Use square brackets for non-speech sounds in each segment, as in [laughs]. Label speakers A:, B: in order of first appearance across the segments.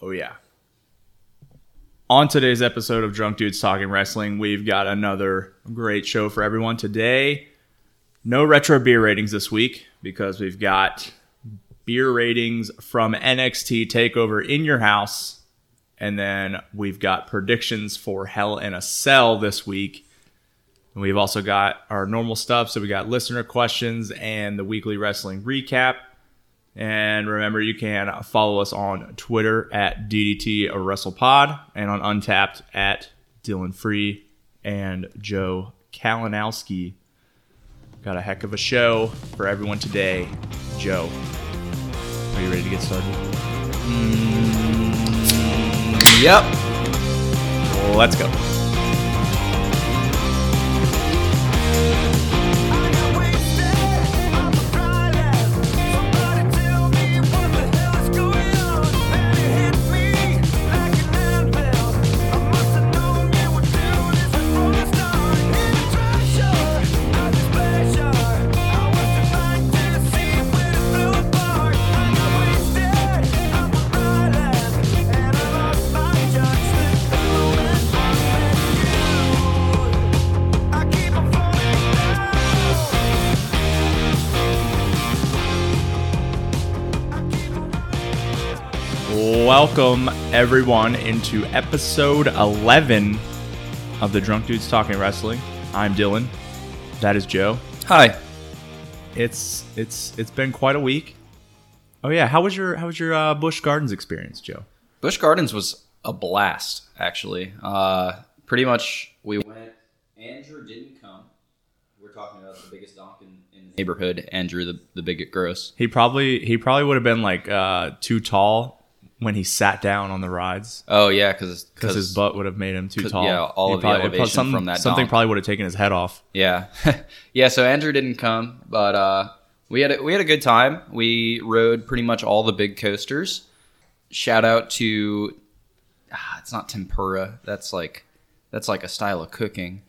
A: Oh, yeah. On today's episode of Drunk Dudes Talking Wrestling, we've got another great show for everyone. Today, no retro beer ratings this week because we've got beer ratings from NXT TakeOver in your house. And then we've got predictions for Hell in a Cell this week. And we've also got our normal stuff. So we got listener questions and the weekly wrestling recap. And remember, you can follow us on Twitter at DDT WrestlePod and on Untapped at Dylan Free and Joe Kalinowski. Got a heck of a show for everyone today. Joe, are you ready to get started?
B: Yep.
A: Mm, Let's go. Welcome, everyone, into episode 11 of the Drunk Dudes Talking Wrestling. I'm Dylan. That is Joe.
B: Hi.
A: It's it's it's been quite a week. Oh yeah, how was your how was your uh, Bush Gardens experience, Joe?
B: Bush Gardens was a blast, actually. Uh, pretty much we went. Andrew didn't come. We're talking about the biggest donk in, in the neighborhood. Andrew, the the bigot gross.
A: He probably he probably would have been like uh, too tall when he sat down on the rides
B: Oh yeah, because
A: because his butt would have made him too
B: 'cause,
A: tall.
B: yeah, all
A: He
B: of the
A: probably-
B: elevation
A: some-
B: from that
A: something
B: donk.
A: probably would have taken his head off.
B: Yeah, [laughs] yeah. So Andrew didn't come, but uh, we had a, we had a good time. We rode pretty much all the big coasters. Shout out to ah, it's not tempura. That's like that's like a style of cooking.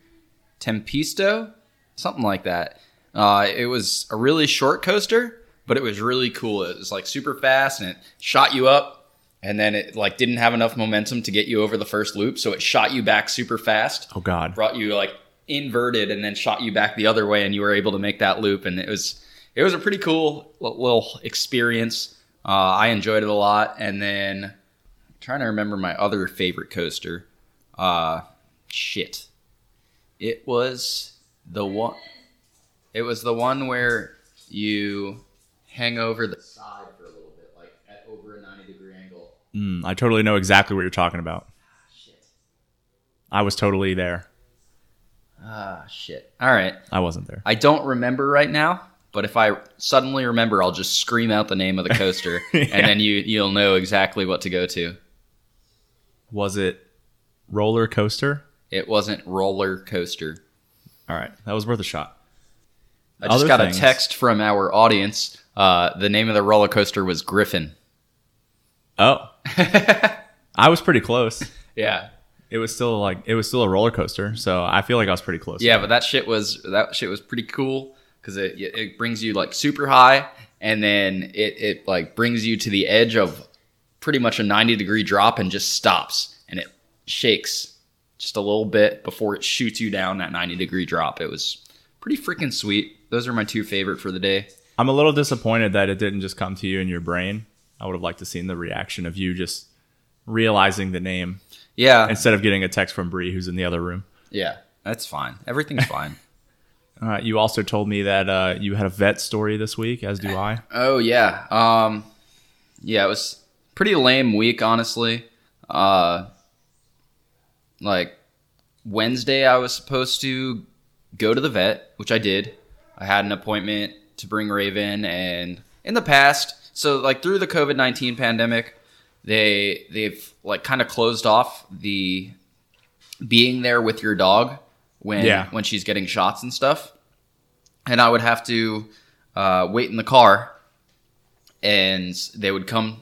B: Tempisto, something like that. Uh, it was a really short coaster, but it was really cool. It was like super fast, and it shot you up, and then it like didn't have enough momentum to get you over the first loop, so it shot you back super fast
A: Oh God,
B: brought you like inverted and then shot you back the other way and you were able to make that loop and it was it was a pretty cool li- little experience uh, i enjoyed it a lot and then I'm trying to remember my other favorite coaster uh shit it was the one it was the one where you hang over the side for a little bit like at over a 90 degree angle
A: Mm, I totally know exactly what you're talking about.
B: shit
A: I was totally there.
B: ah shit all right
A: I wasn't there.
B: I don't remember right now, but if I suddenly remember, I'll just scream out the name of the coaster,
A: [laughs] Yeah.
B: and then you you'll know exactly what to go to.
A: Was it roller coaster?
B: It wasn't roller coaster.
A: All right, that was worth a shot.
B: I just
A: Other
B: got
A: things.
B: a text from our audience. Uh, the name of the roller coaster was Griffin.
A: [laughs] Oh, I was pretty close.
B: Yeah,
A: It was still like it was still a roller coaster, so I feel like I was pretty close.
B: yeah, but that shit was that shit was pretty cool because it it brings you like super high, and then it it like brings you to the edge of pretty much a ninety degree drop and just stops, and it shakes just a little bit before it shoots you down that ninety degree drop. It was pretty freaking sweet. Those are my two favorite for the day.
A: I'm a little disappointed that it didn't just come to you in your brain. I would have liked to seen the reaction of you just realizing the name
B: Yeah,
A: instead of getting a text from Bree, who's in the other room.
B: yeah, that's fine. Everything's fine.
A: Uh, you also told me that uh, you had a vet story this week, as do [laughs] I.
B: [laughs] Oh yeah. Um yeah, it was pretty lame week honestly. Uh like Wednesday I was supposed to go to the vet, which I did. I had an appointment to bring Raven and in the past, so like through the COVID-19 pandemic, they they've like kind of closed off the being there with your dog when
A: Yeah.
B: when she's getting shots and stuff. And I would have to uh, wait in the car and they would come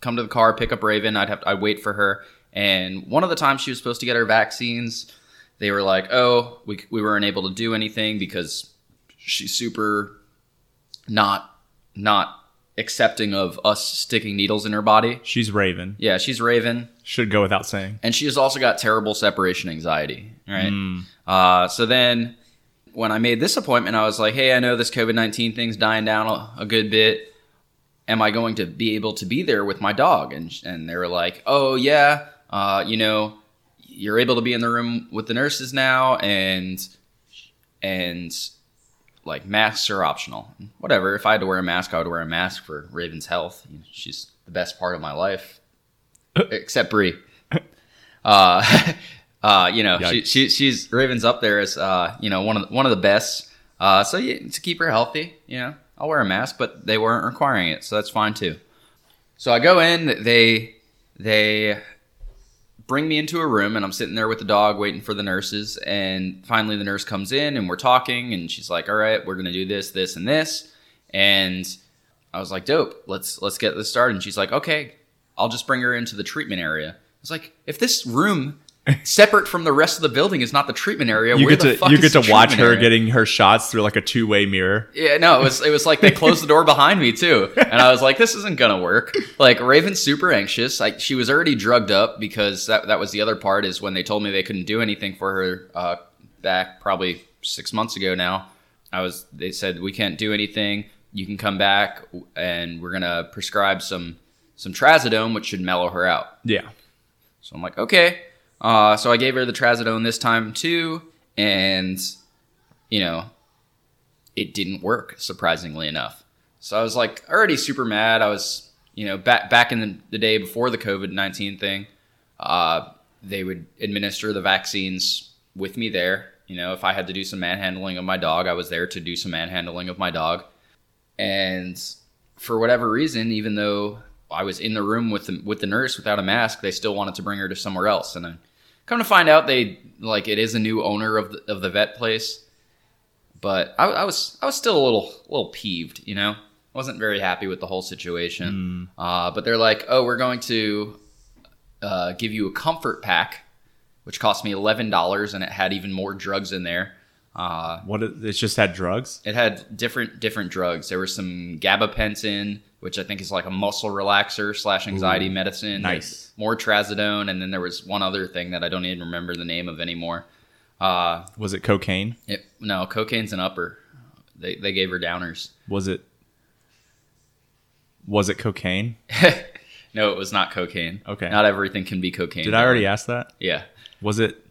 B: come to the car, pick up Raven. I'd have I'd wait for her. And one of the times she was supposed to get her vaccines, they were like, "Oh, we we weren't able to do anything because she's super not not accepting of us sticking needles in her body.
A: She's Raven.
B: Yeah, she's Raven,
A: Should go without saying.
B: and she has also got terrible separation anxiety. Right. Uh, so then, when I made this appointment, I was like, "Hey, I know this COVID nineteen thing's dying down a, a good bit. Am I going to be able to be there with my dog?" And sh- and they were like, "Oh yeah, uh, you know, you're able to be in the room with the nurses now, and and like masks are optional. Whatever. If I had to wear a mask, I would wear a mask for Raven's health. You know, She's the best part of my life, except Bree. Uh, [laughs] uh, you know, she,
A: Yikes.
B: she, she's Raven's up there as uh, you know one of the, one of the best. Uh, so yeah, to keep her healthy, you know, I'll wear a mask, but they weren't requiring it, so that's fine too. So I go in. They they bring me into a room and I'm sitting there with the dog waiting for the nurses. And finally, the nurse comes in and we're talking, and she's like, "All right, we're gonna do this, this, and this." And I was like, "Dope, let's let's get this started." And she's like, "Okay, I'll just bring her into the treatment area." I was like, "If this
A: [laughs]
B: room." Separate from the rest of the building is not the treatment area.
A: You
B: where
A: get
B: the
A: to
B: fuck
A: you
B: is
A: get
B: the
A: to watch
B: treatment
A: her
B: area?
A: getting her shots through like a two way mirror.
B: Yeah, no, it was it was like they closed the door behind me too, and I was like, "This isn't gonna work." Like Raven's super anxious. Like she was already drugged up because that that was the other part is when they told me they couldn't do anything for her uh, back probably six months ago now. I was they said we can't do anything. You can come back and we're gonna prescribe some some trazodone, which should mellow her out.
A: Yeah.
B: So I'm like, okay. Uh, so I gave her the trazodone this time too, and you know, it didn't work surprisingly enough. So I was like already super mad. I was, you know, back back in the, the day before the COVID nineteen thing, uh, they would administer the vaccines with me there. You know, if I had to do some manhandling of my dog, I was there to do some manhandling of my dog. And for whatever reason, even though I was in the room with the, with the nurse without a mask, they still wanted to bring her to somewhere else. And I come to find out, they like it is a new owner of the, of the vet place. But I, I was I was still a little little peeved, you know. I wasn't very happy with the whole situation. Uh, but they're like, oh, we're going to uh, give you a comfort pack, which cost me eleven dollars, and it had even more drugs in there. Uh,
A: What is- it's just had drugs.
B: it had different different drugs. There was some gabapentin, which I think is like a muscle relaxer slash anxiety
A: Ooh,
B: medicine.
A: nice.
B: More trazodone, and then there was one other thing that I don't even remember the name of anymore. Uh,
A: Was it cocaine?
B: it, no, cocaine's an upper. They they gave her
A: [laughs]
B: downers.
A: Was it Was it cocaine?
B: No, it was not cocaine.
A: Okay.
B: Not everything can be cocaine.
A: Did I already ask that?
B: Yeah.
A: Was it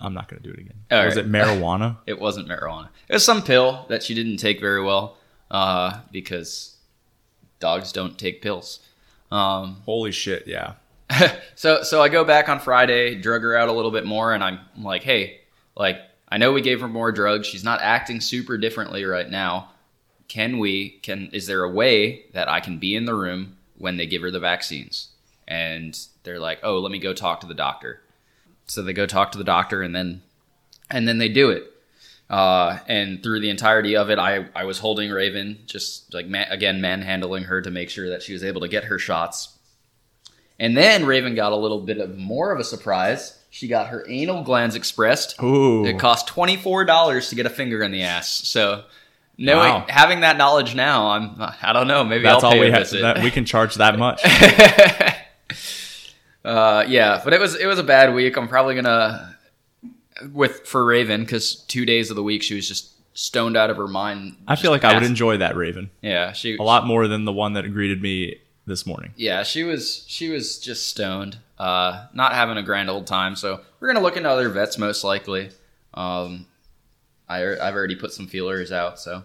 A: I'm not going to do it again.
B: All
A: was
B: right.
A: it marijuana?
B: It wasn't marijuana. It was some pill that she didn't take very well uh, because dogs don't take pills. Um,
A: [laughs] Holy shit, yeah.
B: so so I go back on Friday, drug her out a little bit more, and I'm like, hey, like I know we gave her more drugs. She's not acting super differently right now. Can we? Can is there a way that I can be in the room when they give her the vaccines? And they're like, oh, let me go talk to the doctor. So they go talk to the doctor, and then and then they do it. Uh, and through the entirety of it, I, I was holding Raven, just like man, again manhandling her to make sure that she was able to get her shots. And then Raven got a little bit of more of a surprise. She got her anal glands expressed.
A: Ooh.
B: It cost twenty four dollars to get a finger in the ass. So, knowing
A: Wow.
B: having that knowledge now, I'm I don't know. Maybe
A: That's
B: I'll pay
A: all we
B: a
A: have.
B: visit. [laughs]
A: That, we can charge [laughs] that much.
B: uh, yeah, but it was it was a bad week. I'm probably gonna with for Raven because two days of the week she was just stoned out of her mind.
A: I
B: Just
A: feel like I would
B: ass-
A: enjoy that Raven
B: Yeah, she
A: a lot more than the one that greeted me this morning.
B: yeah, she was she was just stoned, uh, not having a grand old time. So we're gonna look into other vets most likely. Um, I I've already put some feelers out, so I'm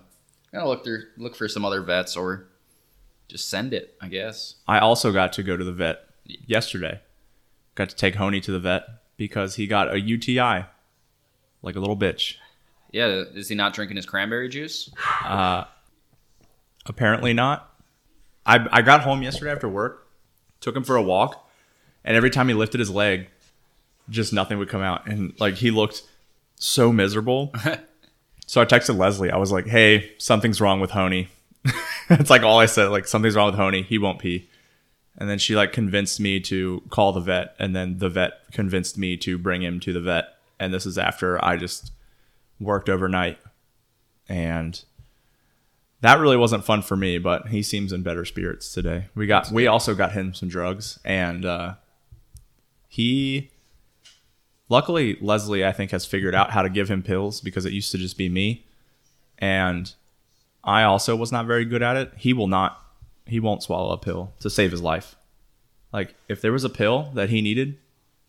B: gonna look through look for some other vets or just send it, I guess.
A: I also got to go to the vet yesterday. Got to take Honey to the vet because he got a UTI, like a little bitch.
B: Yeah, is he not drinking his cranberry juice?
A: Apparently not. I, I got home yesterday after work, took him for a walk, and every time he lifted his leg, just nothing would come out. And like he looked so miserable. so I texted Leslie. I was like, hey, something's wrong with Honey. [laughs] it's like all I said, like something's wrong with Honey. He won't pee. And then she like convinced me to call the vet. And then the vet convinced me to bring him to the vet. And this is after I just worked overnight. And that really wasn't fun for me, but he seems in better spirits today. We got we also got him some drugs, and uh, he luckily Leslie I think has figured out how to give him pills because it used to just be me, and I also was not very good at it. He will not he won't swallow a pill to save his life. Like if there was a pill that he needed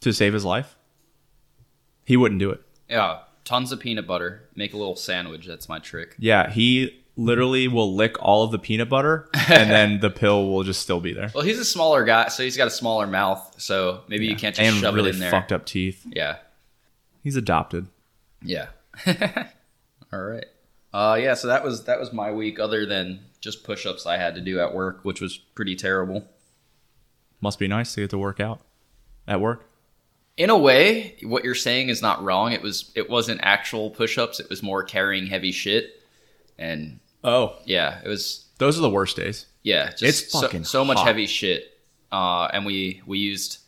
A: to save his life, he wouldn't do it.
B: Yeah, tons of peanut butter. Make a little sandwich. That's my trick.
A: Yeah, he literally will lick all of the peanut butter
B: [laughs]
A: and then the pill will just still be there.
B: Well, he's a smaller guy, so he's got a smaller mouth. So maybe you can't just
A: and
B: shove
A: really
B: it in there.
A: fucked up teeth.
B: Yeah,
A: He's adopted. [laughs]
B: yeah. All right. Uh, yeah. So that was that was my week. Other than just push-ups I had to do at work, which was pretty terrible.
A: Must be nice to get to work out at work.
B: In a way, what you're saying is not wrong. It was it wasn't actual push-ups. It was more carrying heavy shit, and
A: Oh,
B: yeah, it was
A: those are the worst days.
B: Yeah, just
A: It's
B: so-
A: fucking
B: so, much
A: hot.
B: heavy shit. Uh, and we we used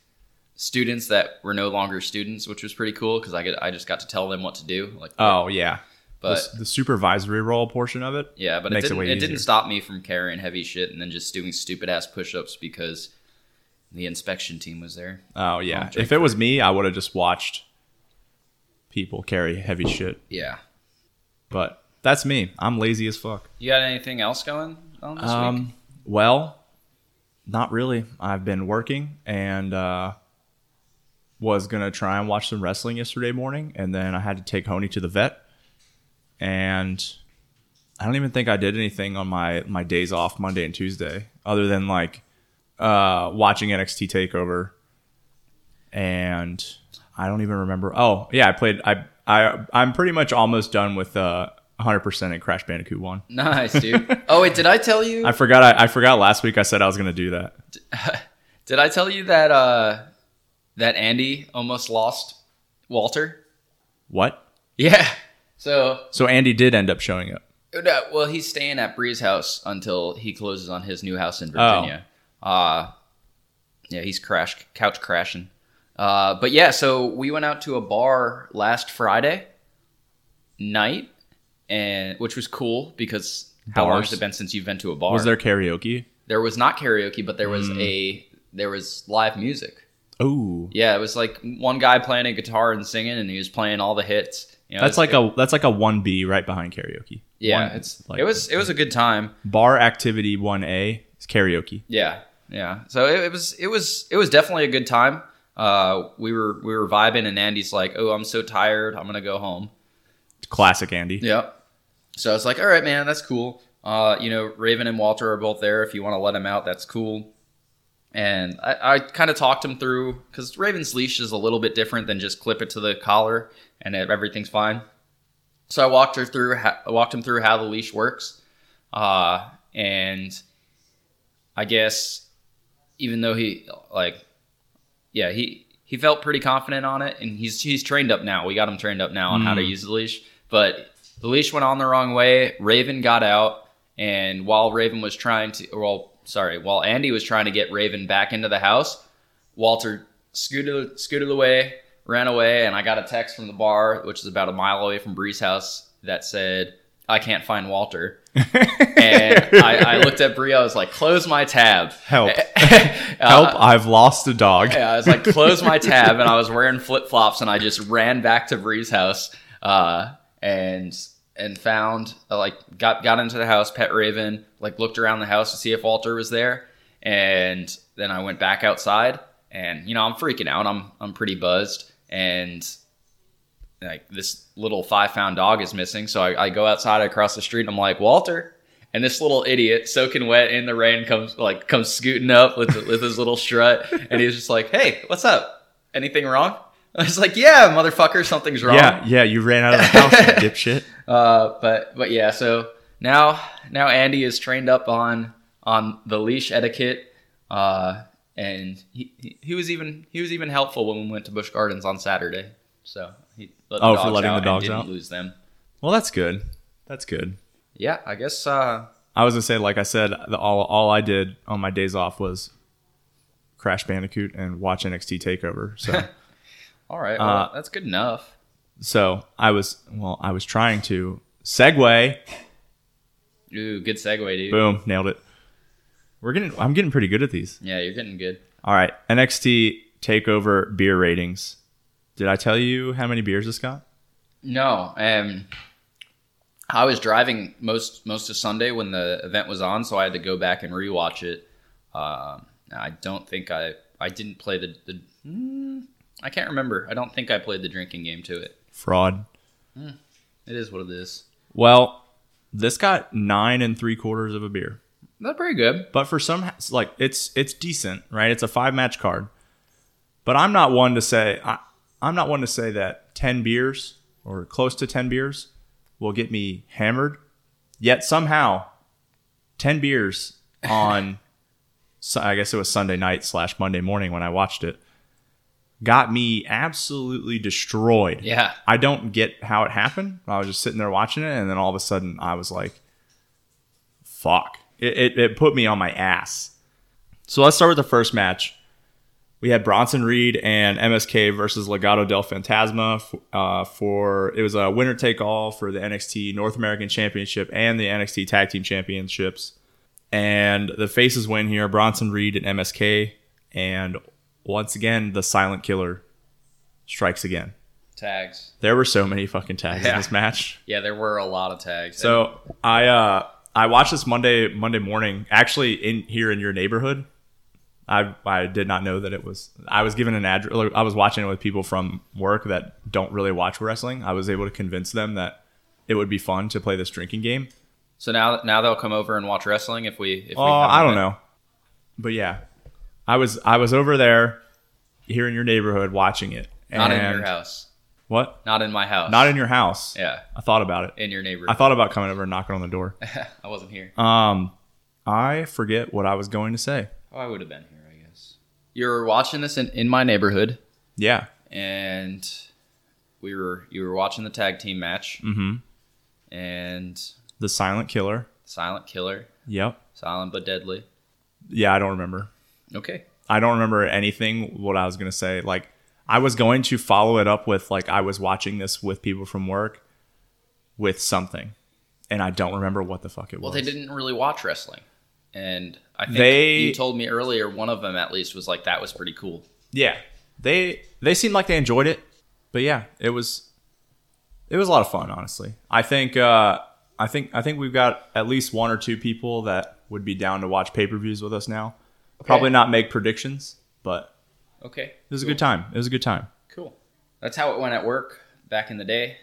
B: students that were no longer students, which was pretty cool because I could I just got to tell them what to do. Like,
A: Oh yeah. The
B: but
A: s- the, supervisory role portion of it.
B: yeah, but it
A: makes it
B: didn't
A: way
B: it, didn't
A: easier.
B: stop me from carrying heavy shit and then just doing stupid ass push ups because the inspection team was there.
A: Oh yeah.
B: I'll drink
A: If it was me, I would have just watched people carry heavy shit.
B: Yeah,
A: But that's me. I'm lazy as fuck.
B: you got anything else going on this week?
A: Um, well, not really. I've been working and uh, was gonna try and watch some wrestling yesterday morning, and then I had to take Honey to the vet, and I don't even think I did anything on my my days off Monday and Tuesday, other than like uh, watching NXT Takeover, and I don't even remember. Oh yeah, I played. I I I'm pretty much almost done with uh 100% at Crash Bandicoot one.
B: [laughs] Nice,
A: [laughs]
B: dude. oh wait, did I tell you?
A: I forgot. I, I forgot last week. I said I was going to do that.
B: Did I tell you that uh, that Andy almost lost Walter?
A: What?
B: Yeah. So
A: So Andy did end up showing up.
B: No, well, he's staying at Bree's house until he closes on his new house in Virginia.
A: Oh.
B: Uh, yeah, he's crash couch crashing. Uh, but yeah, so we went out to a bar last Friday night, and which was cool because how long
A: Bars?
B: has it been since you've been to a bar?
A: Was there Hmm. karaoke?
B: There was not karaoke, but there was a there was live music.
A: Oh,
B: Yeah, it was like one guy playing a guitar and singing, and he was playing all the hits. You know,
A: that's like
B: it's-
A: a that's like a one B right behind karaoke.
B: yeah,
A: One-
B: it's
A: like
B: it was it was a good time.
A: bar activity one A is karaoke.
B: Yeah, yeah. So it, it was it was it was definitely a good time. Uh, we were we were vibing, and Andy's like, "Oh, I'm so tired. I'm gonna go home."
A: Classic Andy.
B: Yep. So I was like, "All right, man, that's cool." Uh, you know, Raven and Walter are both there. If you want to let them out, that's cool. And I, I kind of talked him through because Raven's leash is a little bit different than just clip it to the collar and it- everything's fine. So I walked her through, ho- I walked him through how the leash works, uh, and I guess even though he like yeah he he felt pretty confident on it and he's he's trained up now we got him trained up now on how to use the leash but the leash went on the wrong way raven got out and while raven was trying to well sorry while andy was trying to get raven back into the house walter scooted scooted away ran away and i got a text from the bar which is about a mile away from bree's house that said i can't
A: [laughs]
B: find walter and I, I looked at Bree. I was like, "Close my tab. [laughs] Uh,
A: Help.
B: Help.
A: Help! I've lost a dog.
B: Yeah, I was like, close my tab, and I was wearing flip flops, and I just ran back to Bree's house, uh, and and found uh, like got got into the house, pet Raven, like looked around the house to see if Walter was there, and then I went back outside, and you know I'm freaking out, I'm I'm pretty buzzed, and like this little five pound dog is missing, so I, I go outside across the street, and I'm like Walter. And this little idiot, soaking wet in the rain, comes like comes scooting up with with his little strut, and he's just like, "Hey, what's up? Anything wrong?" I was like, "Yeah, motherfucker, something's wrong."
A: yeah, yeah. You ran out of the house,
B: [laughs]
A: you dipshit.
B: Uh, but but yeah, so now now Andy is trained up on on the leash etiquette, uh, and he, he he was even he was even helpful when we went to Busch Gardens on Saturday. So he let the
A: Oh, for
B: dogs
A: letting
B: out
A: the
B: and
A: dogs
B: didn't
A: out?
B: lose them.
A: Well, that's good. That's good.
B: Yeah, I guess. Uh,
A: I was gonna say, like I said, the, all all I did on my days off was Crash Bandicoot and watch NXT Takeover.
B: [laughs]
A: So.
B: all right, well,
A: Uh,
B: that's good enough.
A: So I was well, I was trying to segue
B: Ooh, good segue, dude.
A: Boom, nailed it. We're getting I'm getting pretty good at these.
B: Yeah, you're getting good.
A: All right, NXT Takeover beer ratings. Did I tell you how many beers this got?
B: No, um, I was driving most most of Sunday when the event was on, so I had to go back and rewatch it. Um, I don't think I I didn't play the, the mm, I can't remember. I don't think I played the drinking game to it.
A: Fraud.
B: It is what it is.
A: Well, this got nine and three quarters of a beer,
B: That's pretty good.
A: but for some like it's it's decent, right? It's a five match card, but I'm not one to say I, I'm not one to say that ten beers or close to ten beers will get me hammered. Yet somehow, ten beers on Su- I guess it was Sunday night slash Monday morning when I watched it got me absolutely destroyed.
B: Yeah.
A: I don't get how it happened. I was just sitting there watching it, and then all of a sudden, I was like, "Fuck!" It, it, it put me on my ass. So let's start with the first match. We had Bronson Reed and MSK versus Legado del Fantasma f- uh, for it was a winner take all for the NXT North American Championship and the NXT Tag Team Championships. And the faces win here: Bronson Reed and MSK. And once again, the Silent Killer strikes again.
B: Tags.
A: There were so many fucking tags in
B: Yeah.
A: this
B: [laughs]
A: match.
B: Yeah, there were a lot of tags.
A: So I uh I watched this Monday Monday morning, actually in here in your neighborhood. I I did not know that it was I was given an address I was watching it with people from work that don't really watch wrestling. I was able to convince them that it would be fun to play this drinking game.
B: so now now they'll come over and watch wrestling if we if
A: Oh,
B: we have
A: I
B: an
A: don't
B: event.
A: know. But yeah. I was I was over there here in your neighborhood watching it.
B: Not in
A: and-
B: your house.
A: What?
B: Not in my house.
A: Not in your house.
B: Yeah,
A: I thought about it.
B: in your
A: I
B: neighborhood.
A: thought about coming over and knocking on the door.
B: [laughs] I wasn't here.
A: Um, I forget what I was going to say.
B: Oh, I would have been here, I guess. You were watching this in, in my neighborhood,
A: Yeah.
B: and we were you were watching the tag team match,
A: Mm-hmm.
B: and
A: The Silent Killer.
B: Silent Killer,
A: Yep.
B: Silent but Deadly.
A: Yeah, I don't remember.
B: Okay,
A: I don't remember anything what I was going to say. Like, I was going to follow it up with, like, I was watching this with people from work with something. And I don't remember what the fuck it
B: well
A: was.
B: they didn't really watch wrestling, and I think
A: They-
B: you told me earlier one of them at least was like that was pretty cool.
A: Yeah. They they seemed like they enjoyed it. But yeah, it was it was a lot of fun, honestly. I think uh I think I think we've got at least one or two people that would be down to watch pay-per-views with us now. Probably not make predictions, but
B: Okay,
A: it was a good time. It was a good time.
B: cool. That's how it went at work back in the day.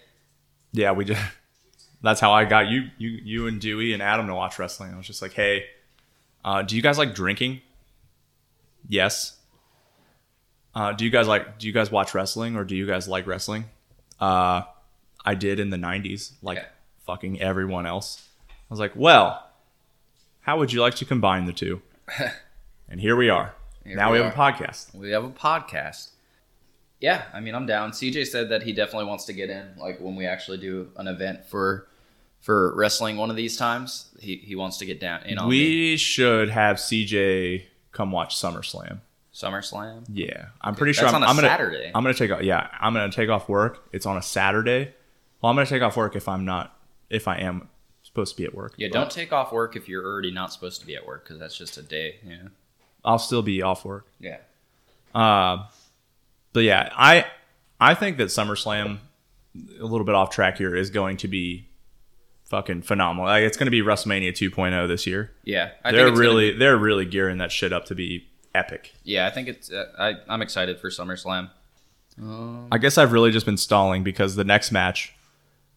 A: Yeah, we just [laughs] that's how I got you you you and Dewey and Adam to watch wrestling. I was just like, "Hey, uh do you guys like drinking?" Yes. Uh, do you guys like do you guys watch wrestling or do you guys like wrestling? Uh, I did in the 90s, like
B: Yeah.
A: fucking everyone else. I was like, "Well, how would you like to combine the [laughs] two? and here we are.
B: Here
A: now
B: we
A: we have a podcast.
B: We have a podcast. Yeah, I mean, I'm down. CJ said that he definitely wants to get in, like when we actually do an event for for wrestling one of these times. He he wants to get down in on the
A: we should have CJ come watch SummerSlam.
B: SummerSlam.
A: Yeah, I'm pretty sure
B: That's
A: I'm,
B: on a
A: I'm gonna,
B: Saturday.
A: I'm gonna take off. Yeah, I'm gonna take off work. It's on a Saturday. Well, I'm gonna take off work if I'm not if I am supposed to be at work.
B: Yeah,
A: But
B: don't take off work if you're already not supposed to be at work because that's just a day. You know?
A: I'll still be off work.
B: Yeah.
A: Uh, but yeah, I I think that SummerSlam, a little bit off track here, is going to be fucking phenomenal. Like, it's gonna be WrestleMania 2.0 this year.
B: Yeah, I
A: they're
B: it's gonna
A: really
B: be-
A: they're really gearing that shit up to be epic.
B: yeah, I think it's. Uh, I I'm excited for SummerSlam.
A: I guess I've really just been stalling because the next match,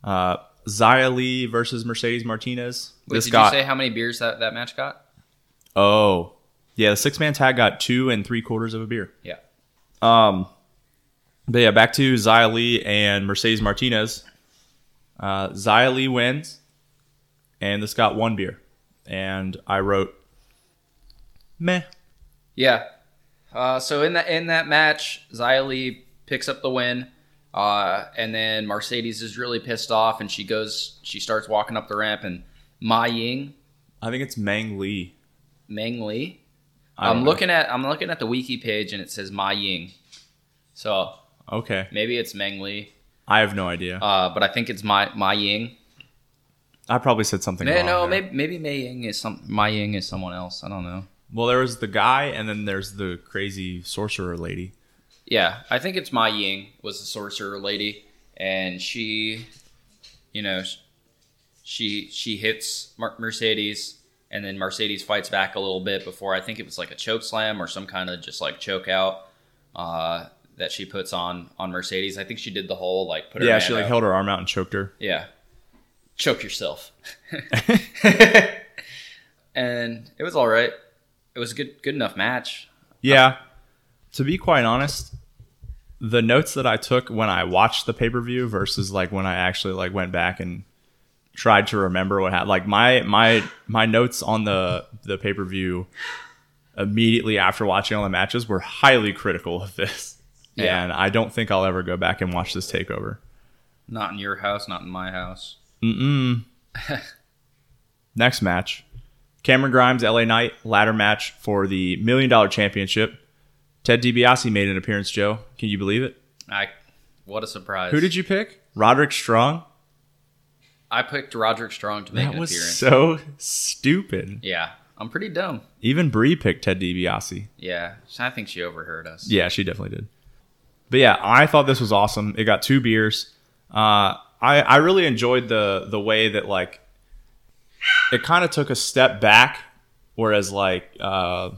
A: uh, Zia Lee versus Mercedes Martinez.
B: Wait,
A: this
B: did
A: got
B: you say how many beers that that match got?
A: oh yeah, the six man tag got two and three quarters of a beer.
B: Yeah.
A: But yeah, back to Zia Lee and Mercedes Martinez. Uh, Zia Lee wins, and this got one beer, and I wrote meh.
B: Yeah. Uh, so in that in that match, Xylee picks up the win, uh, and then Mercedes is really pissed off, and she goes, she starts walking up the ramp, and Ma Ying,
A: I think it's Mang Lee.
B: Meng Li.
A: I don't
B: I'm
A: know.
B: looking at I'm looking at the wiki page, and it says Ma Ying, so
A: Okay,
B: maybe it's Meng Li,
A: I have no idea.
B: uh, but I think it's Ma Ma Ying.
A: I probably said something
B: May,
A: wrong.
B: no,
A: there.
B: maybe maybe Mei Ying is some Mai Ying is someone else. I don't know.
A: Well, there was the guy, and then there's the crazy sorcerer lady.
B: Yeah, I think it's Mai Ying was the sorcerer lady, and she, you know, sh- she she hits Mer- Mercedes, and then Mercedes fights back a little bit before I think it was like a choke slam or some kind of just like choke out uh, that she puts on on Mercedes. I think she did the whole like put her
A: yeah,
B: hand
A: she like
B: up.
A: held her arm out and choked her.
B: Yeah.
A: [laughs]
B: Choke yourself. and it was all right. It was a good good enough match.
A: Yeah. To be quite honest, the notes that I took when I watched the pay per view versus like when I actually like went back and tried to remember what happened. Like my my my notes on the the pay per view immediately after watching all the matches were highly critical of this.
B: Yeah.
A: And I don't think I'll ever go back and watch this takeover.
B: Not in your house, not in my house.
A: Mm-mm. Next match. Cameron Grimes, LA Knight, ladder match for the million dollar championship. Ted DiBiase made an appearance, Joe. Can you believe it?
B: I what a surprise.
A: Who did you pick? Roderick Strong?
B: I picked Roderick Strong to make
A: That
B: an
A: was
B: appearance.
A: so stupid.
B: yeah. I'm pretty dumb.
A: Even Brie picked Ted DiBiase.
B: Yeah. I think she overheard us.
A: Yeah, she definitely did. But yeah, I thought this was awesome. It got two beers. Uh, I I really enjoyed the the way that like it kind of took a step back, whereas like uh,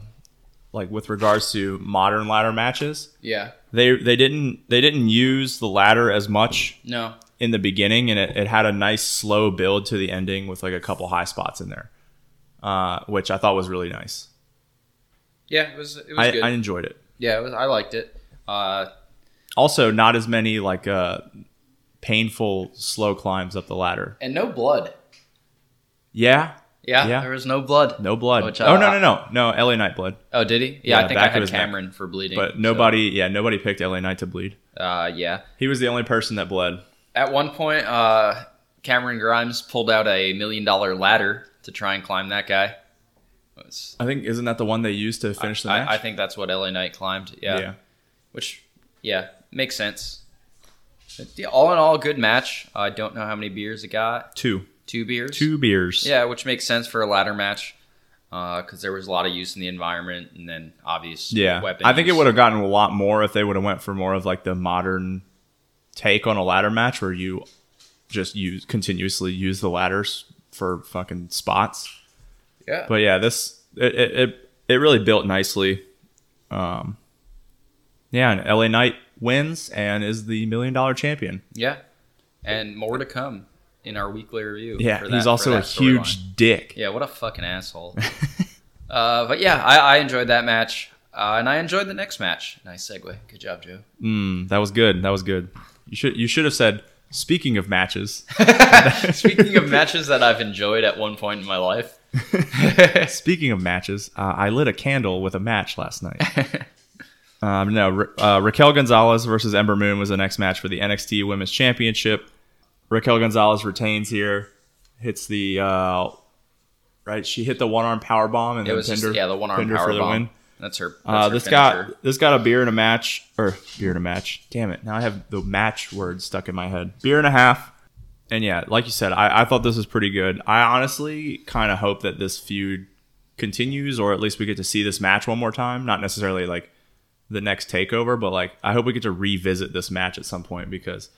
A: like with regards to modern ladder matches,
B: Yeah.
A: they they didn't they didn't use the ladder as much
B: No.
A: in the beginning, and it, it had a nice slow build to the ending with like a couple high spots in there, uh, which I thought was really nice.
B: Yeah, it was it was
A: I,
B: good.
A: I enjoyed it.
B: yeah, it was, I liked it. Uh
A: also not as many like uh painful slow climbs up the ladder
B: and no blood.
A: yeah
B: Yeah,
A: Yeah.
B: there was no blood.
A: no blood
B: Which,
A: oh no
B: uh,
A: no no no la knight blood
B: Oh, did he? Yeah,
A: Yeah,
B: I think
A: back
B: I
A: of
B: had
A: his neck.
B: Cameron for bleeding.
A: but
B: so-
A: nobody yeah nobody picked la knight to bleed
B: uh yeah.
A: he was the only person that bled
B: At one point, uh, Cameron Grimes pulled out a million dollar ladder to try and climb that guy. It's-
A: i think isn't that the one they used to finish the match
B: I, I think that's what LA Knight climbed. Yeah. Which, yeah, makes sense. But, yeah, all in all, good match. I don't know how many beers it got.
A: two
B: Two beers?
A: two beers
B: Yeah, which makes sense for a ladder match because there was a lot of use in the environment and then obvious
A: yeah
B: weapons.
A: i think it would have gotten a lot more if they would have went for more of like the modern take on a ladder match where you just use continuously use the ladders for fucking spots
B: Yeah.
A: but yeah, this it it it, it really built nicely. Um, yeah, and LA Knight wins and is the million dollar champion.
B: yeah. And more to come in our weekly review.
A: Yeah,
B: for that-
A: he's
B: for
A: also a
B: that storyline.
A: huge dick.
B: Yeah, what a fucking
A: [laughs]
B: asshole. uh, but yeah, I, I enjoyed that match, uh, and I enjoyed the next match. Nice segue. Good job, Joe.
A: Mm, that was good. That was good. You should you should have said. Speaking of matches,
B: Speaking of matches that I've enjoyed at one point in
A: [laughs]
B: my life,
A: speaking of matches, uh, I lit a candle with a match last
B: [laughs]
A: night. um, no, Ra- uh, Raquel Gonzalez versus Ember Moon was the next match for the NXT Women's Championship. Raquel Gonzalez retains here, hits the uh, right. She hit the one arm power bomb and
B: it
A: then
B: was just,
A: Pinder-
B: yeah the one arm
A: Pinder
B: power
A: for the win.
B: bomb. That's her. That's
A: Uh,
B: her
A: this
B: finisher.
A: got this got a beer and a match or beer and a match. Damn it! Now I have the match word stuck in my head. Beer and a half. And yeah, like you said, I, I thought this was pretty good. I honestly kind of hope that this feud continues, or at least we get to see this match one more time. Not necessarily like the next takeover, but like I hope we get to revisit this match at some point because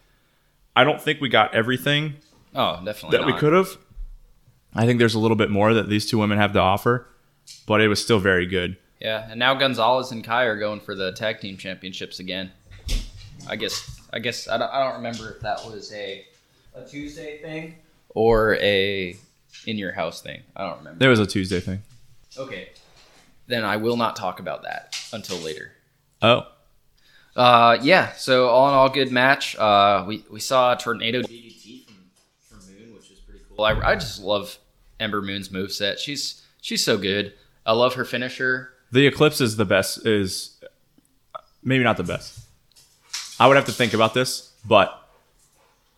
A: I don't think we got everything
B: Oh, definitely.
A: that we
B: not.
A: could have. I think there's a little bit more that these two women have to offer, but it was still very good.
B: Yeah, and now Gonzalez and Kai are going for the tag team championships again. I guess. I guess I don't, I don't remember if that was a a Tuesday thing or a in your house thing. I don't remember.
A: There was a Tuesday thing.
B: Okay. Then I will not talk about that until later.
A: Oh,
B: Uh, yeah. So all in all, good match. Uh, we we saw a tornado DDT from, from Moon, which is pretty cool. I, I just love Ember Moon's moveset. She's she's so good. I love her finisher.
A: The eclipse is the best. Is maybe not the best. I would have to think about this, but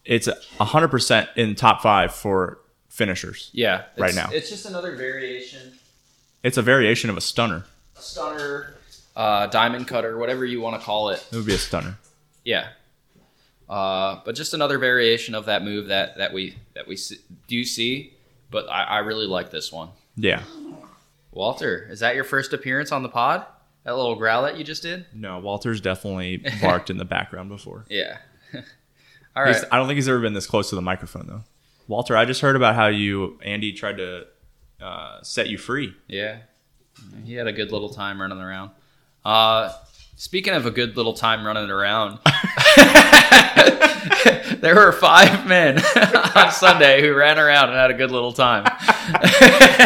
A: it's hundred percent in top five for finishers.
B: Yeah. it's-
A: Right now.
B: it's just another variation,
A: It's a variation of a stunner.
B: a stunner, uh, diamond cutter, whatever you want to call it.
A: It would be a stunner.
B: Yeah. Uh, but just another variation of that move that that we that we s- do see. But I, I really like this one.
A: Yeah.
B: Walter, is that your first appearance on the pod? That little growl that you just did?
A: No, Walter's [laughs] definitely barked in the background before.
B: Yeah. [laughs] All
A: He's-
B: right.
A: I don't think he's ever been this close to the microphone though. Walter, I just heard about how you Andy tried to uh, set you
B: [laughs]
A: free.
B: Yeah. He had a good little time running around. Uh, speaking of a good little time running around, [laughs] there were five men [laughs] on Sunday who ran around and had a good
A: [laughs]
B: little time.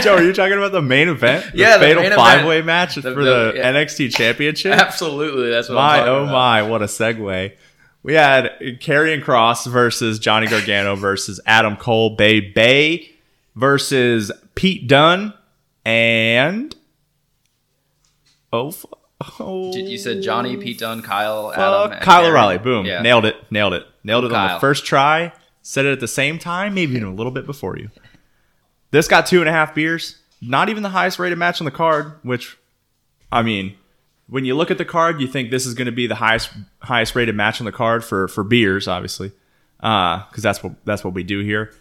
A: Joe, are you talking about the main event? The
B: Yeah, the
A: fatal
B: main event.
A: five way match
B: The-
A: for the,
B: the- yeah.
A: NXT Championship.
B: [laughs] Absolutely. That's what I'm
A: my
B: talking
A: oh
B: about.
A: my, what a segue. We had Karrion Cross versus Johnny Gargano versus Adam Cole, Bay Bay versus Pete Dunne, and oh, fu- oh
B: You said Johnny, Pete Dunne, Kyle, Adam,
A: Fuck.
B: and
A: Kyle
B: Aaron.
A: O'Reilly. Boom.
B: Yeah.
A: Nailed it. Nailed it. Nailed it on
B: Kyle.
A: the first try. Said it at the same time, maybe even a little bit before you. This got two and a half beers. Not even the highest rated match on the card, which, I mean, when you look at the card, you think this is going to be the highest highest rated match on the card for for beers, obviously, because that's what that's what we do here.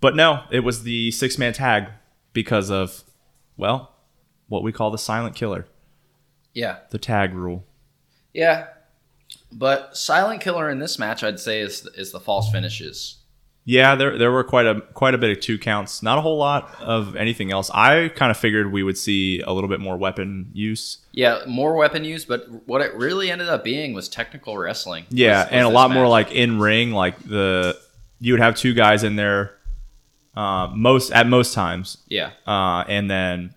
A: But no, it was the six man tag because of, well, what we call the silent killer,
B: Yeah.
A: the tag rule.
B: Yeah. But Silent Killer in this match, I'd say, is is the false finishes.
A: Yeah, there there were quite a quite a bit of two counts. Not a whole lot of anything else. I kind of figured we would see a little bit more weapon use.
B: Yeah, more weapon use, but what it really ended up being was technical wrestling.
A: Yeah,
B: Was- was
A: and a
B: this
A: lot more
B: match.
A: like in ring, like the you would have two guys in there uh, most at most times,
B: yeah,
A: uh, and then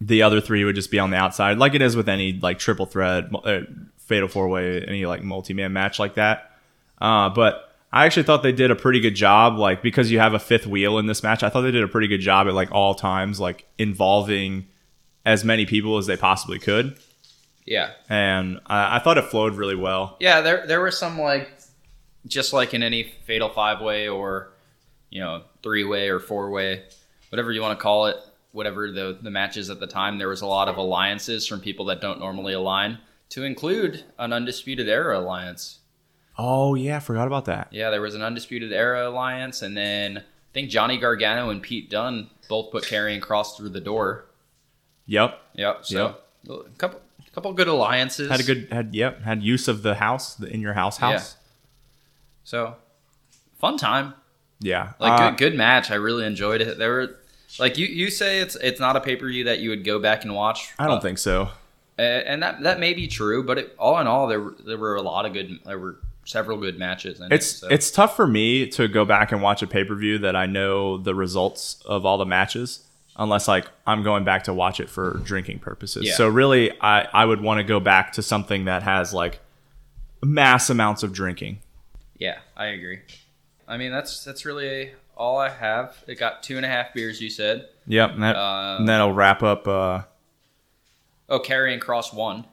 A: the other three would just be on the outside, like it is with any like triple threat, mu- uh, fatal four way, any like multi man match like that. Uh, but I actually thought they did a pretty good job, like because you have a fifth wheel in this match. I thought they did a pretty good job at like all times, like involving as many people as they possibly could,
B: yeah,
A: and I, I thought it flowed really well.
B: yeah. There there were some like just like in any fatal five way or you know three way or four way, whatever you want to call it, whatever the the matches at the time. There was a lot of alliances from people that don't normally align, to include an undisputed era alliance.
A: Oh yeah, forgot about that.
B: Yeah, there was an Undisputed Era alliance, and then I think Johnny Gargano and Pete Dunne both put Karrion Cross through the door.
A: Yep,
B: Yep. So a couple, couple good alliances.
A: had a good had yep had use of the house the in your house house.
B: So fun time.
A: Yeah,
B: Like
A: Uh,
B: good, good match. I really enjoyed it. There were like you, you say it's it's not a pay per view that you would go back and watch.
A: I don't think so.
B: Uh, and that that may be true, but it, all in all, there were- there were a lot of good. There were several good matches. In it,
A: It's
B: so.
A: it's tough for me to go back and watch a pay per view that I know the results of all the matches, unless like I'm going back to watch it for drinking purposes.
B: Yeah.
A: So really, I I would want to go back to something that has like mass amounts of drinking.
B: Yeah, I agree. I mean, that's that's really all I have. It got two and a half beers. You said.
A: Yep, and, that,
B: Uh,
A: and that'll wrap up. Uh,
B: Oh, Carrying Cross won.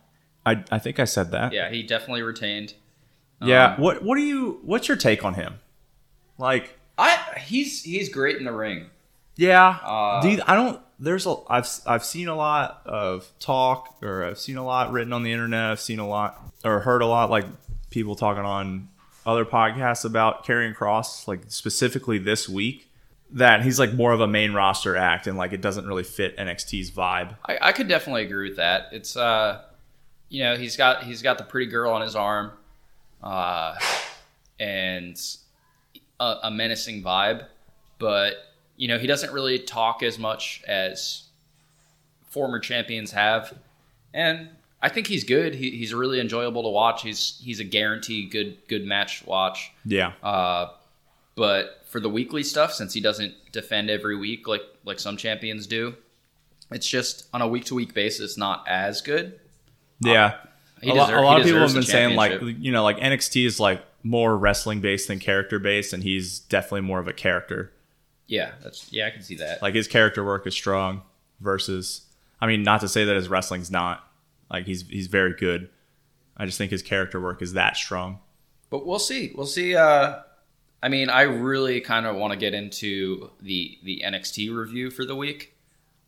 A: I I think I said that.
B: Yeah, he definitely retained.
A: Yeah.
B: Um,
A: what what do you what's your take on him? Like,
B: I he's he's great in the ring.
A: yeah,
B: Uh,
A: do you- I don't. There's a I've I've seen a lot of talk, or I've seen a lot written on the internet. I've seen a lot, or heard a lot, like people talking on other podcasts about Karrion Cross, like specifically this week, that he's like more of a main roster act, and like it doesn't really fit NXT's vibe.
B: I, I could definitely agree with that. It's uh, you know, he's got he's got the pretty girl on his arm, uh, and a, a menacing vibe, but you know, he doesn't really talk as much as former champions have, and I think he's good. He, he's really enjoyable to watch. He's he's a guarantee good good match watch.
A: Yeah,
B: Uh, but for the weekly stuff, since he doesn't defend every week like like some champions do, it's just on a week to week basis not as good.
A: yeah.
B: uh, He
A: a, lo-
B: deser-
A: a
B: he
A: lot of people
B: deserves
A: have
B: the
A: been saying like
B: championship.
A: you know like NXT is like more wrestling based than character based, and he's definitely more of a character.
B: yeah, that's yeah, I can see that.
A: like his character work is strong versus i mean not to say that his wrestling's not like he's he's very good i just think his character work is that strong
B: But we'll see. We'll see. Uh, I mean, I really kind of want to get into the the NXT review for the week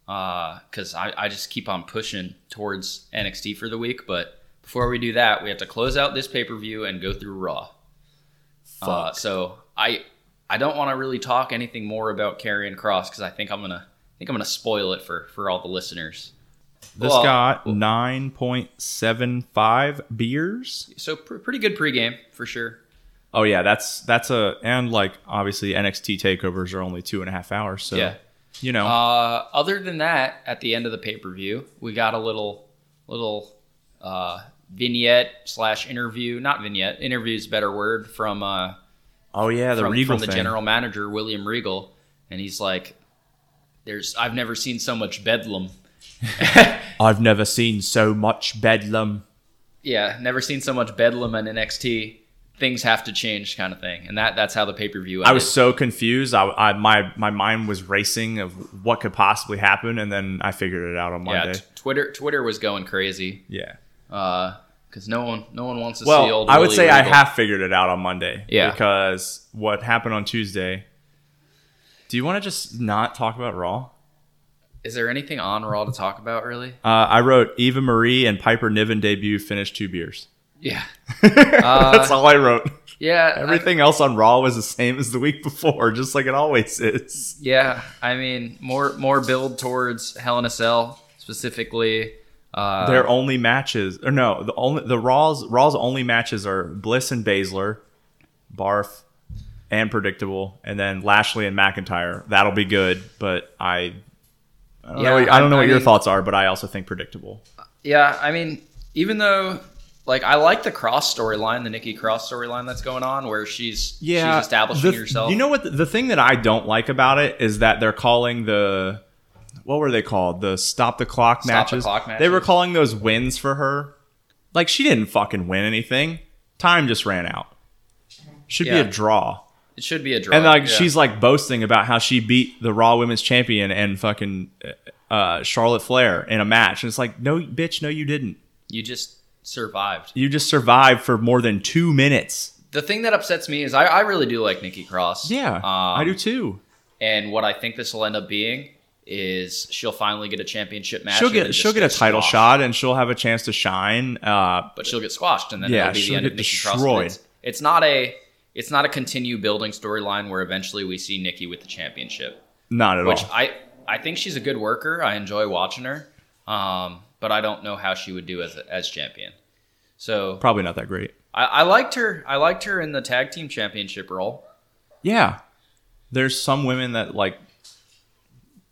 B: because I, I just keep on pushing towards NXT for the week. But before we do that, we have to close out this pay per view and go through Raw. Uh, so I I don't want to really talk anything more about Carrion Cross because I think I'm gonna I think I'm gonna spoil it for for all the listeners.
A: This
B: Well,
A: got 9.75 beers.
B: So pr- pretty good pregame for sure.
A: Oh yeah, that's that's a and like obviously NXT takeovers are only two and a half hours, so
B: Yeah.
A: you know
B: Uh, other than that, at the end of the pay per view, we got a little little uh, vignette slash interview. Not vignette. Interview is a better word from uh,
A: Oh yeah, the
B: from,
A: Regal
B: from the
A: thing.
B: general manager William Regal, and he's like, "There's I've never seen so much bedlam. [laughs]
A: I've never seen so much bedlam.
B: Yeah, never seen so much bedlam in NXT. Things have to change, kind of thing." And that that's how the pay per view.
A: I was so confused. I, I my my mind was racing of what could possibly happen, and then I figured it out on
B: yeah.
A: Monday.
B: t- Twitter Twitter was going crazy
A: yeah.
B: because no one no one wants to see
A: Well,
B: old.
A: I would
B: Willie
A: say I
B: Regal.
A: half figured it out on Monday.
B: Yeah.
A: Because what happened on Tuesday. Do you want to just not talk about Raw?
B: Is there anything on Raw to talk about, really?
A: Uh, I wrote Eva Marie and Piper Niven debut finished two beers. [laughs]
B: Yeah.
A: That's all I wrote.
B: Yeah. Uh, I-
A: Everything else on Raw was the same as the week before, just like it always is.
B: yeah. I mean, more more build towards Hell in a Cell specifically. Uh,
A: Their only matches, or no, the only the Raw's Raw's only matches are Bliss and Baszler, Barf, and Predictable, and then Lashley and McIntyre. That'll be good, but I, I don't
B: Yeah,
A: know. What, I don't know
B: I-
A: what
B: I
A: your
B: mean-
A: thoughts are, but I also think Predictable.
B: yeah. I mean, even though. Like I like the cross storyline, the Nikki Cross storyline that's going on, where she's she's establishing
A: the-
B: herself.
A: You know what? The, the thing that I don't like about it is that they're calling the what were they called? The stop the clock
B: the
A: matches.
B: clock
A: They were
B: matches.
A: calling those wins for her. Like she didn't fucking win anything. Time just ran out. Should
B: Yeah.
A: be a draw.
B: it should be a draw.
A: And like
B: yeah.
A: she's like boasting about how she beat the Raw Women's Champion and fucking uh, Charlotte Flair in a match. And it's like, no, bitch, no, you didn't.
B: you just survived.
A: You just survived for more than two minutes.
B: The thing that upsets me is I, I really do like Nikki Cross.
A: Yeah,
B: Um,
A: I do too.
B: And what I think this will end up being is she'll finally get a championship match.
A: she'll
B: and then
A: get
B: just
A: she'll get a title
B: squashed.
A: shot and she'll have a chance to shine. Uh,
B: but she'll get squashed, and then
A: Yeah,
B: it'll be
A: she'll
B: the end of
A: get
B: Nikki
A: destroyed.
B: Cross. It's, it's not a it's not a continue building storyline where eventually we see Nikki with the championship,
A: not at
B: which
A: all.
B: I I think she's a good worker. I enjoy watching her, um, but I don't know how she would do as as champion. So
A: Probably not that great.
B: I, I liked her. I liked her in the tag team championship role.
A: Yeah, there's some women that like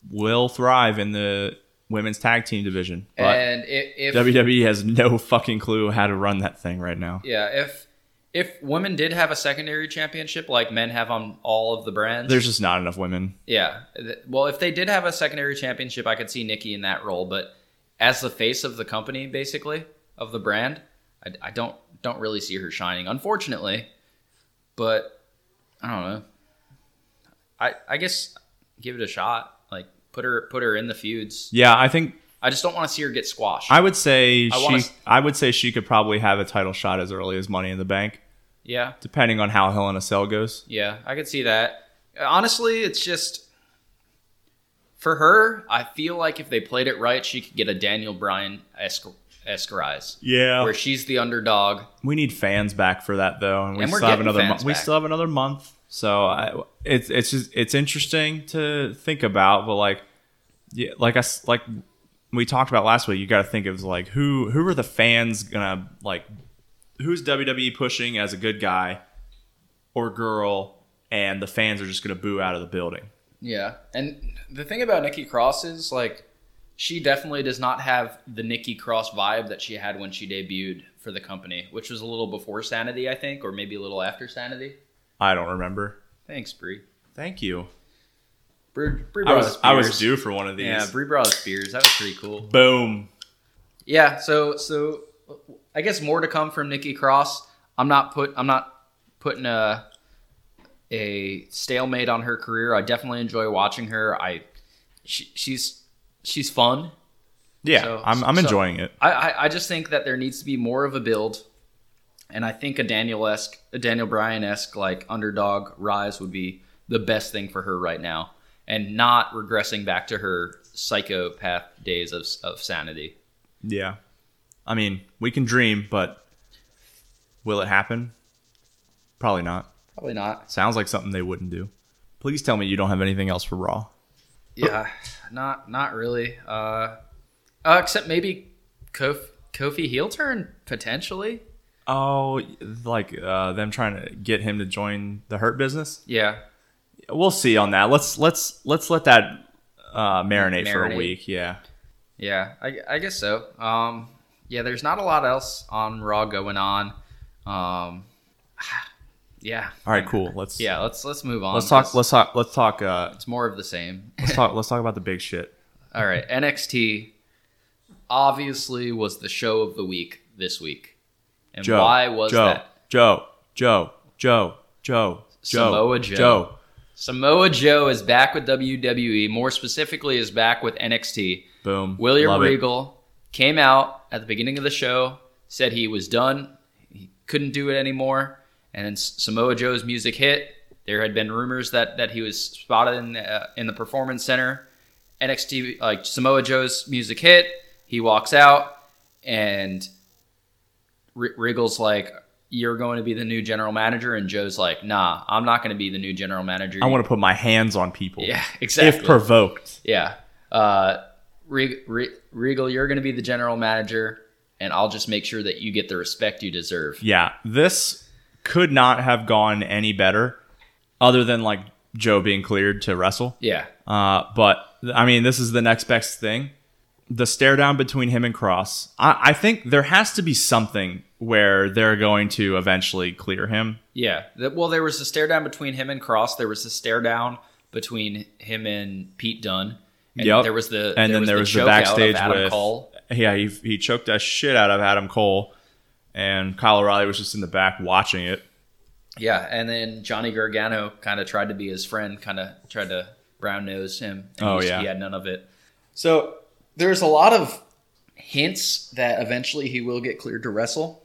A: will thrive in the women's tag team division, but
B: and if, Eh, if
A: WWE has no fucking clue how to run that thing right now.
B: yeah, if if women did have a secondary championship like men have on all of the brands,
A: There's just not enough women.
B: Yeah. Th- Well, if they did have a secondary championship, I could see Nikki in that role, but as the face of the company, basically of the brand, I, I don't don't really see her shining, unfortunately. But I don't know. I I guess give it a shot. Like put her put her in the feuds.
A: Yeah, I think
B: I just don't want to see her get squashed.
A: I would say
B: I
A: she.
B: wanna s-
A: I would say she could probably have a title shot as early as Money in the Bank,
B: yeah,
A: depending on how Hell in a Cell goes.
B: yeah, I could see that. Honestly, it's just for her. I feel like if they played it right, she could get a Daniel Bryan esque esque rise.
A: Yeah,
B: where she's the underdog.
A: we need fans back for that though, and we
B: And we're
A: still have
B: getting
A: another.
B: fans
A: Mo- we
B: back.
A: still have another month, so I, it's it's just it's interesting to think about. But like, yeah, like I s- like we talked about last week, you got to think of like who who are the fans gonna like who's WWE pushing as a good guy or girl, and the fans are just gonna boo out of the building.
B: Yeah. And the thing about Nikki Cross is like she definitely does not have the Nikki Cross vibe that she had when she debuted for the company, which was a little before Sanity, I think, or maybe a little after Sanity.
A: I don't remember.
B: Thanks, Bree.
A: Thank you.
B: Bree, Bree
A: I
B: brought
A: was
B: us
A: I was
B: beers.
A: due for one of these.
B: Yeah, Bree brought us beers. That was pretty cool.
A: Boom.
B: Yeah, so so I guess more to come from Nikki Cross. I'm not put I'm not putting a a stalemate on her career. I definitely enjoy watching her. I she, she's she's fun.
A: Yeah,
B: So-
A: I'm I'm
B: so-
A: enjoying it.
B: I, I I just think that there needs to be more of a build, and I think a Daniel esque a Daniel Bryan esque like underdog rise would be the best thing for her right now, and not regressing back to her psychopath days of of sanity.
A: Yeah. I mean, we can dream, but will it happen? Probably not.
B: Probably not.
A: Sounds like something they wouldn't do. Please tell me you don't have anything else for Raw.
B: Yeah, not not really. Uh, uh except maybe Kof, Kofi heel turn potentially.
A: Oh, like uh, them trying to get him to join the Hurt business.
B: Yeah,
A: We'll see on that. Let's let's let's let that uh, marinate, for a
B: Marinate.
A: week. Yeah.
B: yeah. I, I guess so. Um, yeah. There's not a lot else on Raw going on. Um, [sighs] yeah.
A: All right. Cool. Let's
B: Yeah. Let's let's move on.
A: Let's talk.
B: It's-
A: Let's talk. Let's talk. Uh,
B: It's more of the same. [laughs]
A: let's talk. Let's talk about the big shit.
B: All right, NXT obviously was the show of the week this week. And
A: Joe.
B: why was
A: Joe,
B: that?
A: Joe. Joe. Joe. Joe. Joe.
B: Samoa Joe.
A: Joe.
B: Samoa Joe is back with WWE, more specifically is back with NXT.
A: Boom.
B: William
A: Love it.
B: Regal came out at the beginning of the show, said he was done, he couldn't do it anymore, and then S- Samoa Joe's music hit. There had been rumors that that he was spotted in the, uh, in the performance center. NXT like Samoa Joe's music hit. He walks out, and R- Regal's like, "You're going to be the new general manager," and Joe's like, "Nah, I'm not going to be the new general manager."
A: I want to put my hands on people.
B: yeah, exactly.
A: If provoked.
B: Yeah. Uh, Reg- Re- Regal, you're going to be the general manager, and I'll just make sure that you get the respect you deserve.
A: Yeah. This could not have gone any better, other than like Joe being cleared to wrestle.
B: Yeah.
A: Uh, but I mean, this is the next best thing. The stare down between him and Cross. I, I think there has to be something where they're going to eventually clear him.
B: Yeah. Th- Well, there was a stare down between him and Cross. There was a stare down between him and Pete Dunn. And
A: Yep.
B: there was the
A: and then there was the,
B: choke out of
A: backstage
B: Adam
A: with
B: Cole.
A: yeah he, he choked the shit out of Adam Cole and Kyle O'Reilly was just in the back watching it
B: Yeah, and then Johnny Gargano kind of tried to be his friend, kind of tried to brown nose him. And
A: Oh,
B: he-
A: yeah.
B: he had none of it. So there's a lot of hints that eventually he will get cleared to wrestle.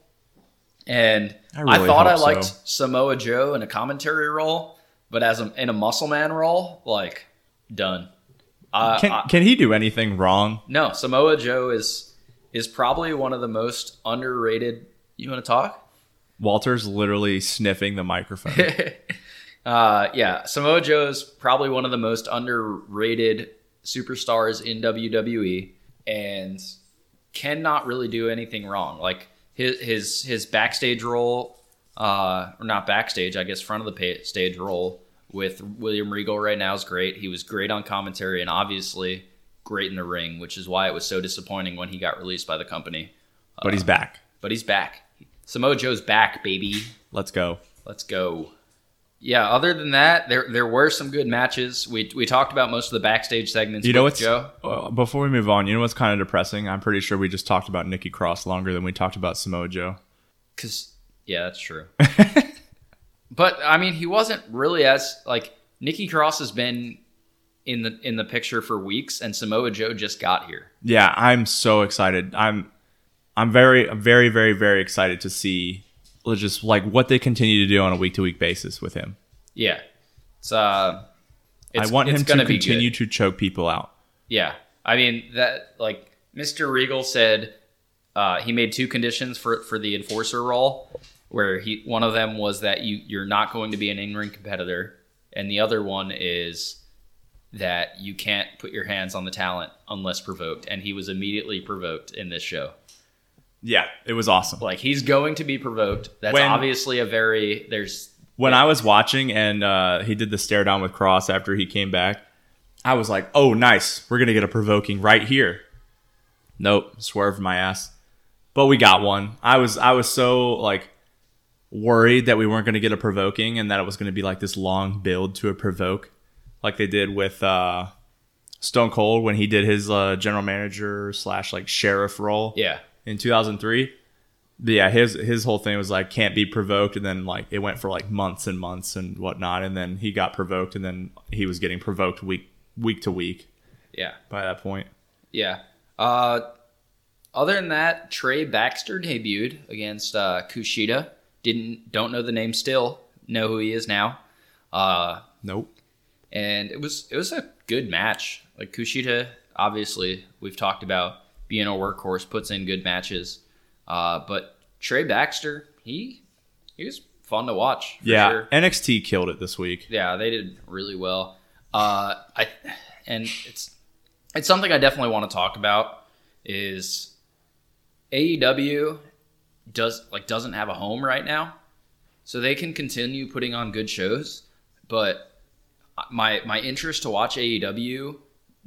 B: And
A: I
B: I,
A: really
B: thought I
A: hope
B: liked
A: so.
B: Samoa Joe in a commentary role, but as a, in a muscle man role, like done. Uh,
A: can
B: I-
A: can he do anything wrong
B: no, Samoa Joe is is probably one of the most underrated. You want to talk?
A: Walter's literally sniffing the
B: [laughs]
A: microphone
B: uh, yeah, Samoa Joe is probably one of the most underrated superstars in WWE, and cannot really do anything wrong. Like his his his backstage role, uh, or not backstage, I guess front of the pa- stage role with William Regal right now is great. He was great on commentary and obviously great in the ring, which is why it was so disappointing when he got released by the company.
A: but he's back
B: But he's back. Samoa Joe's back, baby.
A: let's go
B: Let's go. Yeah. Other than that, there there were some good matches. We we talked about most of the backstage segments.
A: you know
B: with
A: what's
B: Joe?
A: uh, before we move on you know what's kind of depressing I'm pretty sure we just talked about Nikki Cross longer than we talked about Samoa Joe
B: Because yeah,
A: [laughs]
B: that's true. but I mean, he wasn't really as like Nikki Cross has been in the in the picture for weeks, and Samoa Joe just got here.
A: yeah I'm so excited I'm I'm very very very very excited to see just like what they continue to do on a week to week basis with him
B: Yeah. It's uh. It's,
A: I want
B: it's
A: him
B: gonna
A: to
B: be good.
A: continue to choke people out.
B: Yeah. I mean that like Mr. Regal said uh, he made two conditions for for the enforcer role where he one of them was that you you're not going to be an in-ring competitor and the other one is that you can't put your hands on the talent unless provoked and he was immediately provoked in this show.
A: Yeah, it was awesome.
B: Like he's going to be provoked. That's
A: When-
B: obviously a very there's
A: When I was watching and uh, he did the stare down with Cross after he came back, I was like, "Oh, nice. We're gonna get a provoking right here." Nope, swerved my ass. But we got one. I was I was so like worried that we weren't gonna get a provoking and that it was gonna be like this long build to a provoke, like they did with uh, Stone Cold when he did his uh, general manager slash like sheriff role.
B: yeah.
A: in 2003. But yeah, his his whole thing was like can't be provoked, and then like it went for like months and months and whatnot, and then he got provoked, and then he was getting provoked week week to week
B: Yeah.
A: by that point.
B: Yeah. Uh, other than that, Trey Baxter debuted against uh, Kushida. Didn't don't know the name still. Know who he is now. Uh,
A: Nope.
B: and it was it was a good match. Like Kushida, obviously we've talked about being a workhorse, puts in good matches. Uh, but Trey Baxter, he he was fun to watch. for
A: yeah,
B: sure.
A: NXT killed it this week.
B: yeah, they did really well. Uh, I and it's it's something I definitely want to talk about is E AEW does like doesn't have a home right now, so they can continue putting on good shows, but my my interest to watch AEW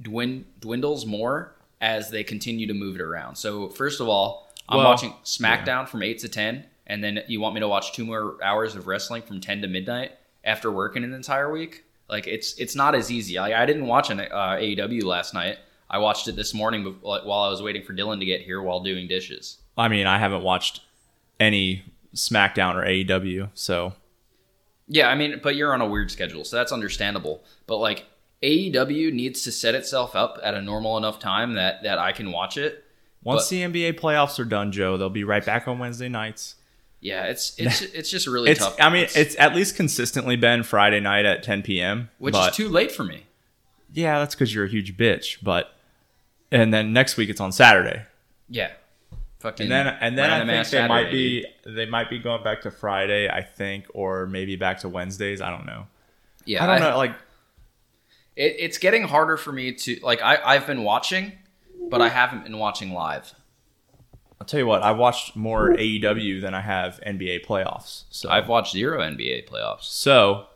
B: dwin, dwindles more as they continue to move it around. So first of all, I'm
A: Well,
B: watching SmackDown from eight to ten, and then you want me to watch two more hours of wrestling from ten to midnight after working an entire week. Like it's it's not as easy. I, I didn't watch an uh, AEW last night. I watched it this morning bef- like, while I was waiting for Dylan to get here while doing dishes.
A: I mean, I haven't watched any SmackDown or AEW, so
B: Yeah, I mean, but you're on a weird schedule, so that's understandable. But like AEW needs to set itself up at a normal enough time that that I can watch it.
A: once
B: But-
A: the NBA playoffs are done, Joe, they'll be right back on Wednesday nights.
B: Yeah, it's
A: [laughs]
B: it's it's just really
A: It's
B: tough.
A: I mean, it's at least consistently been Friday night at 10 p.m.
B: which
A: but-
B: is too late for me.
A: yeah, that's because you're a huge bitch. But and then next week it's on Saturday,
B: Yeah,
A: and
B: fucking.
A: then and then I
B: random
A: think
B: ass
A: they
B: Saturday,
A: might be they might be going back to Friday, I think, or maybe back to Wednesdays. I don't know.
B: dude. Yeah,
A: I don't know. Like
B: It, it's getting harder for me to like. I I've been watching, but I haven't been watching live.
A: I'll tell you what, I watched more AEW than I have NBA playoffs. So
B: I've watched zero NBA playoffs.
A: so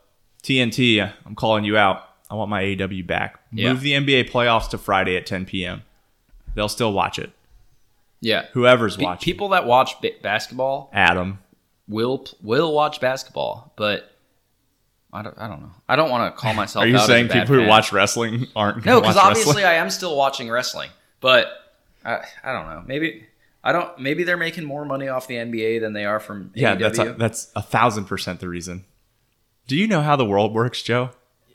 A: TNT, I'm calling you out. I want my AEW back.
B: Yeah.
A: Move the NBA playoffs to Friday at 10 p.m. They'll still watch it.
B: Yeah,
A: Whoever's
B: Pe-
A: watching,
B: people that watch ba- basketball
A: Adam.
B: will pl- will watch basketball, but I don't, I don't know. I don't want to call myself.
A: Are you
B: out as a
A: saying
B: bad
A: people who
B: fan.
A: watch wrestling aren't? gonna
B: No, because
A: watch
B: obviously
A: wrestling?
B: I am still watching wrestling, but I, I don't know. Maybe I don't. Maybe they're making more money off the NBA than they are from E
A: Yeah,
B: AEW.
A: that's a, that's a thousand percent the reason. Do you know how the world works, Joe?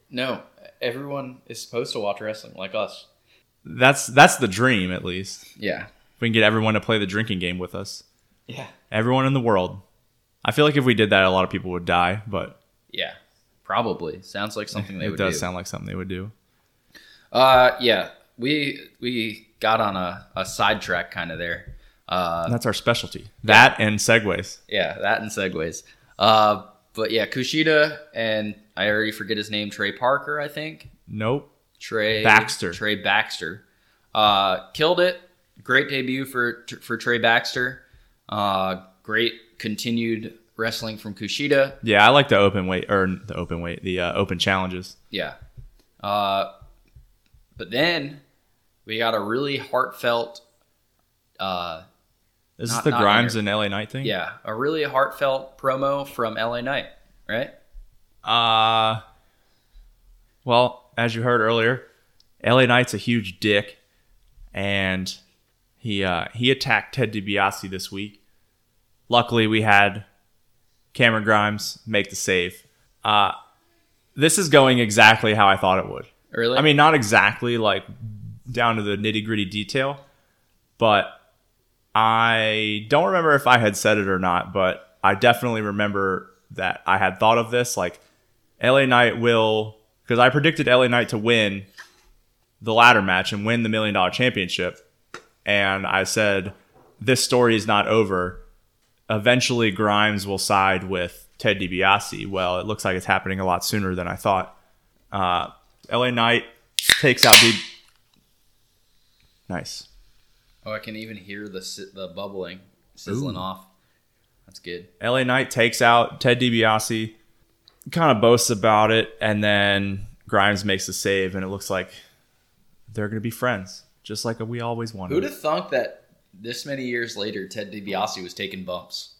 B: no. Everyone is supposed to watch wrestling like us.
A: That's that's the dream, at least.
B: Yeah.
A: If we can get everyone to play the drinking game with us,
B: Yeah.
A: everyone in the world. I feel like if we did that, a lot of people would die, but
B: Yeah. Probably sounds like something they
A: it
B: would
A: does
B: do.
A: sound like something they would do.
B: uh, yeah. We we got on a a sidetrack kind of there. Uh,
A: That's our specialty. That and segues.
B: Yeah, that and segues. Uh, but yeah, Kushida and I already forget his name, Trey Parker, I think.
A: Nope.
B: Trey
A: Baxter.
B: Trey Baxter, uh, killed it. Great debut for for Trey Baxter. Uh, great continued wrestling from Kushida.
A: Yeah, I like the open weight or the open weight, the uh, open challenges.
B: Yeah. Uh, but then we got a really heartfelt. Uh,
A: Is
B: Not-
A: this the
B: not
A: Grimes
B: under-
A: and LA Knight thing?
B: yeah, a really heartfelt promo from LA Knight, right?
A: Uh well, as you heard earlier, LA Knight's a huge dick, and he uh, he attacked Ted DiBiase this week. Luckily, we had Cameron Grimes make the save. Uh, this is going exactly how I thought it would.
B: Really?
A: I mean, not exactly like down to the nitty gritty detail, but I don't remember if I had said it or not, but I definitely remember that I had thought of this. Like, LA Knight will, because I predicted LA Knight to win the ladder match and win the million dollar championship. And I said, this story is not over. Eventually, Grimes will side with Ted DiBiase. Well, it looks like it's happening a lot sooner than I thought. Uh, LA Knight takes out D. Nice.
B: Oh, I can even hear the si- the bubbling sizzling
A: Ooh.
B: off. That's good.
A: LA Knight takes out Ted DiBiase, kind of boasts about it, and then Grimes makes a save, and it looks like they're going to be friends, just like we always wanted.
B: Who'd have thunk that this many years later, Ted DiBiase was taking bumps?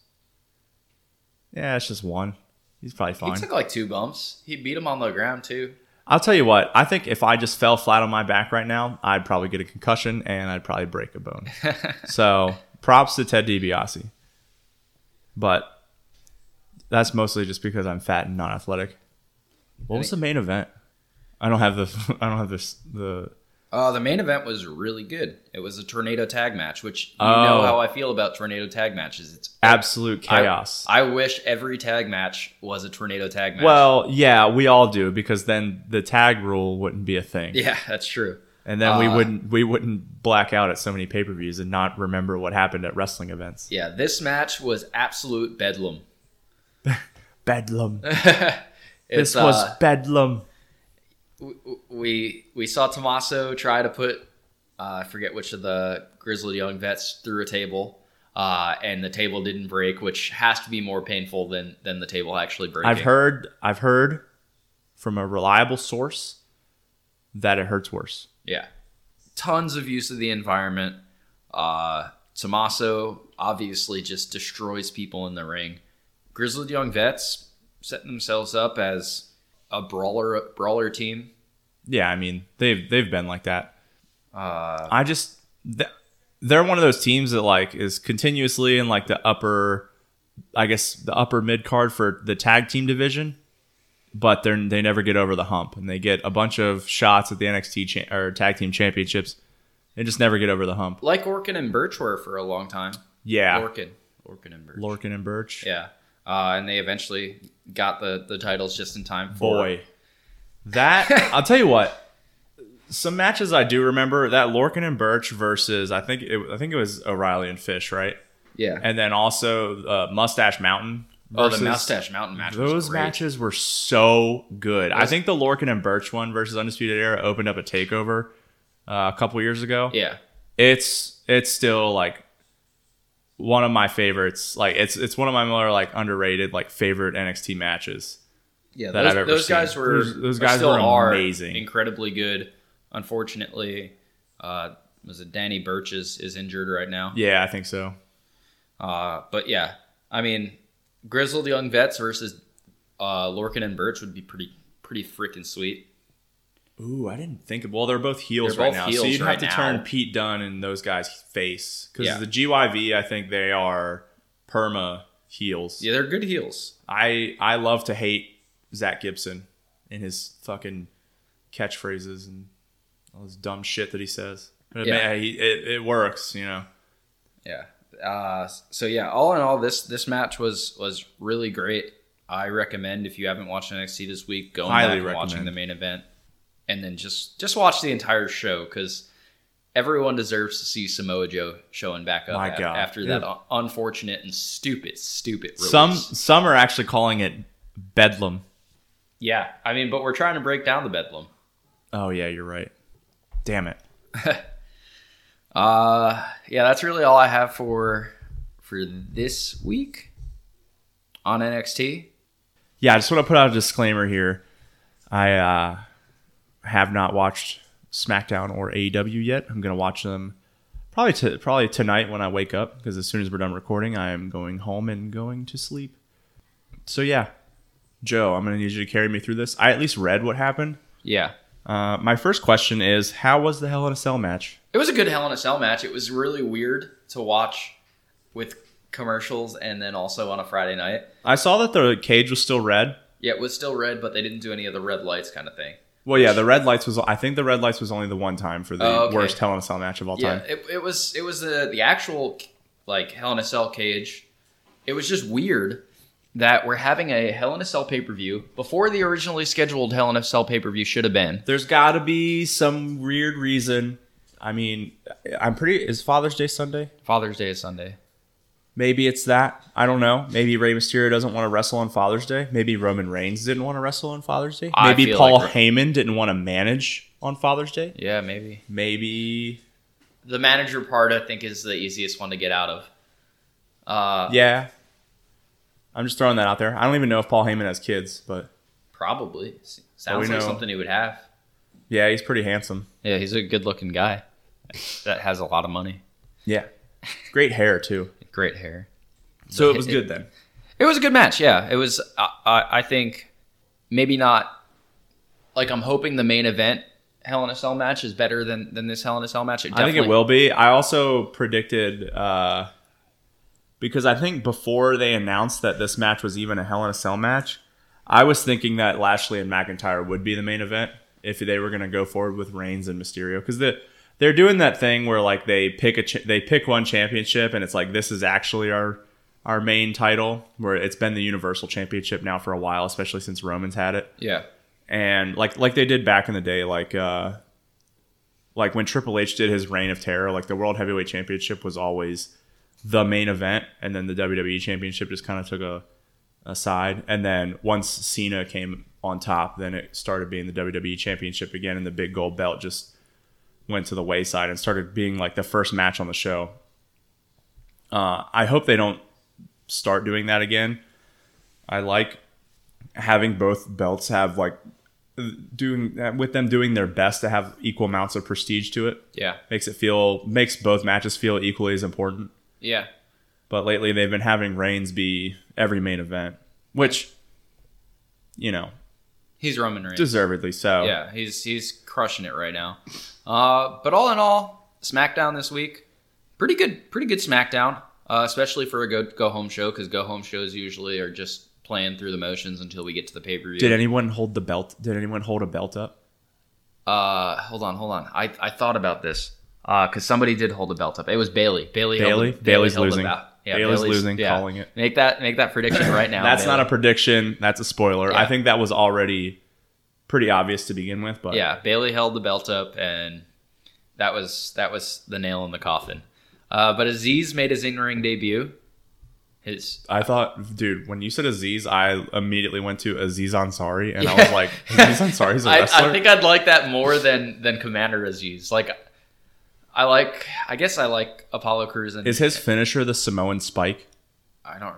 A: yeah, it's just one. He's probably
B: He
A: fine.
B: took like two bumps. He beat him on the ground too.
A: I'll tell you what. I think if I just fell flat on my back right now, I'd probably get a concussion and I'd probably break a bone.
B: [laughs]
A: so props to Ted DiBiase. But that's mostly just because I'm fat and not athletic. What was the main event? I don't have the. [laughs] I don't have this. The
B: Uh, the main event was really good. It was a tornado tag match, which you
A: Oh.
B: know how I feel about tornado tag matches. It's
A: absolute
B: I-
A: chaos.
B: I, wish every tag match was a tornado tag match.
A: well, yeah, we all do because then the tag rule wouldn't be a thing,
B: [laughs] yeah, that's true.
A: and then we
B: Uh,
A: wouldn't we wouldn't black out at so many pay per views and not remember what happened at wrestling events.
B: Yeah, this match was absolute bedlam.
A: bedlam.
B: It's,
A: this was
B: uh,
A: bedlam.
B: w- we we saw Tommaso try to put uh, I forget which of the grizzled young vets through a table, uh, and the table didn't break, which has to be more painful than than the table actually breaking.
A: I've heard I've heard from a reliable source that it hurts worse.
B: yeah, tons of use of the environment. Uh, Tommaso obviously just destroys people in the ring. Grizzled young vets setting themselves up as a brawler brawler team.
A: Yeah, I mean they've they've been like that.
B: Uh,
A: I just th- they're one of those teams that like is continuously in like the upper, I guess the upper mid card for the tag team division, but they're they never get over the hump and they get a bunch of shots at the NXT cha- or tag team championships, and just never get over the hump.
B: like Orkin and Birch were for a long time.
A: Yeah,
B: Orkin, Orkin and Birch.
A: Lorcan and Birch.
B: Yeah. Uh, and they eventually got the, the titles just in time for
A: Boy,
B: [laughs]
A: that I'll tell you what. Some matches I do remember that Lorcan and Birch versus I think it, I think it was O'Reilly and Fish, right?
B: Yeah.
A: And then also uh, Mustache Mountain.
B: oh, the
A: versus-
B: Mustache Mountain match. was
A: Those
B: great.
A: matches were so good. I
B: Those-
A: think the Lorcan and Birch one versus Undisputed Era opened up a takeover uh, a couple years ago.
B: Yeah.
A: It's it's still like one of my favorites. Like it's it's one of my more like underrated like favorite NXT matches.
B: Yeah.
A: that
B: those,
A: I've ever
B: those
A: seen.
B: guys were
A: Those- those
B: or
A: guys
B: still
A: were
B: are
A: amazing.
B: Incredibly good. Unfortunately, uh, was it Danny Birch is, is injured right now.
A: Yeah, I think so.
B: Uh, but yeah, I mean, Grizzled Young Vets versus uh, Lorcan and Birch would be pretty pretty freaking sweet.
A: Ooh, I didn't think of. Well, they're both heels
B: They're
A: right
B: both
A: now,
B: heels
A: so you'd
B: right
A: have to
B: now.
A: turn Pete Dunne and those guys' face because
B: Yeah.
A: the GYV. I think they are perma heels.
B: Yeah, they're good heels.
A: I I love to hate Zach Gibson and his fucking catchphrases and all this dumb shit that he says. But
B: Yeah.
A: man, he, it, it works, you know.
B: Yeah. Uh, so yeah, all in all, this this match was was really great. I recommend if you haven't watched NXT this week, going
A: Highly
B: back and watching
A: recommend.
B: the main event, and then just just watch the entire show because everyone deserves to see Samoa Joe showing back up
A: My
B: a-
A: God.
B: after that un- unfortunate and stupid, stupid. Release.
A: Some some are actually calling it bedlam.
B: yeah, I mean, but we're trying to break down the bedlam.
A: Oh yeah, you're right. Damn it.
B: Uh, yeah, that's really all I have for for this week on NXT.
A: yeah, I just want to put out a disclaimer here. I uh, have not watched SmackDown or AEW yet. I'm gonna watch them probably t- probably tonight when I wake up because as soon as we're done recording, I am going home and going to sleep. So yeah, Joe, I'm gonna need you to carry me through this. I at least read what happened.
B: Yeah,
A: Uh, my first question is, how was the Hell in a Cell match?
B: It was a good Hell in a Cell match. It was really weird to watch with commercials and then also on a Friday night.
A: I saw that the cage was still red.
B: Yeah, it was still red, but they didn't do any of the red lights kind of thing.
A: Well, yeah, the red lights was. I think the red lights was only the one time for the
B: Oh, okay.
A: worst Hell in a Cell match of all
B: Yeah,
A: time.
B: it, it was it was the the actual like Hell in a Cell cage. It was just weird that we're having a Hell in a Cell pay per view before the originally scheduled Hell in a Cell pay per view should have been.
A: There's got to be some weird reason. I mean, I'm pretty. Is Father's Day Sunday?
B: Father's Day is Sunday.
A: Maybe it's that. I don't know. Maybe Rey Mysterio doesn't want to wrestle on Father's Day. Maybe Roman Reigns didn't want to wrestle on Father's Day.
B: I
A: Maybe
B: feel
A: Paul
B: like-
A: Heyman didn't want to manage on Father's Day.
B: Yeah, maybe
A: Maybe.
B: the manager part I think is the easiest one to get out of. Uh,
A: Yeah. I'm just throwing that out there. I don't even know if Paul Heyman has kids, but
B: probably sounds
A: know.
B: like something he would have.
A: yeah, he's pretty handsome.
B: Yeah, he's a good looking
A: [laughs]
B: guy that has a lot of money,
A: Yeah. Great hair, too.
B: great hair.
A: So it was good then.
B: It was a good match. Yeah, it was. I, I, I think maybe not. Like I'm hoping the main event Hell in a Cell match is better than than this Hell in a Cell match. It
A: I think it
B: definitely-
A: will be. I also predicted uh, because I think before they announced that this match was even a Hell in a Cell match, I was thinking that Lashley and McIntyre would be the main event if they were going to go forward with Reigns and Mysterio because the they're doing that thing where like they pick a ch- they pick one championship and it's like this is actually our our main title where it's been the Universal Championship now for a while, especially since Roman's had it
B: Yeah,
A: and like like they did back in the day, like uh, like when Triple H did his Reign of Terror, like the World Heavyweight E Championship was always the main event, and then the WWE Championship just kind of took a aside. And then once Cena came on top, then it started being the WWE Championship again, and the big gold belt just went to the wayside and started being like the first match on the show. Uh, I hope they don't start doing that again. I like having both belts have like doing uh, with them doing their best to have equal amounts of prestige to it
B: Yeah.
A: makes it feel makes both matches feel equally as important
B: Yeah.
A: but lately they've been having Reigns be every main event, which, you know,
B: He's Roman Reigns.
A: deservedly so.
B: Yeah, he's he's crushing it right now. Uh, but all in all, SmackDown this week, pretty good, pretty good SmackDown, uh, especially for a go go home show because go home shows usually are just playing through the motions until we get to the pay per view.
A: Did anyone hold the belt? Did anyone hold a belt up?
B: Uh, hold on, hold on. I, I thought about this because somebody did hold the belt up. It was Bailey. Bailey. held
A: Bailey?
B: the-
A: Bailey's
B: held the
A: losing.
B: belt. Yeah,
A: Bailey's losing, calling it.
B: Make that make that prediction right now.
A: [laughs] That's
B: Bailey.
A: not a prediction. That's a spoiler. I
B: Yeah.
A: think that was already pretty obvious to begin with, but
B: yeah, Bailey held the belt up, and that was that was the nail in the coffin. Uh, but Aziz made his in-ring debut. His
A: I thought, dude, when you said Aziz, I immediately went to Aziz Ansari, and I was like, Aziz Ansari's a
B: [laughs] I,
A: wrestler.
B: I think I'd like that more than than Commander Aziz. Like, I like. I guess I like Apollo Crews and
A: Is his finisher the Samoan Spike,
B: I don't.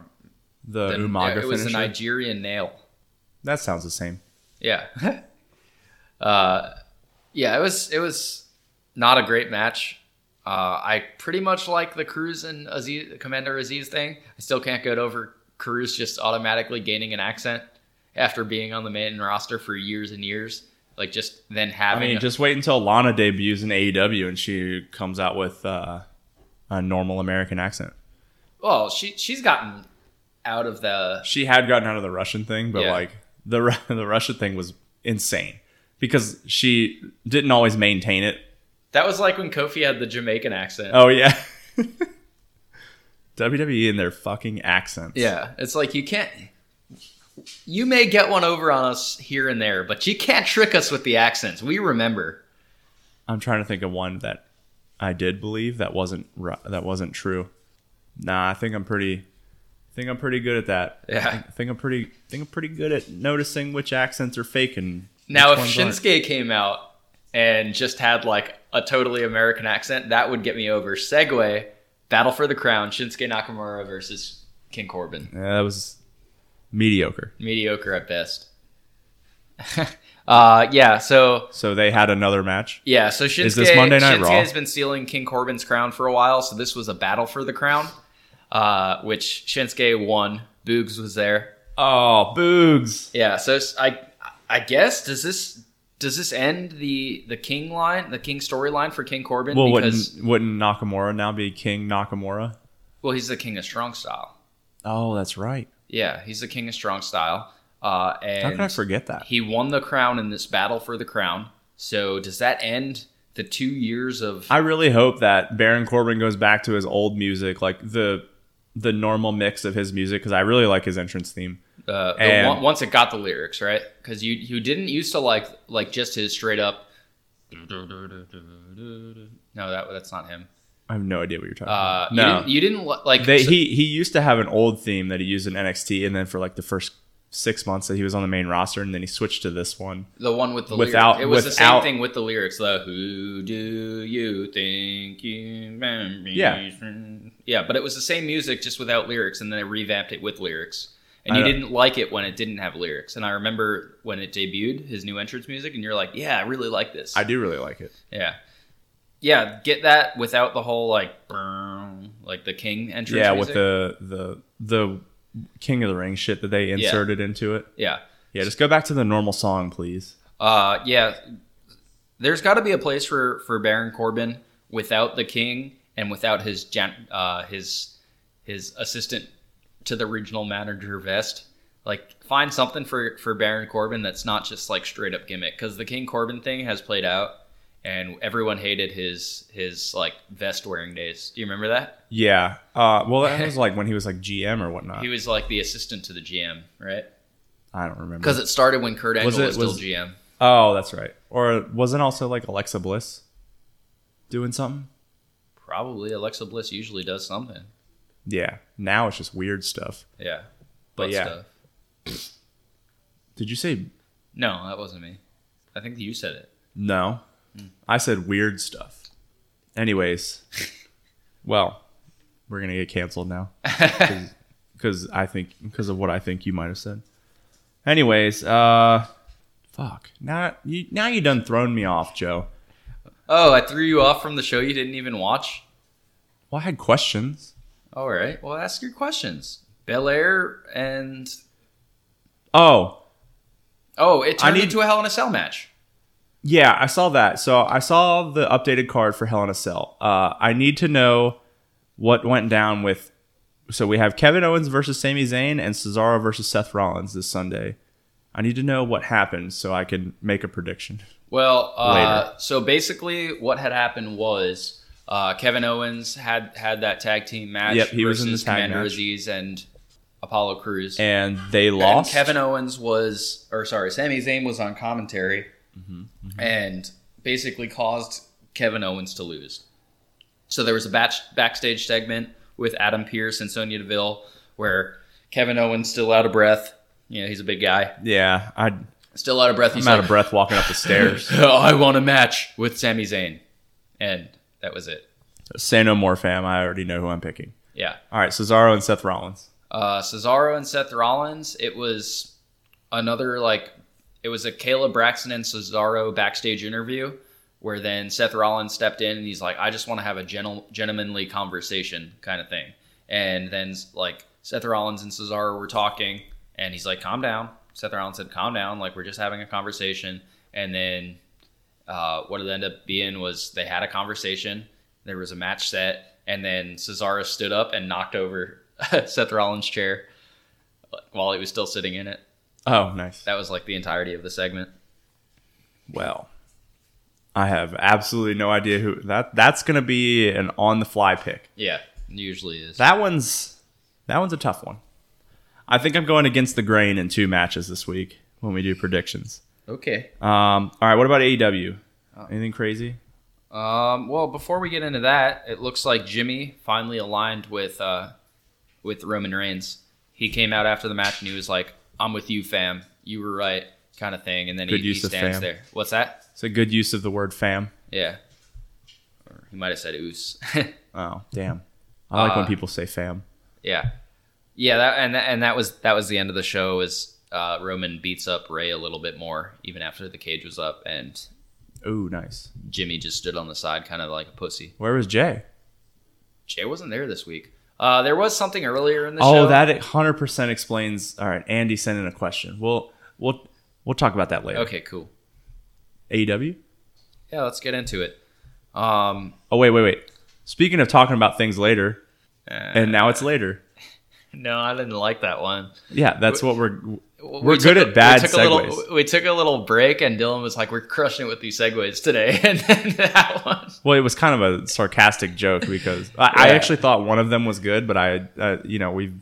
A: the,
B: The,
A: Umaga
B: it was the
A: finisher?
B: Nigerian nail.
A: that sounds the same.
B: Yeah. [laughs] uh, yeah, it was it was not a great match. Uh, I pretty much like the Cruz and Aziz, Commander Aziz thing. I still can't get over Cruz just automatically gaining an accent after being on the main roster for years and years. Like just then
A: I
B: having
A: mean,
B: a-
A: just wait until Lana debuts in AEW and she comes out with uh, a normal American accent.
B: well, she she's gotten out of the
A: She had gotten out of the Russian thing, but
B: Yeah.
A: like the Ru- [laughs] the Russia thing was insane because she didn't always maintain it.
B: that was like when Kofi had the Jamaican accent.
A: Oh yeah, [laughs] WWE and their fucking accents.
B: Yeah, it's like you can't. You may get one over on us here and there, but you can't trick us with the accents. We remember.
A: I'm trying to think of one that I did believe that wasn't ru- that wasn't true. Nah, I think I'm pretty. I think I'm pretty good at that.
B: Yeah.
A: I think, I think I'm pretty. I think I'm pretty good at noticing which accents are fake and
B: Now,
A: which
B: if
A: ones aren't.
B: Shinsuke came out and just had like a totally American accent, that would get me over. Segue, Battle for the Crown, Shinsuke Nakamura versus King Corbin.
A: Yeah, that was mediocre.
B: Mediocre at best. [laughs] uh, yeah, so
A: So they had another match.
B: Yeah, so Shinsuke,
A: Is this Monday Night
B: Shinsuke
A: Raw?
B: has been stealing King Corbin's crown for a while, so this was a battle for the crown, uh, which Shinsuke won. Boogs was there.
A: Oh, boogs!
B: Yeah, so s- I, I guess does this does this end the the King line, the King storyline for King Corbin?
A: Well,
B: because
A: wouldn't wouldn't Nakamura now be King Nakamura?
B: well, he's the King of Strong Style.
A: Oh, that's right.
B: Yeah, he's the King of Strong Style, uh,
A: How
B: and
A: could I forget that?
B: he won the crown in this battle for the crown. So does that end the two years of?
A: I really hope that Baron Corbin goes back to his old music, like the the normal mix of his music, because I really like his entrance theme.
B: Uh, the
A: And-
B: one, once it got the lyrics right, because you you didn't used to like like just his straight up. No, that that's not him.
A: I have no idea what you're talking
B: Uh,
A: about. No,
B: you didn't, you didn't li- like.
A: they,
B: so-
A: he he used to have an old theme that he used in NXT, and then for like the first six months that he was on the main roster, and then he switched to this one.
B: the one with the
A: without-
B: lyrics. It was the same
A: without-
B: thing with the lyrics. The Who do you think you am?"
A: Yeah.
B: yeah, but it was the same music just without lyrics, and then they revamped it with lyrics. And
A: I
B: you
A: don't-
B: didn't like it when it didn't have lyrics. And I remember when it debuted, his new entrance music, and you're like, "Yeah, I really like this."
A: do really like it.
B: Yeah. Yeah, get that without the whole like brrrm, like the king entrance.
A: yeah
B: music.
A: with the the the king of the ring shit that they inserted into it
B: yeah,
A: yeah just go back to the normal song please
B: uh, yeah. There's got to be a place for for Baron Corbin without the king and without his gen, uh, his his assistant to the regional manager vest. Like, find something for for Baron Corbin that's not just like straight up gimmick because the King Corbin thing has played out and everyone hated his his like vest wearing days. Do you remember that?
A: yeah uh well that was like when he was like gm or whatnot
B: He was like the assistant to the GM, right?
A: i don't remember
B: Because it started when Kurt Angle
A: Was
B: was,
A: it-
B: still
A: was-
B: GM.
A: oh that's right or wasn't also like alexa bliss doing something
B: Probably Alexa Bliss usually does something.
A: yeah now it's just weird stuff
B: Yeah,
A: But
B: Butt
A: yeah.
B: stuff.
A: Did you say
B: No, that wasn't me. I think you said it.
A: no? I said weird stuff. Anyways, well, we're gonna get canceled now because I think because of what I think you might have said. Anyways, uh, fuck. Now you now you done thrown me off, Joe.
B: oh, I threw you off from the show you didn't even watch.
A: Well, I had questions.
B: All right. Well, ask your questions. Bel Air and
A: Oh,
B: oh, it turned
A: need-
B: into a Hell in a Cell match.
A: Yeah, I saw that. So I saw the updated card for Hell in a Cell. Uh, I need to know what went down with. So we have Kevin Owens versus Sami Zayn and Cesaro versus Seth Rollins this Sunday. I need to know what happened so I can make a prediction.
B: Well, uh,
A: Later.
B: so basically, what had happened was uh, Kevin Owens had had that tag team match
A: Yep, he was in the
B: versus
A: tag
B: Commander
A: match.
B: Aziz and Apollo Cruz.
A: And they
B: And
A: lost.
B: Kevin Owens was, or sorry, Sami Zayn was on commentary
A: Mm-hmm,
B: and basically caused Kevin Owens to lose. So there was a batch, backstage segment with Adam Pierce and Sonya Deville where Kevin Owens still out of breath. You know, he's a big guy.
A: Yeah, I, I'm
B: Still out of breath. He's
A: out
B: like,
A: of breath walking up the stairs.
B: [laughs] I want a match with Sami Zayn. And that was it.
A: Say no more, fam. I already know who I'm picking.
B: Yeah.
A: All right, Cesaro and Seth Rollins.
B: uh, Cesaro and Seth Rollins. It was another like it was a Caleb Braxton and Cesaro backstage interview where then Seth Rollins stepped in and he's like, I just want to have a gentle, gentlemanly conversation kind of thing. And then like Seth Rollins and Cesaro were talking and he's like, calm down. Seth Rollins said, calm down. Like we're just having a conversation. And then uh, what it ended up being was they had a conversation. There was a match set, and then Cesaro stood up and knocked over [laughs] Seth Rollins' chair while he was still sitting in it.
A: Oh, nice.
B: That was like the entirety of the segment.
A: Well, I have absolutely no idea who that. That's going to be an on the fly pick.
B: Yeah, usually is.
A: That one's that one's a tough one. I think I'm going against the grain in two matches this week when we do predictions.
B: Okay.
A: Um, all right, what about AEW?
B: Oh.
A: Anything crazy?
B: Um, well, before we get into that, it looks like Jimmy finally aligned with uh, with Roman Reigns. He came out after the match and he was like, "I'm with you, fam. You were right," kind of thing. And then he,
A: Good
B: he
A: use of
B: stands
A: fam.
B: there. What's that?
A: It's a good use of the word "fam."
B: Yeah. Or he might have said "oos." [laughs]
A: Oh, damn! I like
B: Uh,
A: when people say "fam."
B: Yeah, yeah, that, and and that was that was the end of the show. Is uh, Roman beats up Ray a little bit more, even after the cage was up, and
A: Ooh, nice.
B: Jimmy just stood on the side, kind of like a pussy.
A: Where was Jay?
B: Jay wasn't there this week. Uh, there was something earlier in the show.
A: Oh, that hundred percent explains. All right, Andy sent in a question. We'll we'll we'll talk about that later. E
B: Okay, cool.
A: AEW.
B: Yeah, let's get into it. Um,
A: Oh wait, wait, wait. Speaking of talking about things later,
B: and
A: and now it's later.
B: no, I didn't like that one.
A: Yeah, that's what we're. We're
B: took
A: good at bad
B: we took A little,
A: segues.
B: we took a little break, and Dylan was like, "We're crushing it with these segues today," [laughs] and then that one.
A: Well, it was kind of a sarcastic joke because I, I
B: Yeah.
A: actually thought one of them was good, but I, uh, you know, we've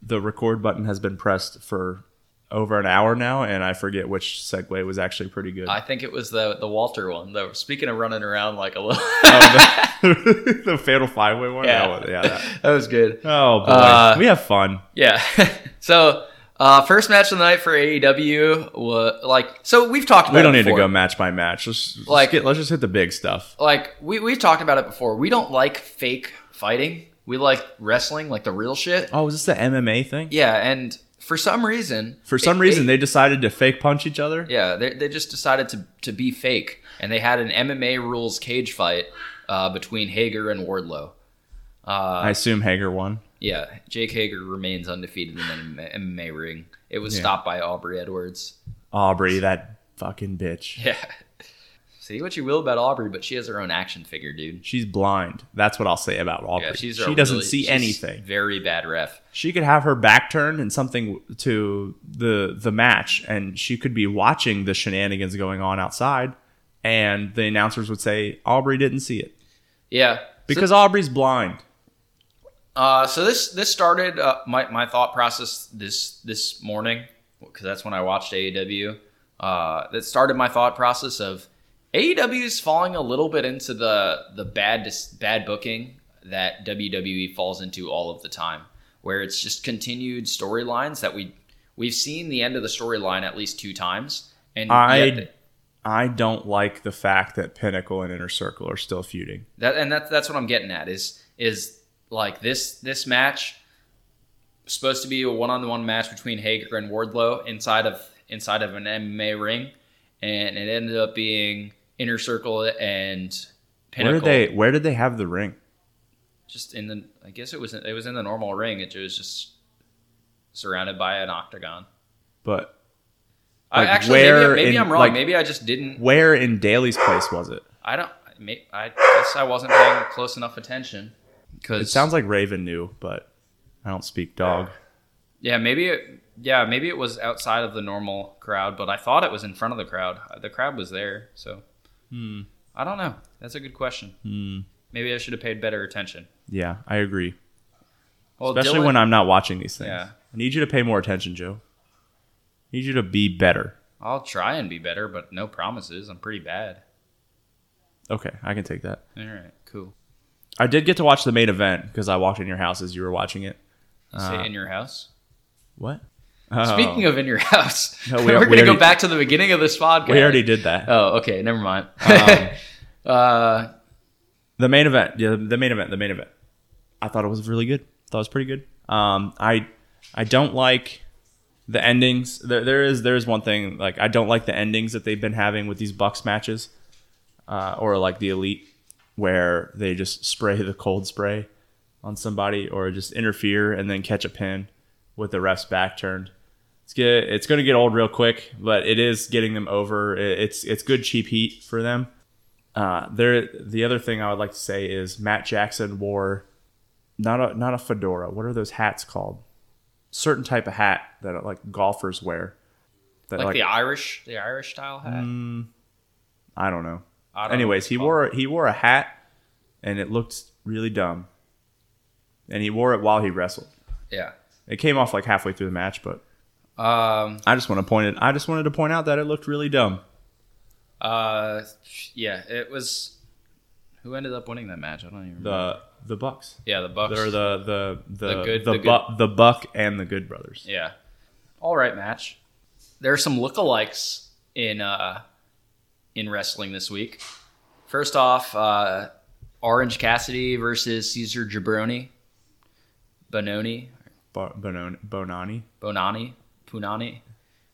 A: the record button has been pressed for over an hour now, and I forget which segue was actually pretty good.
B: I think it was the the Walter one. Though, speaking of running around like a little.
A: [laughs] Oh,
B: [laughs]
A: the, the fatal five way one.
B: Yeah.
A: That one, [laughs] yeah. that-
B: [laughs] that was good.
A: Oh boy,
B: Uh,
A: we have fun.
B: Yeah. [laughs] so uh, first match of the night for AEW was like so we've talked about
A: We
B: it
A: don't need to
B: before.
A: go match by match. Let's just
B: Like-
A: get, let's just hit the big stuff.
B: like we we've talked about it before. We don't like fake fighting. We like wrestling, like the real shit.
A: Oh, is this the MMA thing?
B: Yeah, and for some reason,
A: For some
B: they-
A: reason, they decided to fake punch each other.
B: Yeah, they, they just decided to, to be fake, and they had an MMA rules cage fight uh, between Hager and Wardlow. Uh,
A: I assume Hager won.
B: yeah, Jake Hager remains undefeated in the MMA ring. It was
A: Yeah.
B: stopped by Aubrey Edwards. [laughs]
A: Aubrey, that fucking bitch.
B: Yeah. See what you will about Aubrey, but she has her own action figure, dude.
A: She's blind. That's what I'll say about Aubrey.
B: Yeah, she's a
A: she doesn't
B: really-
A: see
B: she's
A: anything.
B: Very bad ref.
A: She could have her back turned and something to the the match, and she could be watching the shenanigans going on outside, and the announcers would say Aubrey didn't see it
B: Yeah.
A: because Aubrey's blind.
B: so, uh, so this this started uh, my my thought process this this morning because that's when I watched AEW. Uh, that started my thought process of AEW is falling a little bit into the the bad dis- bad booking E that WWE falls into all of the time, where it's just continued storylines that we We've seen the end of the storyline at least two times, and
A: I-
B: yet-
A: I don't like the fact that Pinnacle and Inner Circle are still feuding.
B: That and that's that's what I'm getting at is is like this this match supposed to be a one on one match between Hager and Wardlow inside of inside of an MMA ring, and it ended up being Inner Circle and
A: Where
B: Pinnacle.
A: did they Where did they have the ring?
B: Just in the I guess it was it was in the normal ring. It was just surrounded by an octagon.
A: But
B: I
A: Like,
B: actually
A: where
B: maybe, maybe
A: in-
B: I'm wrong.
A: like-
B: maybe I just didn't.
A: where in Daly's place was it?
B: I don't. may- I guess I wasn't paying close enough attention. Cause
A: It sounds like Raven knew, but I don't speak dog.
B: Yeah, maybe it. Yeah, maybe it was outside of the normal crowd, but I thought it was in front of the crowd. Uh, The crowd was there, so
A: Hmm.
B: I don't know. That's a good question. Maybe I should have paid better attention.
A: Yeah, I agree.
B: Well,
A: Especially when I'm not watching these things.
B: Yeah.
A: I need you to pay more attention, Joe. I need you to be better.
B: I'll try and be better, but no promises. I'm pretty bad.
A: Okay, I can take that.
B: All right, cool.
A: I did get to watch the main event because I walked in your house as you were watching it.
B: You say
A: Uh,
B: in your house.
A: What? Oh.
B: Speaking of in your [laughs] house,
A: No, we-
B: we, are
A: we
B: going to go
A: already-
B: back to the beginning of this podcast.
A: we already did Um, that.
B: Oh, okay.
A: [laughs]
B: Never mind. [laughs] uh,
A: The main event, yeah, the main event, the main event. I thought it was really good. Thought it was pretty good. Um, I I don't like the endings. There, there is there is one thing like I don't like the endings that they've been having with these Bucks matches, uh, or like the Elite, where they just spray the cold spray on somebody or just interfere and then catch a pin with the ref's back turned. It's get, it's going to get old real quick, but it is getting them over. It- it's it's good cheap heat for them. Uh, there, the other thing I would like to say is Matt Jackson wore not a not a fedora. What are those hats called? Certain type of hat that like golfers wear. That
B: like, the Irish, the Irish style hat.
A: Hmm. I don't know.
B: I don't know what
A: Anyways,
B: it's
A: he
B: called.
A: wore he wore a hat, and it looked really dumb. And he wore it while he wrestled.
B: Yeah.
A: It came off like halfway through the match, but
B: Um,
A: I just want to point it. I just wanted to point out that it looked really dumb.
B: Uh, yeah, it was. Who ended up winning that match? I don't even. remember.
A: The the Bucks.
B: yeah, the Bucks.
A: They're the the the
B: The
A: the,
B: good-
A: the,
B: the good-
A: Bu- the Buck and the Good Brothers.
B: yeah, all right match. There are some lookalikes in uh in wrestling this week. First off, uh, Orange Cassidy versus Caesar Jabroni, Bononi,
A: Bo- Bonon- Bonani.
B: Bonani, Punani.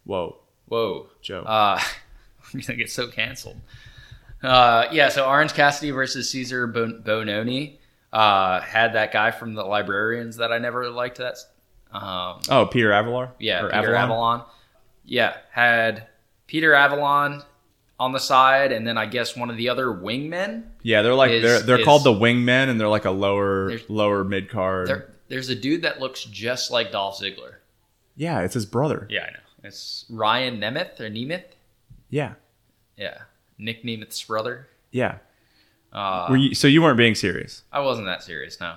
A: Whoa,
B: Whoa,
A: Joe.
B: Uh, [laughs] we're gonna get so canceled. Uh, yeah, so Orange Cassidy versus Caesar Bon- Bononi uh, had that guy from the Librarians that I never liked. That um,
A: oh, Peter Avalar.
B: yeah,
A: Or
B: Peter Avalon. Yeah, had Peter Avalon on the side, and then I guess one of the other wingmen.
A: Yeah, they're like
B: Is-
A: they're they're
B: is-
A: called the wingmen, and they're like a lower
B: They're-
A: lower mid card.
B: There, there's a dude that looks just like Dolph Ziggler.
A: Yeah, it's his brother.
B: Yeah, I know. It's Ryan Nemeth or Nemeth.
A: Yeah,
B: Yeah, Nick Nemeth's brother.
A: yeah.
B: Uh,
A: Were you, so you weren't being serious.
B: I wasn't that serious. No,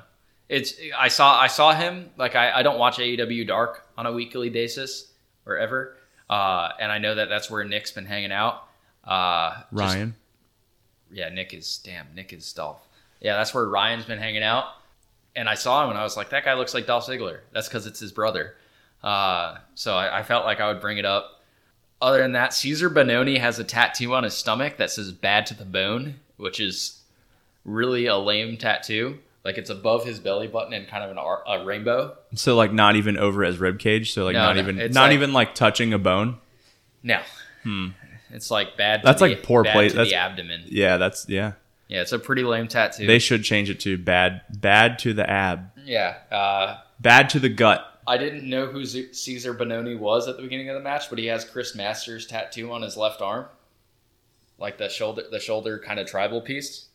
B: it's I saw I saw him like I, I don't watch AEW Dark on a weekly basis or ever, uh, and I know that that's where Nick's been hanging out. Uh, just-
A: Ryan.
B: yeah, Nick is damn Nick is Dolph. Yeah, that's where Ryan's been hanging out, and I saw him and I was like, that guy looks like Dolph Ziggler. That's because it's his brother. Uh, so I, I felt like I would bring it up. Other than that, Caesar Bononi has a tattoo on his stomach that says "Bad to the Bone," which is really a lame tattoo. Like it's above his belly button and kind of an ar- a rainbow.
A: So like not even over his rib cage. So like
B: No,
A: not
B: no,
A: even
B: it's
A: not
B: like-
A: even like touching a bone.
B: No, it's like bad. To
A: Hmm. That's
B: the-
A: like poor
B: bad
A: pla-
B: to
A: that's-
B: the abdomen.
A: Yeah, that's yeah.
B: Yeah, it's a pretty lame tattoo.
A: They should change it to bad bad to the ab,
B: yeah, uh,
A: bad to the gut.
B: I didn't know who Z- Caesar Bononi was at the beginning of the match, but he has Chris Masters tattoo on his left arm, like the shoulder, the shoulder kind of tribal piece.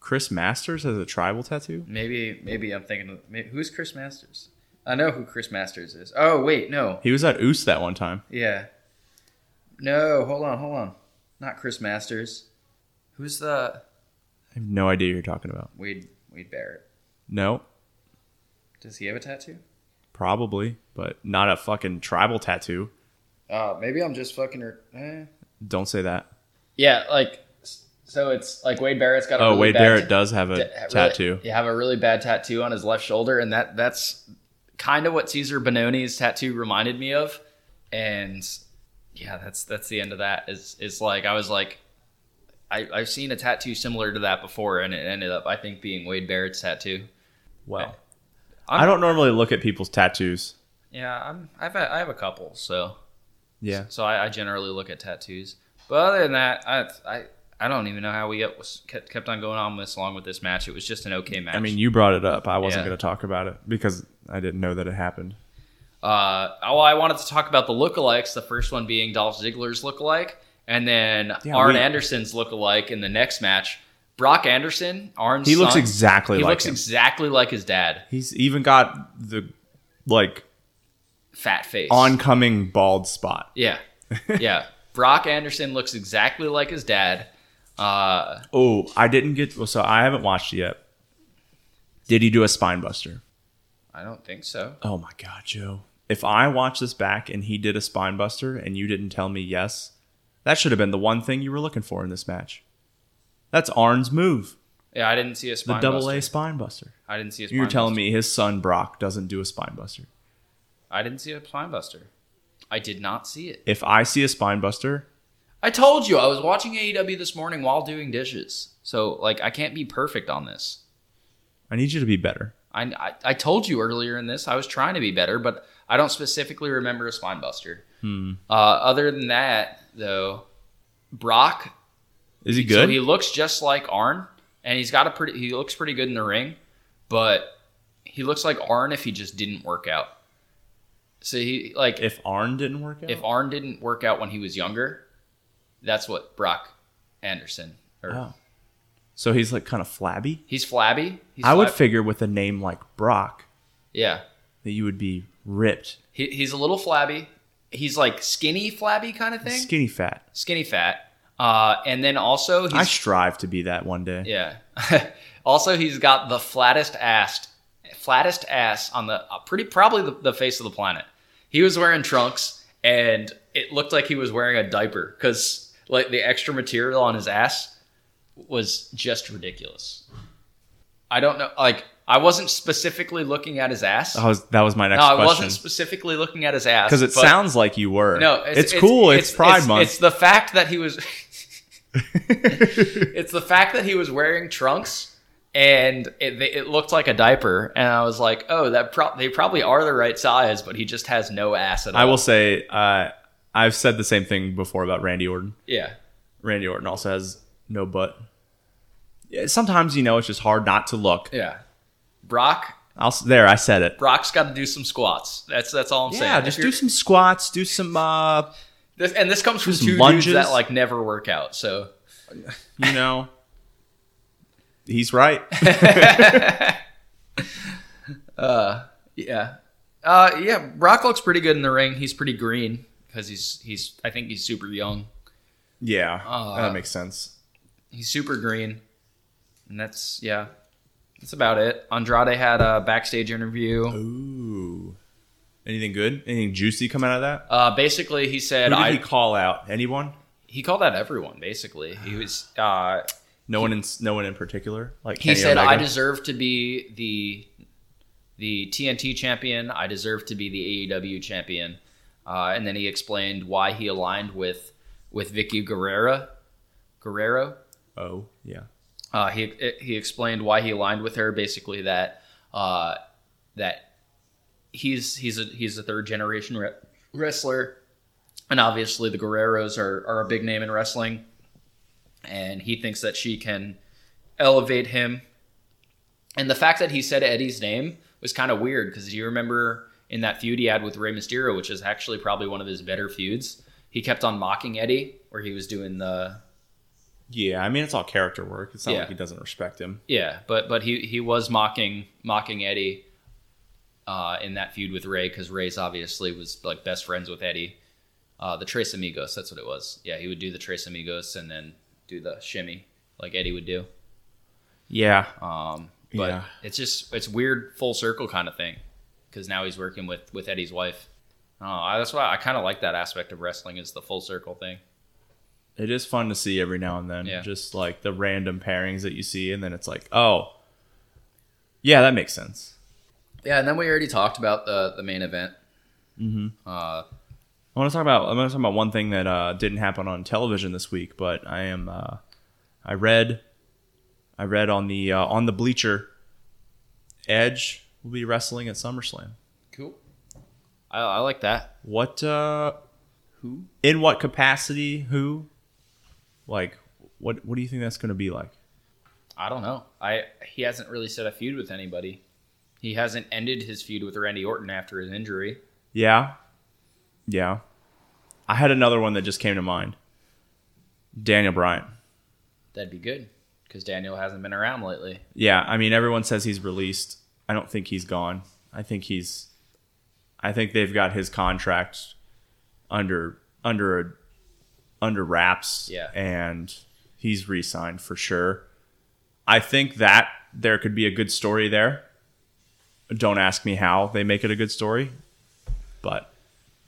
A: Chris Masters has a tribal tattoo.
B: Maybe, maybe I'm thinking, of, may who's Chris Masters? I know who Chris Masters is. Oh wait, no,
A: He was at Oos that one time.
B: yeah, no, hold on, hold on, not Chris Masters. Who's the
A: I have no idea who you're talking about.
B: Wade Wade Barrett?
A: No,
B: Does he have a tattoo?
A: probably, but not a fucking tribal tattoo.
B: Uh, maybe I'm just fucking. Her, eh.
A: Don't say that.
B: Yeah, like s- so. It's like Wade Barrett's got. A
A: Oh,
B: really
A: Wade
B: bad
A: Barrett
B: ta-
A: does have a
B: Yeah, really-
A: tattoo.
B: You have a really bad tattoo on his left shoulder, and that that's kind of what Caesar Bononi's tattoo reminded me of. and yeah, that's that's the end of that. Is is like I was like, I I've seen a tattoo similar to that before, and it ended up I think being Wade Barrett's tattoo.
A: Well,
B: I'm-
A: I don't normally look at people's tattoos.
B: Yeah, I'm I've a, I have a couple, so
A: Yeah.
B: so I, I generally look at tattoos. But other than that, I I, I don't even know how we get, was- kept kept on going on this long with this match. It was just an okay match.
A: I mean, you brought it up. I wasn't
B: Yeah.
A: going to talk about it because I didn't know that it happened.
B: Uh, well, I wanted to talk about the lookalikes. The first one being Dolph Ziggler's lookalike, and then
A: Yeah,
B: Arn
A: we-
B: Anderson's lookalike in the next match. Brock Anderson, Arn's
A: He looks
B: son,
A: exactly
B: he
A: like
B: looks
A: him.
B: exactly like his dad.
A: He's even got the like
B: Fat face.
A: oncoming bald spot. [laughs]
B: yeah, yeah. Brock Anderson looks exactly like his dad. Uh,
A: Oh, I didn't get well, so I haven't watched it yet. Did he do a spine buster?
B: I don't think so.
A: Oh my god, Joe. If I watch this back and he did a spine buster and you didn't tell me yes, that should have been the one thing you were looking for in this match. That's Arn's move,
B: Yeah, I didn't see a
A: the
B: spine
A: double
B: buster.
A: A spine buster.
B: I didn't see a. Spine
A: You're telling
B: buster.
A: me his son Brock doesn't do a spine buster.
B: I didn't see a spine buster. I did not see it.
A: If I see a spine buster,
B: I told you I was watching AEW this morning while doing dishes. So like I can't be perfect on this.
A: I need you to be better.
B: I, I, I told you earlier in this I was trying to be better, but I don't specifically remember a spine buster.
A: Hmm.
B: Uh, other than that, though, Brock.
A: Is he
B: So
A: good?
B: he looks just like Arn, and he's got a pretty. He looks pretty good in the ring, but he looks like Arn if he just didn't work out. So he like
A: if Arn didn't work out,
B: if Arn didn't work out when he was younger, that's what Brock Anderson. Or,
A: Oh. so he's like kind of flabby.
B: He's flabby. He's
A: I would
B: flab-
A: figure with a name like Brock
B: yeah.
A: that you would be ripped,
B: He, he's a little flabby. He's like skinny, flabby kind of thing.
A: skinny fat.
B: Skinny fat. Uh, and then also he's
A: I strive to be that one day.
B: yeah. [laughs] also he's got the flattest ass, flattest ass on the uh, pretty probably the, the face of the planet. He was wearing trunks, and it looked like he was wearing a diaper because like the extra material on his ass was just ridiculous. I don't know. Like I wasn't specifically looking at his ass.
A: That was that was my next
B: no, I
A: Oh, question
B: wasn't specifically looking at his ass
A: because it
B: but-
A: sounds like you were.
B: No,
A: it's, cool. It's, Pride
B: it's-
A: Month.
B: It's the fact that
A: [laughs]
B: he was. it's [laughs] the fact that he was wearing trunks, and it, they- it looked like a diaper. And I was like, oh, that pro- they probably are the right size, but he just has no ass at all.
A: I will say, uh, I've said the same thing before about Randy Orton.
B: Yeah,
A: Randy Orton also has no butt. Yeah, Sometimes you know it's just hard not to look.
B: yeah. Brock,
A: I'll s- there. I said it.
B: Brock's got to do some squats. That's that's all I'm saying.
A: Yeah,
B: If
A: just
B: you're-
A: do some squats. Do some. Uh,
B: This, and this comes from
A: some
B: two
A: lunges.
B: dudes that like never work out. So
A: you know. He's
B: [laughs]
A: right.
B: yeah, uh, yeah. Brock looks pretty good in the ring. He's pretty green because he's he's. I think he's super young.
A: Yeah,
B: Uh,
A: that makes sense.
B: he's super green and that's yeah that's about it andrade had a backstage interview
A: Oh. Ooh, anything good? Anything juicy coming out of that?
B: uh, basically he said
A: Who did
B: I,
A: he call out? Anyone?
B: he called out everyone basically
A: [sighs]
B: he was uh,
A: No one in no one in particular. Like
B: he
A: Kenny
B: said
A: Omega?
B: i deserve to be the the tnt champion i deserve to be the aew champion uh, and then he explained why he aligned with with vicky guerrera guerrero
A: Oh yeah.
B: Uh, he he explained why he aligned with her, basically that uh, that he's he's a he's a third generation re- wrestler, and obviously the Guerreros are are a big name in wrestling, and he thinks that she can elevate him. And the fact that he said Eddie's name was kind of weird because you remember in that feud he had with Rey Mysterio, which is actually probably one of his better feuds. He kept on mocking Eddie, where he was doing the
A: Yeah, I mean it's all character work. It's not
B: Yeah.
A: like he doesn't respect him.
B: Yeah, but but he he was mocking mocking Eddie uh, in that feud with Ray because Ray's obviously was like best friends with Eddie. Uh, the Trace Amigos, that's what it was. Yeah, he would do the Trace Amigos and then do the shimmy like Eddie would do.
A: Yeah.
B: Um, but
A: Yeah.
B: it's just it's weird full circle kind of thing because now he's working with with Eddie's wife. Oh, I, that's why I kind of like that aspect of wrestling is the full circle thing.
A: It is fun to see every now and then.
B: Yeah.
A: Just like the random pairings that you see and then it's like, oh yeah, that makes sense.
B: Yeah, and then we already talked about the the main event. Mm-hmm. Uh,
A: I want to talk about. I'm going to talk about one thing that uh, didn't happen on television this week, but I am. Uh, I read. I read on the uh, on the bleacher. Edge will be wrestling at SummerSlam.
B: Cool. I, I like that.
A: What? Uh,
B: Who?
A: in what capacity? Who? Like, what? What do you think that's going to be like?
B: I don't know. I he hasn't really set a feud with anybody. He hasn't ended his feud with Randy Orton after his injury.
A: Yeah. Yeah. I had another one that just came to mind. Daniel Bryan.
B: That'd be good because Daniel hasn't been around lately.
A: Yeah, I mean everyone says he's released. I don't think he's gone. I think he's I think they've got his contract under under a under wraps
B: Yeah.
A: and he's re-signed for sure. I think that there could be a good story there. Don't ask me how they make it a good story, but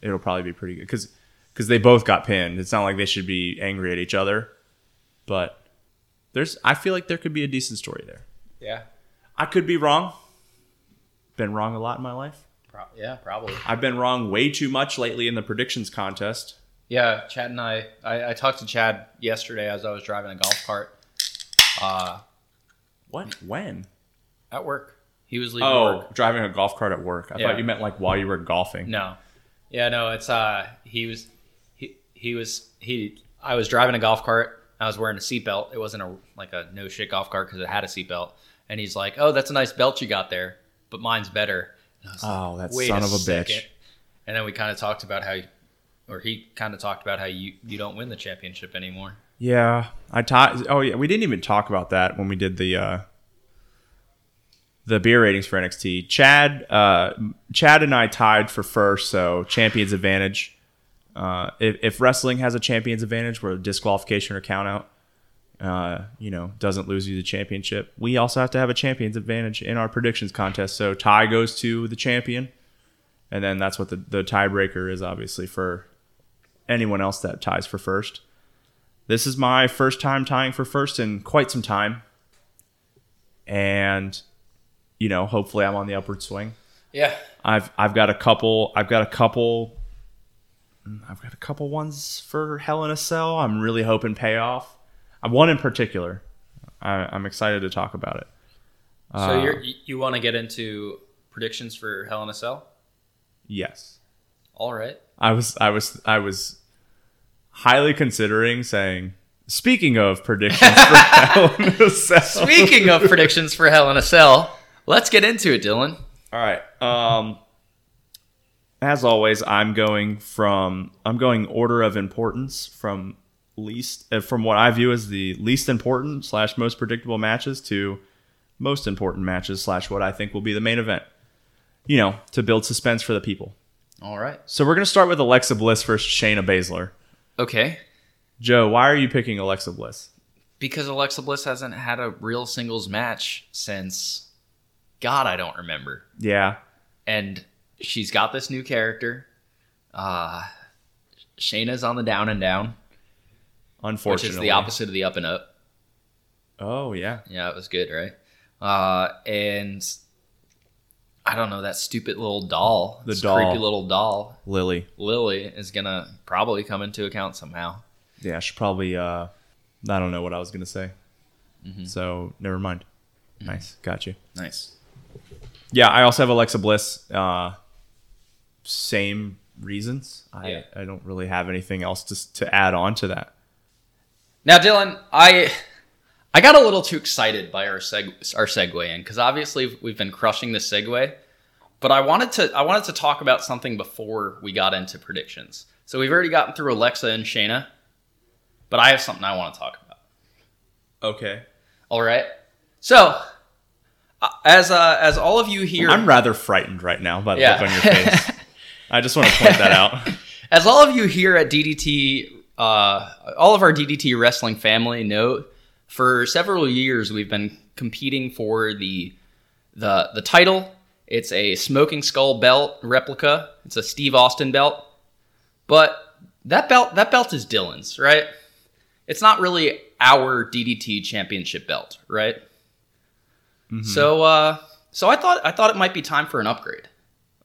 A: it'll probably be pretty good cuz cuz they both got pinned. It's not like they should be angry at each other, but there's I feel like there could be a decent story there.
B: Yeah.
A: I could be wrong. Been wrong a lot in my life.
B: Pro- yeah, probably.
A: I've been wrong way too much lately in the predictions contest.
B: Yeah, Chad and I, I, I talked to Chad yesterday as I was driving a golf cart uh,
A: What? When?
B: at work. He was leaving
A: Oh,
B: work.
A: driving a golf cart at work. I
B: Yeah.
A: thought you meant like while you were golfing.
B: No. Yeah, no, it's uh he was he he was he I was driving a golf cart. I was wearing a seatbelt. It wasn't a like a no shit golf cart cuz it had a seatbelt. And he's like, "Oh, that's a nice belt you got there, but mine's better." And I was like,
A: Oh, that
B: "Wait
A: son of a
B: second."
A: bitch.
B: And then we kind of talked about how or he kind of talked about how you you don't win the championship anymore.
A: Yeah, I taught. Oh yeah, we didn't even talk about that when we did the uh, the beer ratings for NXT. Chad, uh, Chad and I tied for first, so champions advantage. Uh, if, if wrestling has a champions advantage, where disqualification or countout, uh, you know, doesn't lose you the championship, we also have to have a champions advantage in our predictions contest. So tie goes to the champion, and then that's what the, the tiebreaker is, obviously, for anyone else that ties for first. This is my first time tying for first in quite some time. And you know, hopefully I'm on the upward swing.
B: Yeah.
A: I've I've got a couple I've got a couple I've got a couple ones for Hell in a Cell. I'm really hoping pay off. I one in particular. I, I'm excited to talk about it. Ah.
B: So you're, you you want to get into predictions for Hell in a Cell?
A: Yes.
B: All right.
A: I was I was I was highly considering saying speaking of predictions for Hell in a Cell.
B: Speaking of predictions for Hell in a Cell, let's get into it, Dylan.
A: All right. Um, as always, I'm going from I'm going order of importance from least uh, from what I view as the least important slash most predictable matches to most important matches slash what I think will be the main event. You know, to build suspense for the people.
B: All right.
A: So we're gonna start with Alexa Bliss versus Shayna Baszler.
B: Okay.
A: Joe, why are you picking Alexa Bliss?
B: Because Alexa Bliss hasn't had a real singles match since God, I don't remember.
A: Yeah,
B: And she's got this new character. Uh Shayna's on the down and down, which
A: unfortunately,
B: is the opposite of the up and up.
A: Oh yeah,
B: Yeah, it was good, right? Uh and I don't know, that stupid little doll.
A: The
B: this
A: doll.
B: creepy little doll.
A: Lily.
B: Lily is gonna probably come into account somehow.
A: Yeah, she probably. Uh, I don't know what I was gonna say. So never mind. Nice, got you.
B: Nice.
A: Mm-hmm. Yeah, I also have Alexa Bliss. Uh, same reasons. I
B: Yeah.
A: I don't really have anything else to s- to add on to that.
B: Now, Dylan, I I got a little too excited by our seg- our segue in because obviously we've been crushing the segue, but I wanted to I wanted to talk about something before we got into predictions. So we've already gotten through Alexa and Shayna, but I have something I want to talk about.
A: Okay.
B: All right. So uh, as uh, as all of you here,
A: I'm rather frightened right now by the
B: Yeah.
A: look on your
B: [laughs]
A: face. I just want to point that out.
B: as all of you here at DDT, uh, all of our DDT wrestling family know, for several years we've been competing for the the the title. It's a smoking skull belt replica. It's a Steve Austin belt, but that belt that belt is Dylan's, right? It's not really our DDT championship belt, right? So, uh, so I thought I thought it might be time for an upgrade.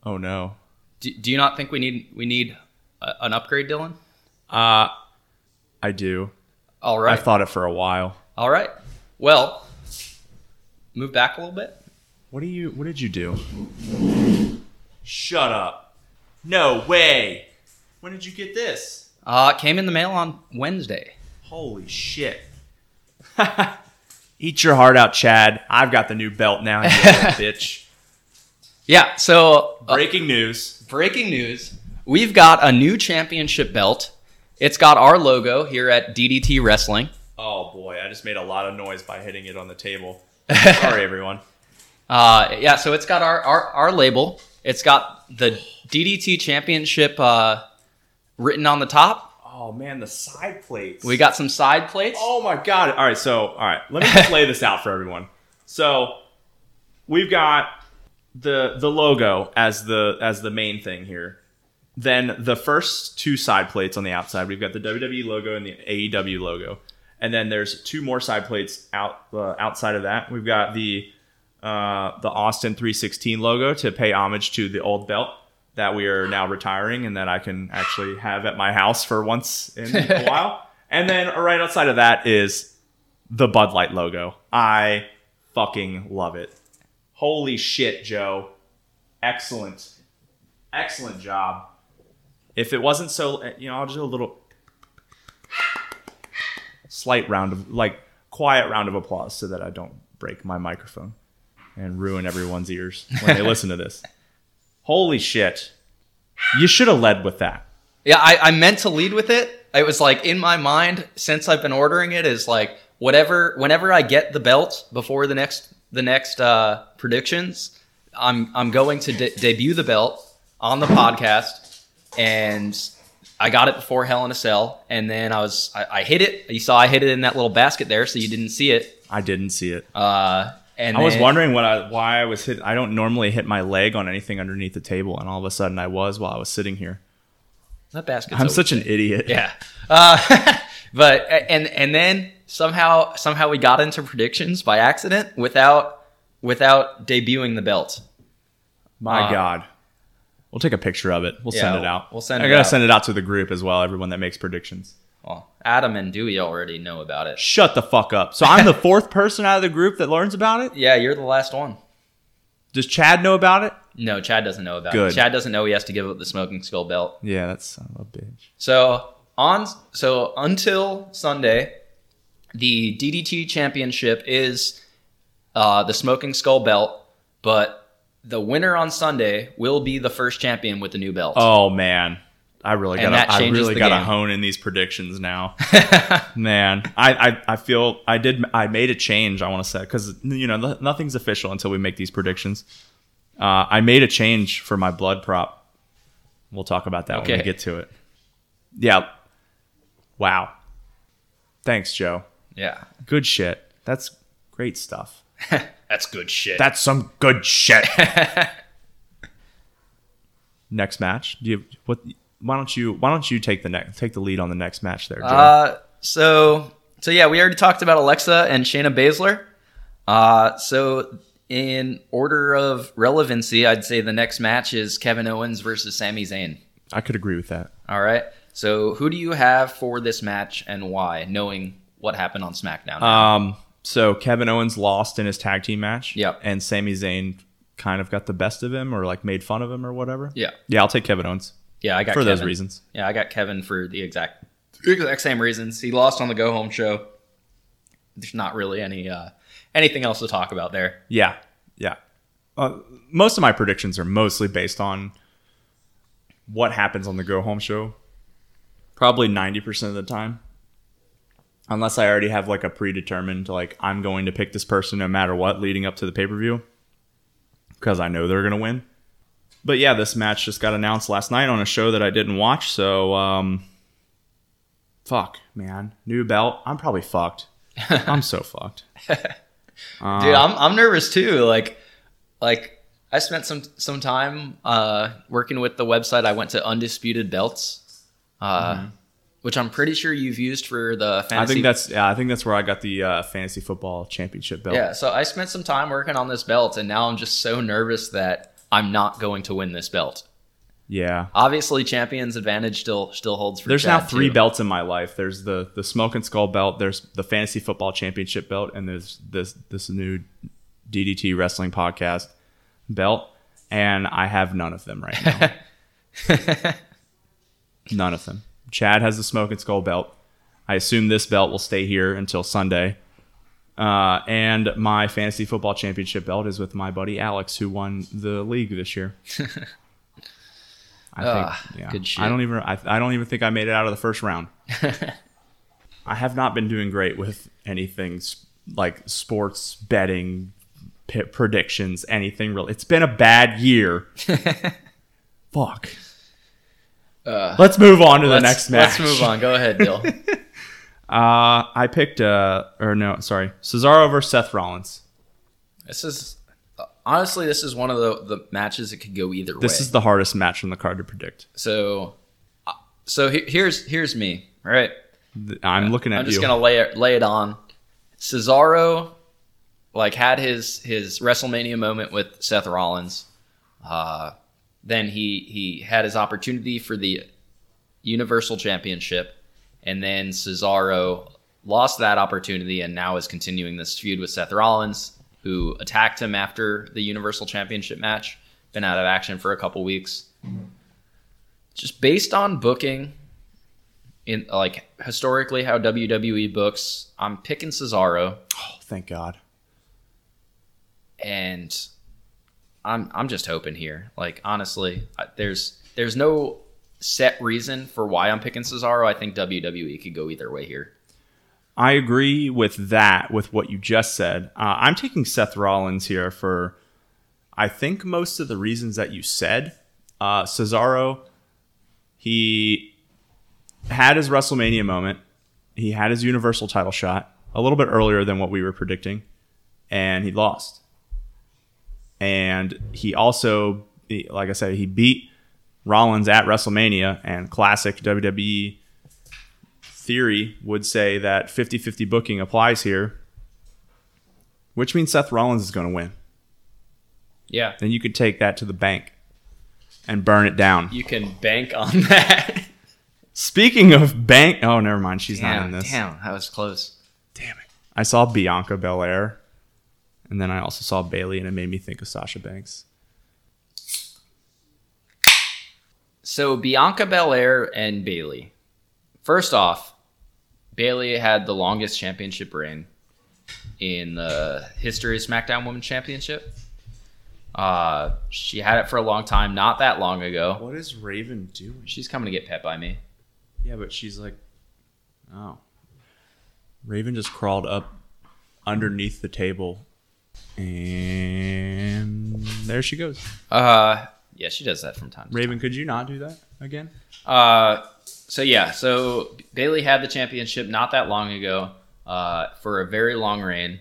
A: Oh no.
B: Do, do you not think we need we need uh, an upgrade, Dylan?
A: Uh, I do.
B: All right.
A: I've thought it for a while.
B: All right. Well, move back a little bit.
A: What do you? What did you do? Shut up! No way! When did you get this?
B: Uh, it came in the mail on Wednesday.
A: Holy shit! [laughs] Eat your heart out, Chad. I've got the new belt now, you
B: [laughs]
A: little bitch.
B: Yeah. So uh,
A: Breaking news.
B: breaking news: we've got a new championship belt. It's got our logo here at DDT Wrestling.
A: Oh boy, I just made a lot of noise by hitting it on the
B: [laughs]
A: table. Sorry, everyone.
B: Uh, yeah, so it's got our, our, our label. It's got the DDT Championship uh, written on the top.
A: Oh man, the side plates.
B: We got some side plates.
A: Oh my god! All right, so all right, let me just lay this out for everyone. So we've got the the logo as the as the main thing here. Then the first two side plates on the outside, we've got the WWE logo and the AEW logo, and then there's two more side plates out uh, outside of that. We've got the uh, the Austin 316 logo to pay homage to the old belt that we are now retiring and that I can actually have at my house for once in a while. And then right outside of that is the Bud Light logo. I fucking love it. Holy shit, Joe. Excellent. Excellent job. If it wasn't so, you know, I'll just do a little slight round of, like, quiet round of applause so that I don't break my microphone and ruin everyone's ears when they listen to this. [laughs] Holy shit. You should have led with that.
B: Yeah, I, I meant to lead with it. It was like in my mind since I've been ordering it is like whatever whenever I get the belt before the next the next uh, predictions, I'm I'm going to de- debut the belt on the podcast, and I got it before Hell in a Cell, and then I was I, I hit it. You saw I hit it in that little basket there, so you didn't see it.
A: I didn't see it.
B: Uh, and
A: I was
B: then-
A: wondering what I, why I was hit. I don't normally hit my leg on anything underneath the table, and all of a sudden I was while I was sitting here.
B: that basket.
A: I'm such an idiot.
B: yeah. Uh, [laughs] but and and then somehow somehow we got into predictions by accident without without debuting the belt.
A: My
B: Uh,
A: God. We'll take a picture of it. We'll
B: Yeah,
A: send it out.
B: we'll send
A: I
B: it
A: gotta
B: out.
A: send it out to the group as well. Everyone that makes predictions.
B: Well, Adam and Dewey already know about it.
A: Shut the fuck up. So
B: [laughs]
A: I'm the fourth person out of the group that learns about it.
B: Yeah, you're the last one.
A: Does Chad know about it?
B: No, Chad doesn't know about
A: Good.
B: it. Chad doesn't know he has to give up the smoking skull belt.
A: Yeah, that's son of a bitch.
B: So on so until Sunday, the DDT championship is uh, the smoking skull belt, but the winner on Sunday will be the first champion with the new belt.
A: Oh man, I really
B: And
A: got
B: that
A: I
B: changes
A: really
B: the
A: got to
B: game.
A: hone in these predictions now.
B: [laughs]
A: man, I, I I feel I did I made a change. I want to say because you know no- nothing's official until we make these predictions. Uh, I made a change for my blood prop. We'll talk about that when we
B: Okay.
A: get to it. Yeah. Wow. Thanks, Joe.
B: Yeah,
A: Good shit. That's great stuff.
B: that's good shit.
A: That's some good
B: [laughs]
A: shit. next match. Do you what? Why don't you Why don't you take the next take the lead on the next match there? Joe?
B: Uh, so so yeah, we already talked about Alexa and Shayna Baszler. Uh, so in order of relevancy, I'd say the next match is Kevin Owens versus Sami Zayn.
A: I could agree with that.
B: All right. So who do you have for this match and why? Knowing what happened on SmackDown.
A: Um. So Kevin Owens lost in his tag team match.
B: Yep.
A: And Sami Zayn kind of got the best of him, or like made fun of him, or whatever.
B: yeah,
A: Yeah, I'll take Kevin Owens
B: yeah, I got
A: for those
B: Kevin.
A: reasons.
B: Yeah, I got Kevin for the exact exact same reasons. He lost on the go home show. There's not really any uh, anything else to talk about there.
A: Yeah. Yeah. Uh, most of my predictions are mostly based on what happens on the go home show. Probably 90% of the time. Unless I already have like a predetermined, like, I'm going to pick this person no matter what leading up to the pay per view because I know they're going to win. But yeah, this match just got announced last night on a show that I didn't watch. So, um, fuck, man. New belt. I'm probably fucked. I'm so fucked.
B: Dude,
A: Uh-huh.
B: I'm I'm nervous too. Like like I spent some some time uh, working with the website. I went to Undisputed Belts, uh, which I'm pretty sure you've used for the fantasy.
A: Mm-hmm. I think that's yeah. I think that's where I got the uh, fantasy football championship belt.
B: yeah. So I spent some time working on this belt, and now I'm just so nervous that I'm not going to win this belt.
A: Yeah.
B: Obviously, champion's advantage still still holds for.
A: There's
B: Chad,
A: now three
B: too.
A: belts in my life. There's the the Smoke and Skull belt. There's the Fantasy Football Championship belt, and there's this this new DDT Wrestling Podcast belt. And I have none of them right now.
B: [laughs]
A: none of them. Chad has the Smoke and Skull belt. I assume this belt will stay here until Sunday. Uh, and my fantasy football championship belt is with my buddy Alex, who won the league this
B: [laughs]
A: year. I
B: Ah,
A: think, yeah.
B: good shit.
A: I don't even. I, I don't even think I made it out of the first
B: [laughs]
A: round. I have not been doing great with anything s- like sports betting, p- predictions, anything real. It's been a bad
B: [laughs]
A: year. Fuck. let's move on to the
B: Uh,
A: next
B: Let's-
A: match.
B: Let's move on. Go
A: [laughs]
B: ahead, Bill.
A: Uh, I picked uh, or no, sorry, Cesaro versus Seth Rollins.
B: this is honestly, this is one of the the matches that could go either way.
A: This is the hardest match on the card to predict.
B: so. uh, So he- here's here's me. All right.
A: Th- I'm looking at
B: I'm just
A: you.
B: gonna lay it lay it on. Cesaro, like had his his WrestleMania moment with Seth Rollins. Uh, then he he had his opportunity for the Universal Championship, and then Cesaro lost that opportunity and now is continuing this feud with Seth Rollins, who attacked him after the Universal Championship match. Been out of action for a couple weeks. Just based on booking, in like historically how WWE books, I'm picking Cesaro
A: oh, thank God.
B: and I'm I'm just hoping here. Like honestly, I- there's there's no set reason for why I'm picking Cesaro. I think WWE could go either way here.
A: I agree with that, with what you just said. Uh, I'm taking Seth Rollins here for, I think, most of the reasons that you said. Uh, Cesaro, he had his WrestleMania moment, he had his Universal title shot a little bit earlier than what we were predicting, and he lost. And he also, he- like I said, he beat Rollins at WrestleMania, and classic E WWE theory would say that 50 50 booking applies here, which means Seth Rollins is going to win.
B: Yeah,
A: Then you could take that to the bank and burn it down.
B: you can bank on [laughs] that.
A: Speaking of bank, oh, never mind. She's not in this.
B: damn, that was close.
A: Damn it. I saw Bianca Belair, and then I also saw Bailey, and it made me think of Sasha Banks.
B: So Bianca Belair and Bailey. First off, Bailey had the longest championship reign in the history of SmackDown Women's Championship. Uh, she had it for a long time, not that long ago.
A: What is Raven doing?
B: She's coming to get pet by me.
A: Yeah, but she's like, oh. Raven just crawled up underneath the table, and there she goes.
B: Uh, yeah, she does that from time. To time.
A: Raven, could you not do that again?
B: Uh, so yeah, so Bailey had the championship not that long ago. Uh, for a very long reign,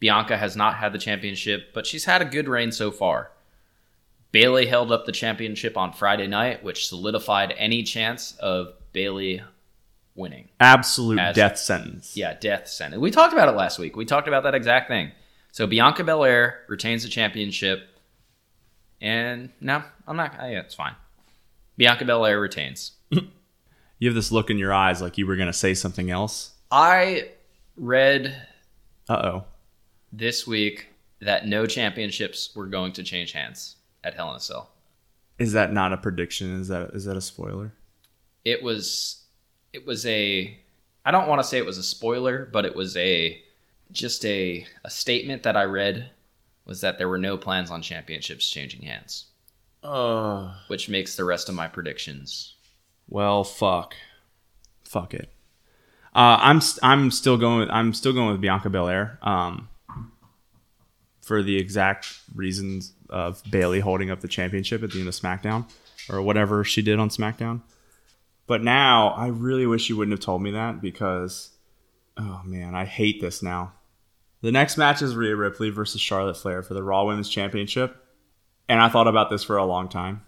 B: Bianca has not had the championship, but she's had a good reign so far. Bailey held up the championship on Friday night, which solidified any chance of Bailey winning.
A: Absolute
B: As-
A: death sentence.
B: Yeah, death sentence. We talked about it last week. We talked about that exact thing. So Bianca Belair retains the championship, and no, I'm not. Yeah, it's fine. Bianca Belair retains.
A: You have this look in your eyes like you were going to say something else.
B: I read
A: Uh oh.
B: this week that no championships were going to change hands at Hell in a Cell.
A: Is that not a prediction? Is that is that a spoiler?
B: It was it was a I don't want to say it was a spoiler, but it was a just a a statement that I read was that there were no plans on championships changing hands,
A: Uh.
B: which makes the rest of my predictions.
A: Well, fuck. Fuck it. Uh, I'm st- I'm still going. With, I'm still going with Bianca Belair. Um, for the exact reasons of Bailey holding up the championship at the end of SmackDown, or whatever she did on SmackDown. But now I really wish you wouldn't have told me that because, oh man, I hate this now. The next match is Rhea Ripley versus Charlotte Flair for the Raw Women's Championship, and I thought about this for a long time.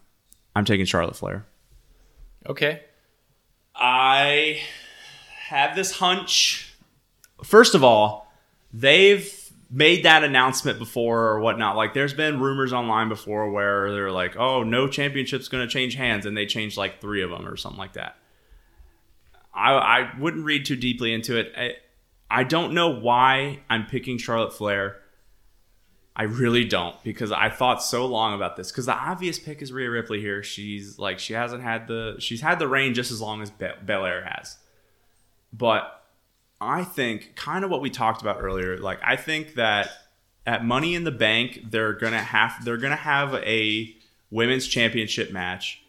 A: I'm taking Charlotte Flair.
B: Okay.
A: I have this hunch. First of all, they've made that announcement before or whatnot. Like there's been rumors online before where they're like, oh, no championship's going to change hands, and they changed like three of them or something like that. I, I wouldn't read too deeply into it. I, I don't know why I'm picking Charlotte Flair. I really don't because I thought so long about this because the obvious pick is Rhea Ripley here. She's like she hasn't had the she's had the reign just as long as Be- Belair has, but I think kind of what we talked about earlier. Like I think that at Money in the Bank they're gonna have they're gonna have a women's championship match,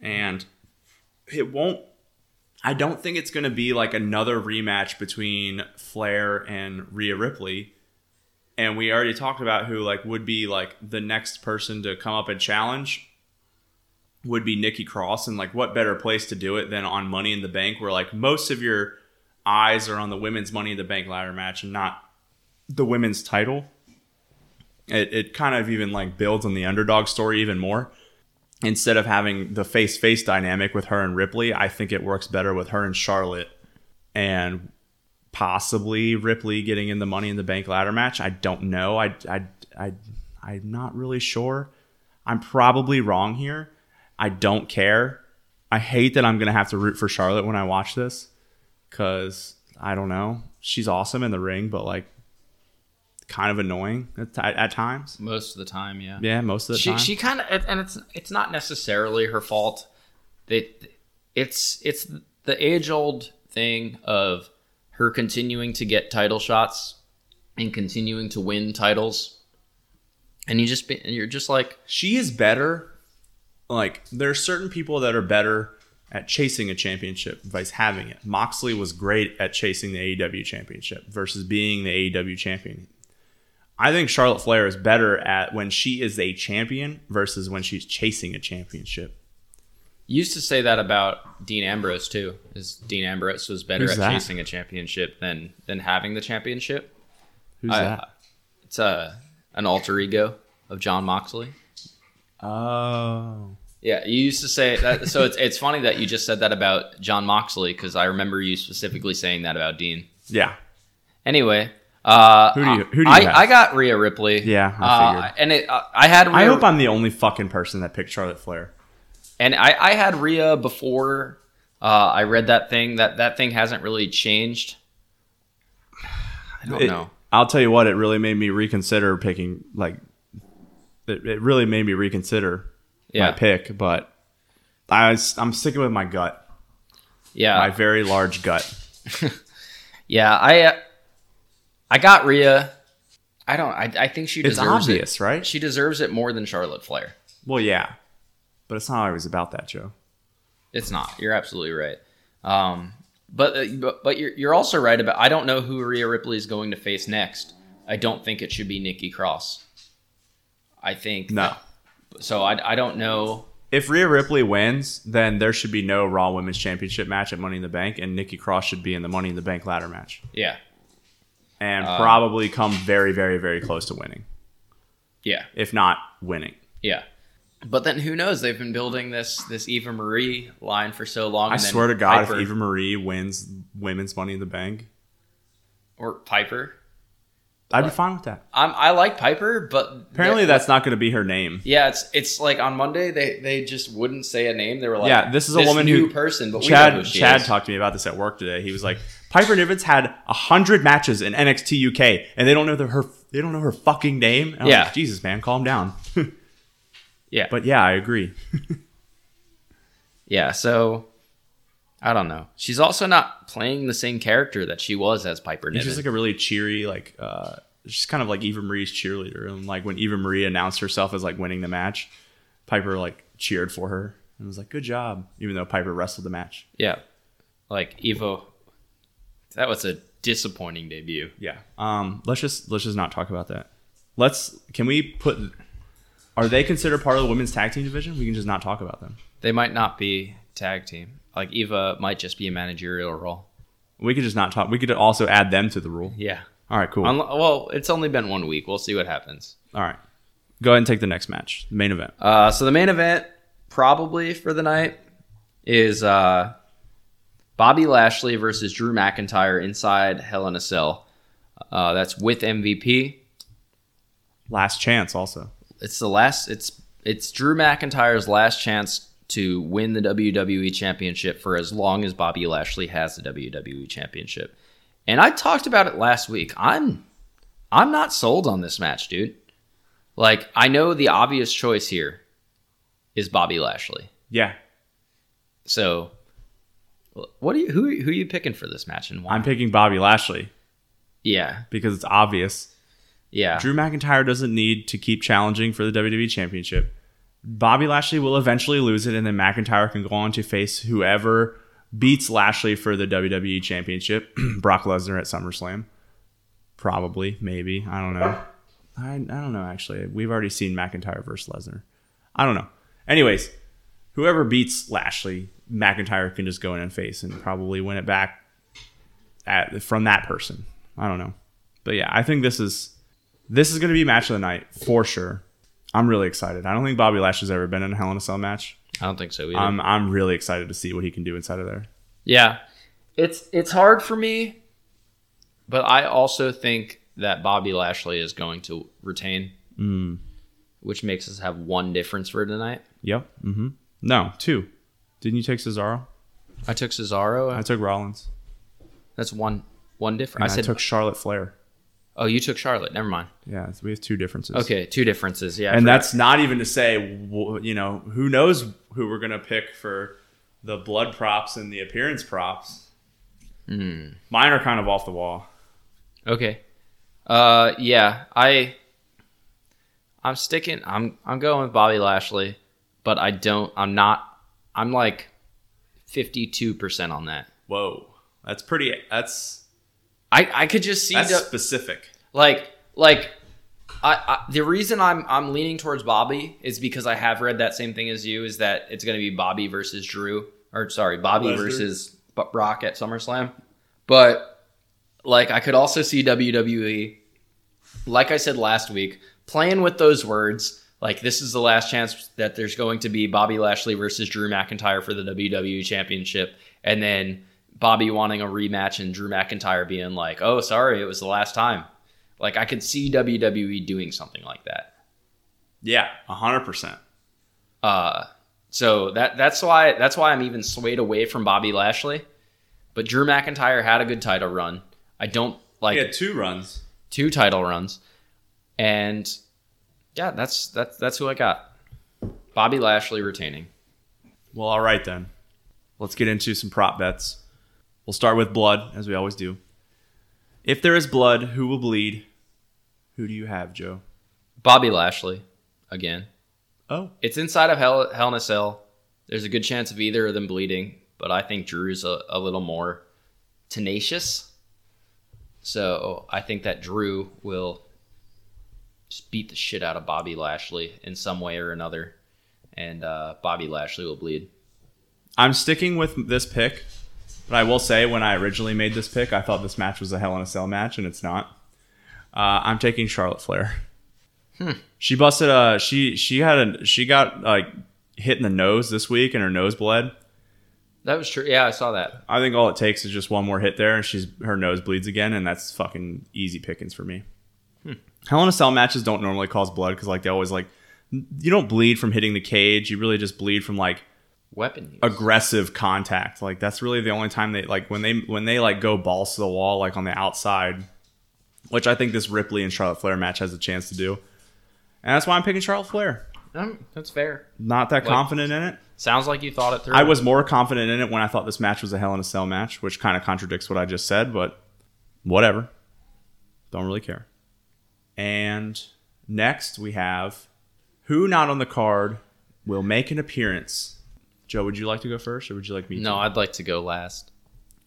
A: and it won't. I don't think it's gonna be like another rematch between Flair and Rhea Ripley. And we already talked about who like would be like the next person to come up and challenge would be Nikki Cross and like what better place to do it than on Money in the Bank where like most of your eyes are on the women's Money in the Bank ladder match and not the women's title. It, it kind of even like builds on the underdog story even more. Instead of having the face face dynamic with her and Ripley, I think it works better with her and Charlotte and possibly Ripley getting in the Money in the Bank ladder match. I don't know. I, I, I, I'm not really sure. I'm probably wrong here. I don't care. I hate that I'm going to have to root for Charlotte when I watch this because I don't know. She's awesome in the ring, but like kind of annoying at, ti- at times.
B: most of the time. Yeah,
A: Yeah, most of the
B: she
A: time.
B: she kind of and it's it's not necessarily her fault. They it's it's the age old thing of her continuing to get title shots and continuing to win titles, and you just be, and you're just like
A: she is better. Like there are certain people that are better at chasing a championship vice having it. Moxley was great at chasing the AEW championship versus being the AEW champion. I think Charlotte Flair is better at when she is a champion versus when she's chasing a championship.
B: used to say that about Dean Ambrose too. Is Dean Ambrose was better
A: Who's
B: at
A: that?
B: chasing a championship than than having the championship.
A: Who's
B: I- It's a an alter ego of John Moxley.
A: that? Oh.
B: Yeah, you used to say that. So it's it's funny that you just said that about John Moxley because I remember you specifically saying that about Dean.
A: Yeah.
B: Anyway, uh,
A: Who do you- who do you
B: I,
A: have?
B: I got Rhea Ripley.
A: Yeah, I
B: uh,
A: figured.
B: and it uh, I had Rhea,
A: I hope I'm the only fucking person that picked Charlotte Flair.
B: and I I had Rhea before. Uh, I read that thing that that thing hasn't really
A: [sighs]
B: changed. I don't
A: It-
B: know.
A: I'll tell you what, it really made me reconsider picking like it, it really made me reconsider
B: Yeah,
A: my pick, but I am sticking with my gut,
B: yeah,
A: my very large
B: [laughs]
A: gut.
B: yeah. I uh, I got Rhea. I don't. I, I think she
A: It's
B: deserves
A: obvious,
B: it.
A: right?
B: She deserves it more than Charlotte Flair.
A: Well, yeah, but it's not always about that, Joe.
B: It's not. You're absolutely right. Um, but, uh, but but you're you're also right about. I don't know who Rhea Ripley is going to face next. I don't think it should be Nikki Cross. I think
A: No,
B: So I, I don't know.
A: if Rhea Ripley wins, then there should be no Raw Women's Championship match at Money in the Bank, and Nikki Cross should be in the Money in the Bank ladder match,
B: Yeah.
A: and
B: Uh,
A: probably come very, very, very close to winning,
B: Yeah.
A: if not winning.
B: Yeah. But then who knows? They've been building this this Eva Marie line for so long.
A: I
B: and then
A: swear to God,
B: Piper-
A: if Eva Marie wins Women's Money in the Bank,
B: or Piper.
A: I'd be fine with that.
B: I'm, I like Piper, but
A: Apparently,
B: yeah,
A: that's not going to be her name.
B: yeah. It's it's like on Monday they they just wouldn't say a name. They were like,
A: Yeah, this is a woman
B: new
A: who-
B: person, but we know
A: Chad
B: who she
A: Chad
B: is.
A: talked to me about this at work today. He was like, Piper Niven's had hundred matches in NXT UK, and they don't know the, her they don't know her fucking name. And I'm
B: Yeah.
A: like, Jesus man, calm down. [laughs]
B: yeah,
A: but yeah, I agree.
B: Yeah, so I don't know. She's also not playing the same character that she was as Piper Niven.
A: She's like a really cheery, like uh, she's kind of like Eva Marie's cheerleader. And like when Eva Marie announced herself as like winning the match, Piper like cheered for her and was like, "Good job," even though Piper wrestled the match.
B: yeah. Like Evo That was a disappointing debut.
A: Yeah. Um. Let's just let's just not talk about that. Let's can we put? Are they considered part of the women's tag team division? We can just not talk about them.
B: They might not be tag team. Like Eva might just be a managerial role.
A: We could just not talk. We could also add them to the rule.
B: Yeah.
A: All right, cool.
B: Unlo- well, it's only been one week. We'll see what happens.
A: All right. Go ahead and take the next match, the main event.
B: Uh, so the main event, probably for the night, is uh, Bobby Lashley versus Drew McIntyre inside Hell in a Cell. Uh, that's with MVP.
A: Last chance, also.
B: It's the last. It's it's Drew McIntyre's last chance to win the WWE Championship for as long as Bobby Lashley has the WWE Championship. And I talked about it last week. I'm I'm not sold on this match, dude. Like I know the obvious choice here is Bobby Lashley.
A: Yeah,
B: So what do you who who are you picking for this match and why?
A: I'm picking Bobby Lashley
B: yeah.
A: because it's obvious.
B: Yeah.
A: Drew McIntyre doesn't need to keep challenging for the WWE Championship. Bobby Lashley will eventually lose it, and then McIntyre can go on to face whoever beats Lashley for the WWE Championship. [clears throat] Brock Lesnar at SummerSlam. Probably, maybe. I don't know. I, I don't know, actually. We've already seen McIntyre versus Lesnar. I don't know. Anyways, whoever beats Lashley, McIntyre can just go in and face and probably win it back at, from that person. I don't know. But yeah, I think this is this is going to be match of the night for sure. I'm really excited. I don't think Bobby Lashley's ever been in a Hell in a Cell match.
B: I don't think so either.
A: I'm I'm really excited to see what he can do inside of there.
B: yeah. It's it's hard for me, but I also think that Bobby Lashley is going to retain,
A: Mm.
B: which makes us have one difference for tonight.
A: Yep. Mm-hmm. No, two. Didn't you take Cesaro?
B: I took Cesaro.
A: I took Rollins.
B: That's one one
A: And I,
B: difference. I said,
A: took Charlotte Flair.
B: "Oh, you took Charlotte. Never mind."
A: Yeah, so we have two differences.
B: Okay, two differences. Yeah, I
A: And
B: forgot.
A: that's not even to say, wh- you know, who knows who we're gonna pick for the blood props and the appearance props.
B: Hmm.
A: Mine are kind of off the wall.
B: Okay. Uh yeah, I I'm sticking I'm I'm going with Bobby Lashley, but I don't I'm not I'm like 52% on that.
A: Whoa, that's pretty. That's
B: I I could just see
A: that's
B: the-
A: specific.
B: like like I, I the reason I'm I'm leaning towards Bobby is because I have read that same thing as you is that it's going to be Bobby versus Drew or sorry Bobby
A: Lesnar.
B: versus B- Brock at SummerSlam, but like I could also see WWE, like I said last week, playing with those words. Like this is the last chance that there's going to be Bobby Lashley versus Drew McIntyre for the WWE Championship, and then Bobby wanting a rematch and Drew McIntyre being like, "Oh, sorry, it was the last time." Like I could see WWE doing something like that.
A: Yeah, hundred percent.
B: Uh, so that that's why that's why I'm even swayed away from Bobby Lashley. But Drew McIntyre had a good title run. I don't like
A: He had two runs.
B: two title runs, and yeah, that's that's that's who I got. Bobby Lashley retaining.
A: Well, all right then. Let's get into some prop bets. We'll start with blood, as we always do. If there is blood, who will bleed? Who do you have, Joe?
B: Bobby Lashley again.
A: Oh,
B: It's inside of Hell, Hell in a Cell. There's a good chance of either of them bleeding, but I think Drew's a, a little more tenacious. So I think that Drew will just beat the shit out of Bobby Lashley in some way or another, and uh, Bobby Lashley will bleed.
A: I'm sticking with this pick, but I will say when I originally made this pick, I thought this match was a Hell in a Cell match, and it's not. Uh, I'm taking Charlotte Flair. She busted. Uh, she she had a she got like hit in the nose this week, and her nose bled.
B: That was true. Yeah, I saw that.
A: I think all it takes is just one more hit there, and she's her nose bleeds again, and that's fucking easy pickings for me. Hell in a Cell matches don't normally cause blood because like they always like you don't bleed from hitting the cage. You really just bleed from like
B: Weapon. Use.
A: aggressive contact. Like that's really the only time they like when they when they like go balls to the wall like on the outside, which I think this Ripley and Charlotte Flair match has a chance to do. And that's why I'm picking Charlotte Flair.
B: Um, that's fair.
A: Not that confident in it.
B: Sounds like you thought it through.
A: I was more confident in it when I thought this match was a Hell in a Cell match, which kind of contradicts what I just said, but whatever. Don't really care. And next we have who not on the card will make an appearance. Joe, would you like to go first, or would you like me? to?
B: No, I'd like to go last.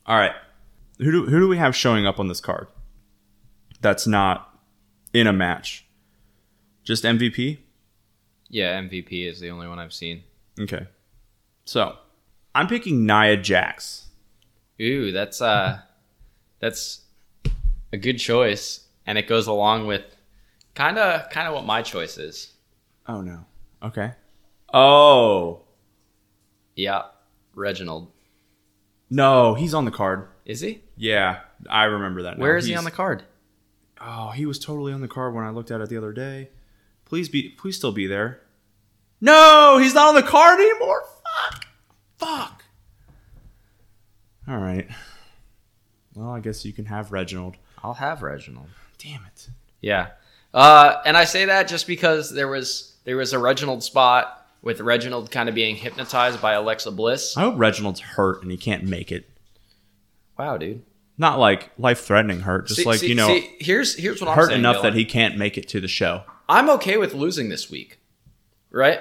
A: All right. Who do, who do we have showing up on this card? That's not in a match. Just MVP?
B: Yeah, MVP is the only one I've seen.
A: Okay. So, I'm picking Nia Jax.
B: Ooh, that's uh that's a good choice and it goes along with kind of kind of what my choice is.
A: Oh no. Okay. Oh.
B: Yeah, Reginald.
A: No, he's on the card.
B: Is he?
A: Yeah, I remember that. now.
B: Where is he
A: He's-
B: on the card?
A: Oh, he was totally on the card when I looked at it the other day. Please be, please still be there. No, he's not on the card anymore. Fuck, fuck. All right. Well, I guess you can have Reginald.
B: I'll have Reginald.
A: Damn it.
B: Yeah. Uh, and I say that just because there was there was a Reginald spot with Reginald kind of being hypnotized by Alexa Bliss.
A: I hope Reginald's hurt and he can't make it.
B: Wow, dude.
A: Not like life threatening hurt, just
B: See-
A: like
B: see-
A: you know,
B: see, here's here's what I'm
A: hurt
B: saying,
A: enough
B: Dylan.
A: that he can't make it to the show.
B: I'm okay with losing this week, right?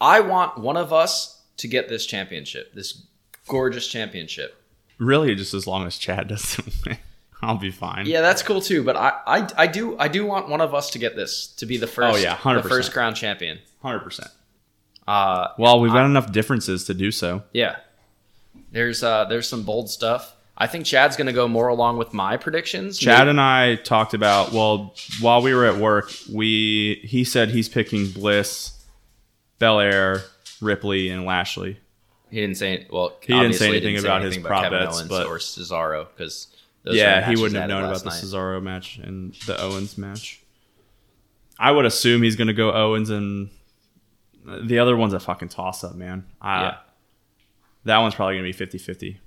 B: I want one of us to get this championship, this gorgeous championship.
A: Really, just as long as Chad doesn't [laughs] win, I'll be fine.
B: Yeah, that's cool too. But I, I, I do, I do want one of us to get this to be the first.
A: Oh, yeah,
B: the
A: 100%.
B: first crown champion.
A: hundred percent.
B: Uh,
A: Well, we've got enough differences to do so.
B: yeah. There's, uh, there's some bold stuff. I think Chad's gonna go more along with my predictions.
A: Chad and I talked about well while we were at work. We he said he's picking Bliss, Belair, Ripley, and Lashley.
B: He didn't say well.
A: He didn't say
B: obviously
A: anything about his prop
B: Kevin
A: bets,
B: Owens
A: but-
B: or Cesaro because
A: yeah, he wouldn't have known about the Cesaro match and the Owens match. I would assume he's going to go Owens and the other one's a fucking toss up, man. I,
B: Yeah.
A: That one's probably going to be 50 50.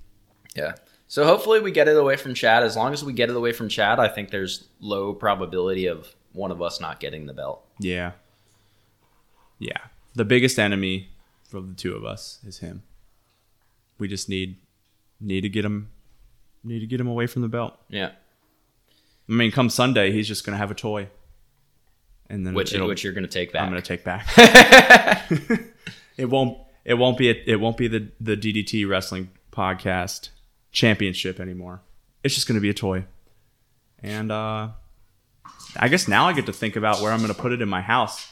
B: Yeah. So hopefully we get it away from Chad. As long as we get it away from Chad, I think there's low probability of one of us not getting the belt.
A: Yeah. Yeah. The biggest enemy for the two of us is him. We just need need to get him need to get him away from the belt.
B: Yeah.
A: I mean, come Sunday, he's just going to have a toy. And then
B: Which
A: it'll-
B: which you're gonna take back.
A: I'm gonna take back. [laughs]
B: [laughs]
A: it won't. It won't be. it won't be the the DDT wrestling podcast championship anymore. It's just gonna be a toy. And uh, I guess now I get to think about where I'm gonna put it in my house.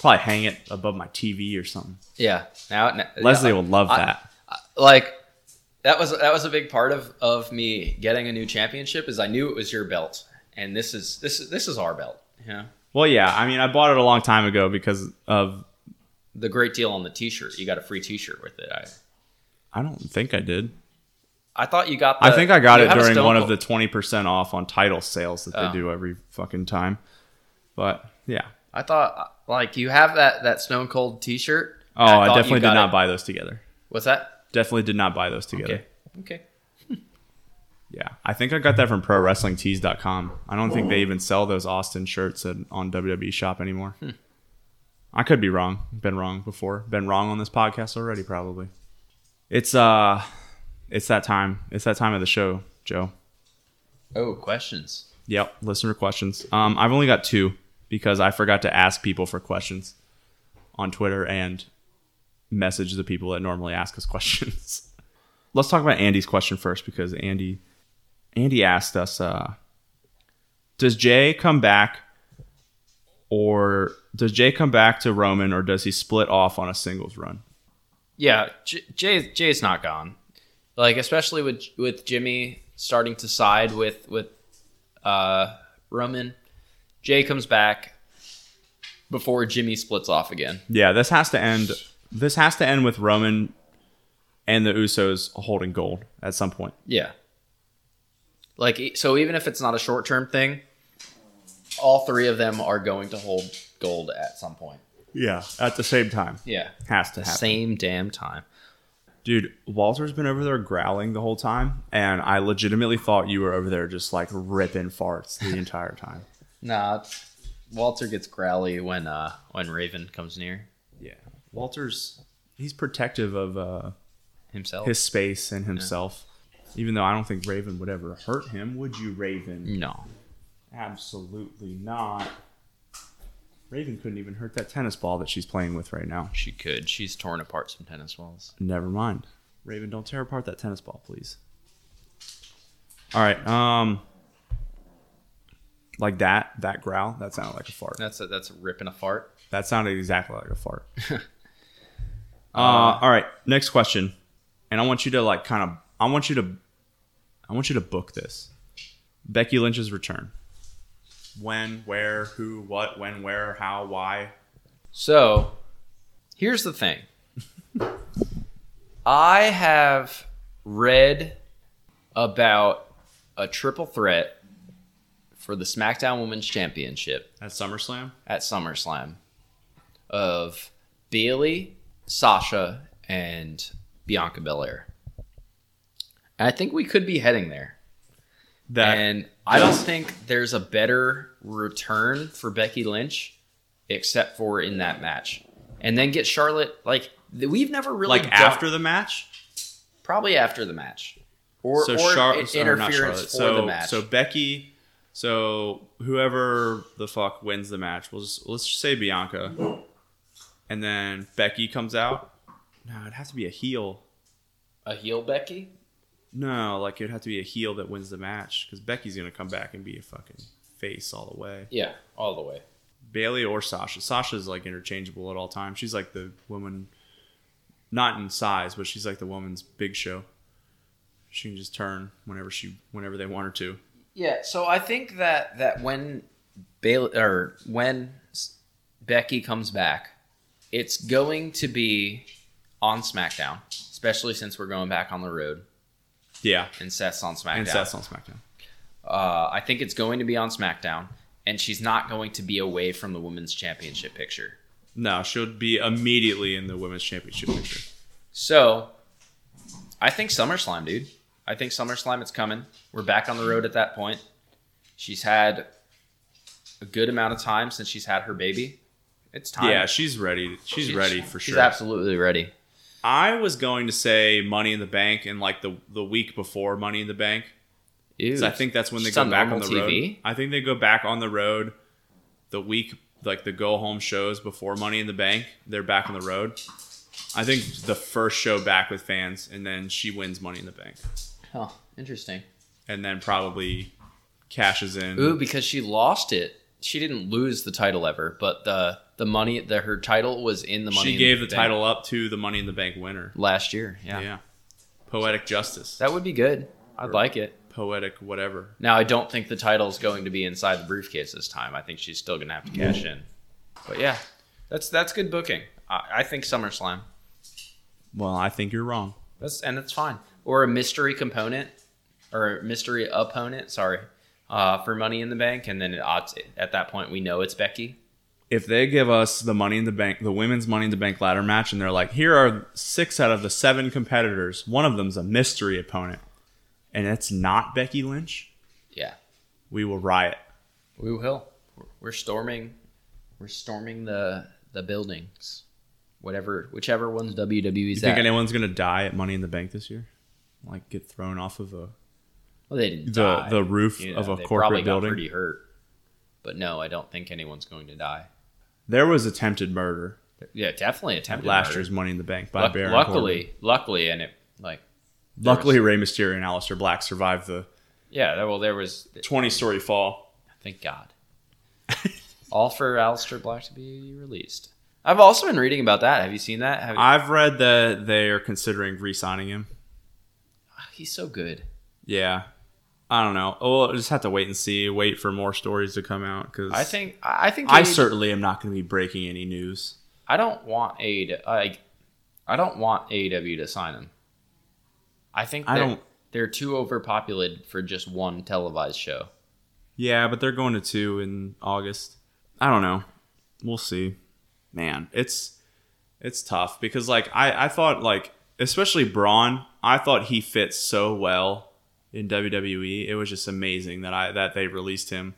A: Probably hang it above my TV or something.
B: yeah. Now, now
A: Leslie will love
B: I-
A: that.
B: like that was that was a big part of of me getting a new championship is I knew it was your belt and this is this is this is our belt. Yeah.
A: Well, yeah. I mean, I bought it a long time ago because of.
B: The great deal on the T-shirt. You got a free T-shirt with it. I
A: I don't think I did.
B: I thought you got. The,
A: I think I got
B: you
A: it
B: have a
A: during
B: Stone
A: one of
B: Cold.
A: the twenty percent off on title sales that
B: Oh.
A: they do every fucking time. But yeah,
B: I thought like you have that that Stone Cold T-shirt.
A: Oh,
B: and
A: I,
B: thought you
A: definitely did
B: got
A: not
B: it-
A: buy those together.
B: What's that?
A: Definitely did not buy those together.
B: Okay. Okay.
A: Yeah. I think I got that from prowrestlingtees.com. I don't think they even sell those Austin shirts at, on WWE Shop anymore.
B: Hmm.
A: I could be wrong. Been wrong before. Been wrong on this podcast already probably. It's uh it's that time. It's that time of the show, Joe.
B: Oh, questions.
A: Yep, listener questions. Um I've only got two because I forgot to ask people for questions on Twitter and message the people that normally ask us [laughs] questions. Let's talk about Andy's question first because Andy Andy asked us uh, does Jay come back or does Jay come back to Roman or does he split off on a singles run?
B: Yeah, J- Jay Jay's not gone. Like especially with with Jimmy starting to side with with uh, Roman, Jay comes back before Jimmy splits off again.
A: Yeah, this has to end this has to end with Roman and the Usos holding gold at some point.
B: Yeah. Like e- so, even if it's not a short term thing, all three of them are going to hold gold at some point.
A: Yeah, at the same time.
B: Yeah.
A: Has to happen.
B: Same damn time.
A: Dude, Walter's been over there growling the whole time, and I legitimately thought you were over there just like ripping farts the entire time.
B: Nah, Walter gets growly when uh when Raven comes near
A: Yeah, Walter's he's protective of uh,
B: himself.
A: his space and himself. Even though I don't think Raven would ever hurt him, would you, Raven?
B: no.
A: Absolutely not. Raven couldn't even hurt that tennis ball that she's playing with right now.
B: She could. She's torn apart some tennis balls.
A: Never mind. Raven, don't tear apart that tennis ball, please. All right. Um like that, that growl, that sounded like a fart.
B: That's a, that's a ripping a fart.
A: That sounded exactly like a fart.
B: [laughs]
A: uh, all right, next question. And I want you to like kind of I want you to I want you to book this. Becky Lynch's return. When, where, who, what, when, where, how, why?
B: So, here's the thing. [laughs] I have read about a triple threat for the SmackDown Women's Championship
A: At SummerSlam?
B: at SummerSlam of Bailey, Sasha, and Bianca Belair. I think we could be heading there.
A: That
B: And I don't think there's a better return for Becky Lynch except for in that match. And then get Charlotte like th- we've never really
A: like
B: done-
A: after the match?
B: probably after the match. Or,
A: so
B: or
A: Char- or
B: i-
A: not
B: interference
A: Charlotte.
B: for
A: so,
B: the match.
A: So Becky, so whoever the fuck wins the match, we'll just let's just say Bianca, and then Becky comes out. No, it'd have to be a heel.
B: a heel Becky?
A: No, like it'd have to be a heel that wins the match because Becky's gonna come back and be a fucking face all the way.
B: Yeah, all the way.
A: Bailey or Sasha. Sasha's like interchangeable at all times. She's like the woman, not in size, but she's like the woman's big show. She can just turn whenever she, whenever they want her to.
B: Yeah, so I think that that when Bailey or when S- Becky comes back, it's going to be on SmackDown, especially since we're going back on the road
A: Yeah,
B: and Seth's on SmackDown.
A: and Seth's on SmackDown.
B: Uh, I think it's going to be on SmackDown, and she's not going to be away from the women's championship picture.
A: No, she'll be immediately in the women's championship picture.
B: So, I think SummerSlam, dude. I think SummerSlam, it's coming. We're back on the road at that point. She's had a good amount of time since she's had her baby. It's time.
A: Yeah, she's ready. She's, ready for
B: She's
A: sure.
B: absolutely ready.
A: I was going to say Money in the Bank and like the the week before Money in the Bank. 'Cause I think that's when they
B: Just
A: go
B: on
A: back on the
B: normal
A: road.
B: TV?
A: I think they go back on the road the week like the go home shows before Money in the Bank. They're back on the road. I think the first show back with fans, and then she wins Money in the Bank,
B: Oh, interesting.
A: and then probably cashes in.
B: Ooh, because she lost it. She didn't lose the title ever, but the the money that her title was in the money.
A: she
B: in
A: gave the
B: Bank
A: title up to the Money in the Bank winner.
B: last year. Yeah.
A: yeah. poetic justice,
B: that would be good. I'd like it.
A: poetic whatever.
B: Now, I don't think the title's going to be inside the briefcase this time. I think she's still going to have to cash in. But yeah, that's that's good booking. I, I think SummerSlam.
A: Well, I think you're wrong.
B: That's and that's fine. Or a mystery component, or mystery opponent. Sorry, uh, for Money in the Bank, and then it, odds- at that point we know it's Becky.
A: if they give us the money in the bank, the women's money in the bank ladder match, and they're like, here are six out of the seven competitors, one of them's a mystery opponent, and it's not Becky Lynch,
B: Yeah,
A: we will riot.
B: we will. We're storming. We're storming the the buildings. Whatever, whichever one's WWE's
A: You think
B: at.
A: anyone's gonna die at Money in the Bank this year? Like get thrown off of a
B: Well, they didn't
A: the
B: die.
A: the roof
B: You know,
A: of a
B: they
A: corporate
B: Got
A: building?
B: pretty hurt, but no, I don't think anyone's going to die.
A: There was attempted murder
B: Yeah, definitely
A: at
B: attempted
A: last
B: murder.
A: year's Money in the Bank by
B: Luck-
A: Baron.
B: luckily,
A: Corbin.
B: luckily, and it like there
A: luckily, Rey Mysterio and Aleister Black survived the
B: yeah. there- Well, there was
A: twenty story fall. [laughs]
B: thank God. All for Alistair Black to be released. I've also been reading about that. Have you seen that? Have you,
A: I've read that they are considering re-signing him.
B: he's so good.
A: Yeah. I don't know. Oh, We'll just have to wait and see. Wait for more stories to come out because
B: I think. I I think.
A: I
B: they need-
A: certainly am not going to be breaking any news.
B: I don't want a. to- Like, I don't want AEW to sign him. I think.
A: I
B: they're-
A: don't-
B: They're too overpopulated for just one televised show.
A: Yeah, but they're going to two in August. I don't know. We'll see. Man, it's it's tough because like I I thought like especially Braun, I thought he fits so well in WWE. It was just amazing that I that they released him.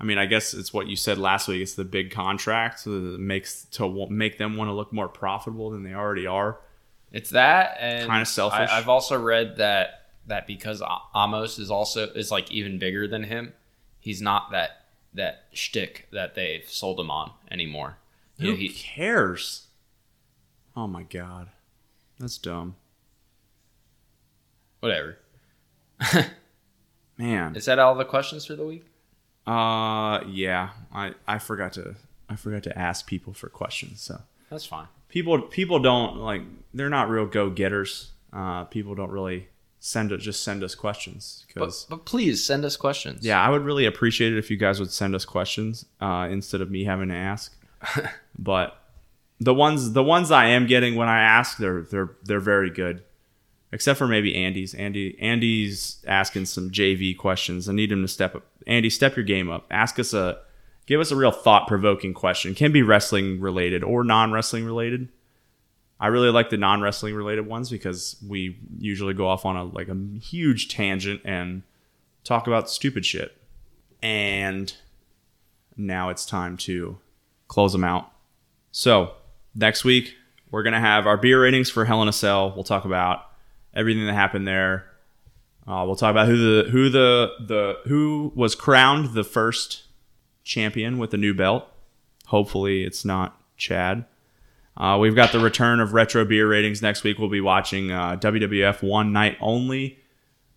A: I mean, I guess it's what you said last week. It's the big contract so that it makes to wa- make them want to look more profitable than they already are.
B: It's that and
A: Kinda selfish.
B: I, I've also read that that because A- Amos is also is like even bigger than him, he's not that that shtick that they've sold him on anymore. You
A: Who
B: know, he,
A: cares? Oh my god, that's dumb,
B: whatever.
A: man.
B: Is that all the questions for the week?
A: Uh, yeah. I I forgot to I forgot to ask people for questions. So
B: That's fine.
A: people people don't like they're not real go getters. Uh, people don't really send us just send us questions
B: But,
A: because
B: but please send us questions.
A: yeah, I would really appreciate it if you guys would send us questions uh, instead of me having to ask. but the ones the ones I am getting when I ask they're they're they're very good. except for maybe Andy's. Andy Andy's asking some JV questions. I need him to step up. Andy, step your game up. Ask us a give us a real thought provoking question. Can be wrestling related or non wrestling related. I really like the non wrestling related ones because we usually go off on a like a huge tangent and talk about stupid shit. And now it's time to close them out. So next week we're gonna have our beer ratings for Hell in a Cell. We'll talk about everything that happened there. Uh, we'll talk about who the who the the who was crowned the first champion with the new belt. Hopefully, it's not Chad. Uh, we've got the return of retro beer ratings next week. We'll be watching uh, WWF One Night Only,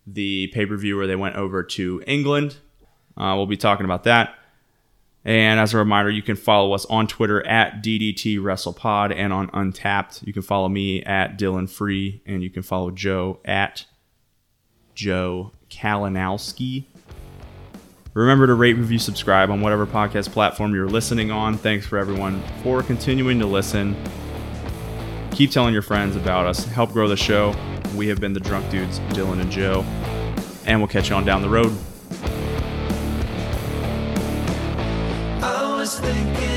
A: the pay per view where they went over to England. Uh, we'll be talking about that. And as a reminder, you can follow us on Twitter at DDT WrestlePod and on Untapped. You can follow me at Dylan Free and you can follow Joe at Joe Kalinowski. Remember to rate, review, subscribe on whatever podcast platform you're listening on. Thanks for everyone for continuing to listen. Keep telling your friends about us. Help grow the show. We have been the Drunk Dudes, Dylan and Joe, and we'll catch you on down the road.
C: I was thinking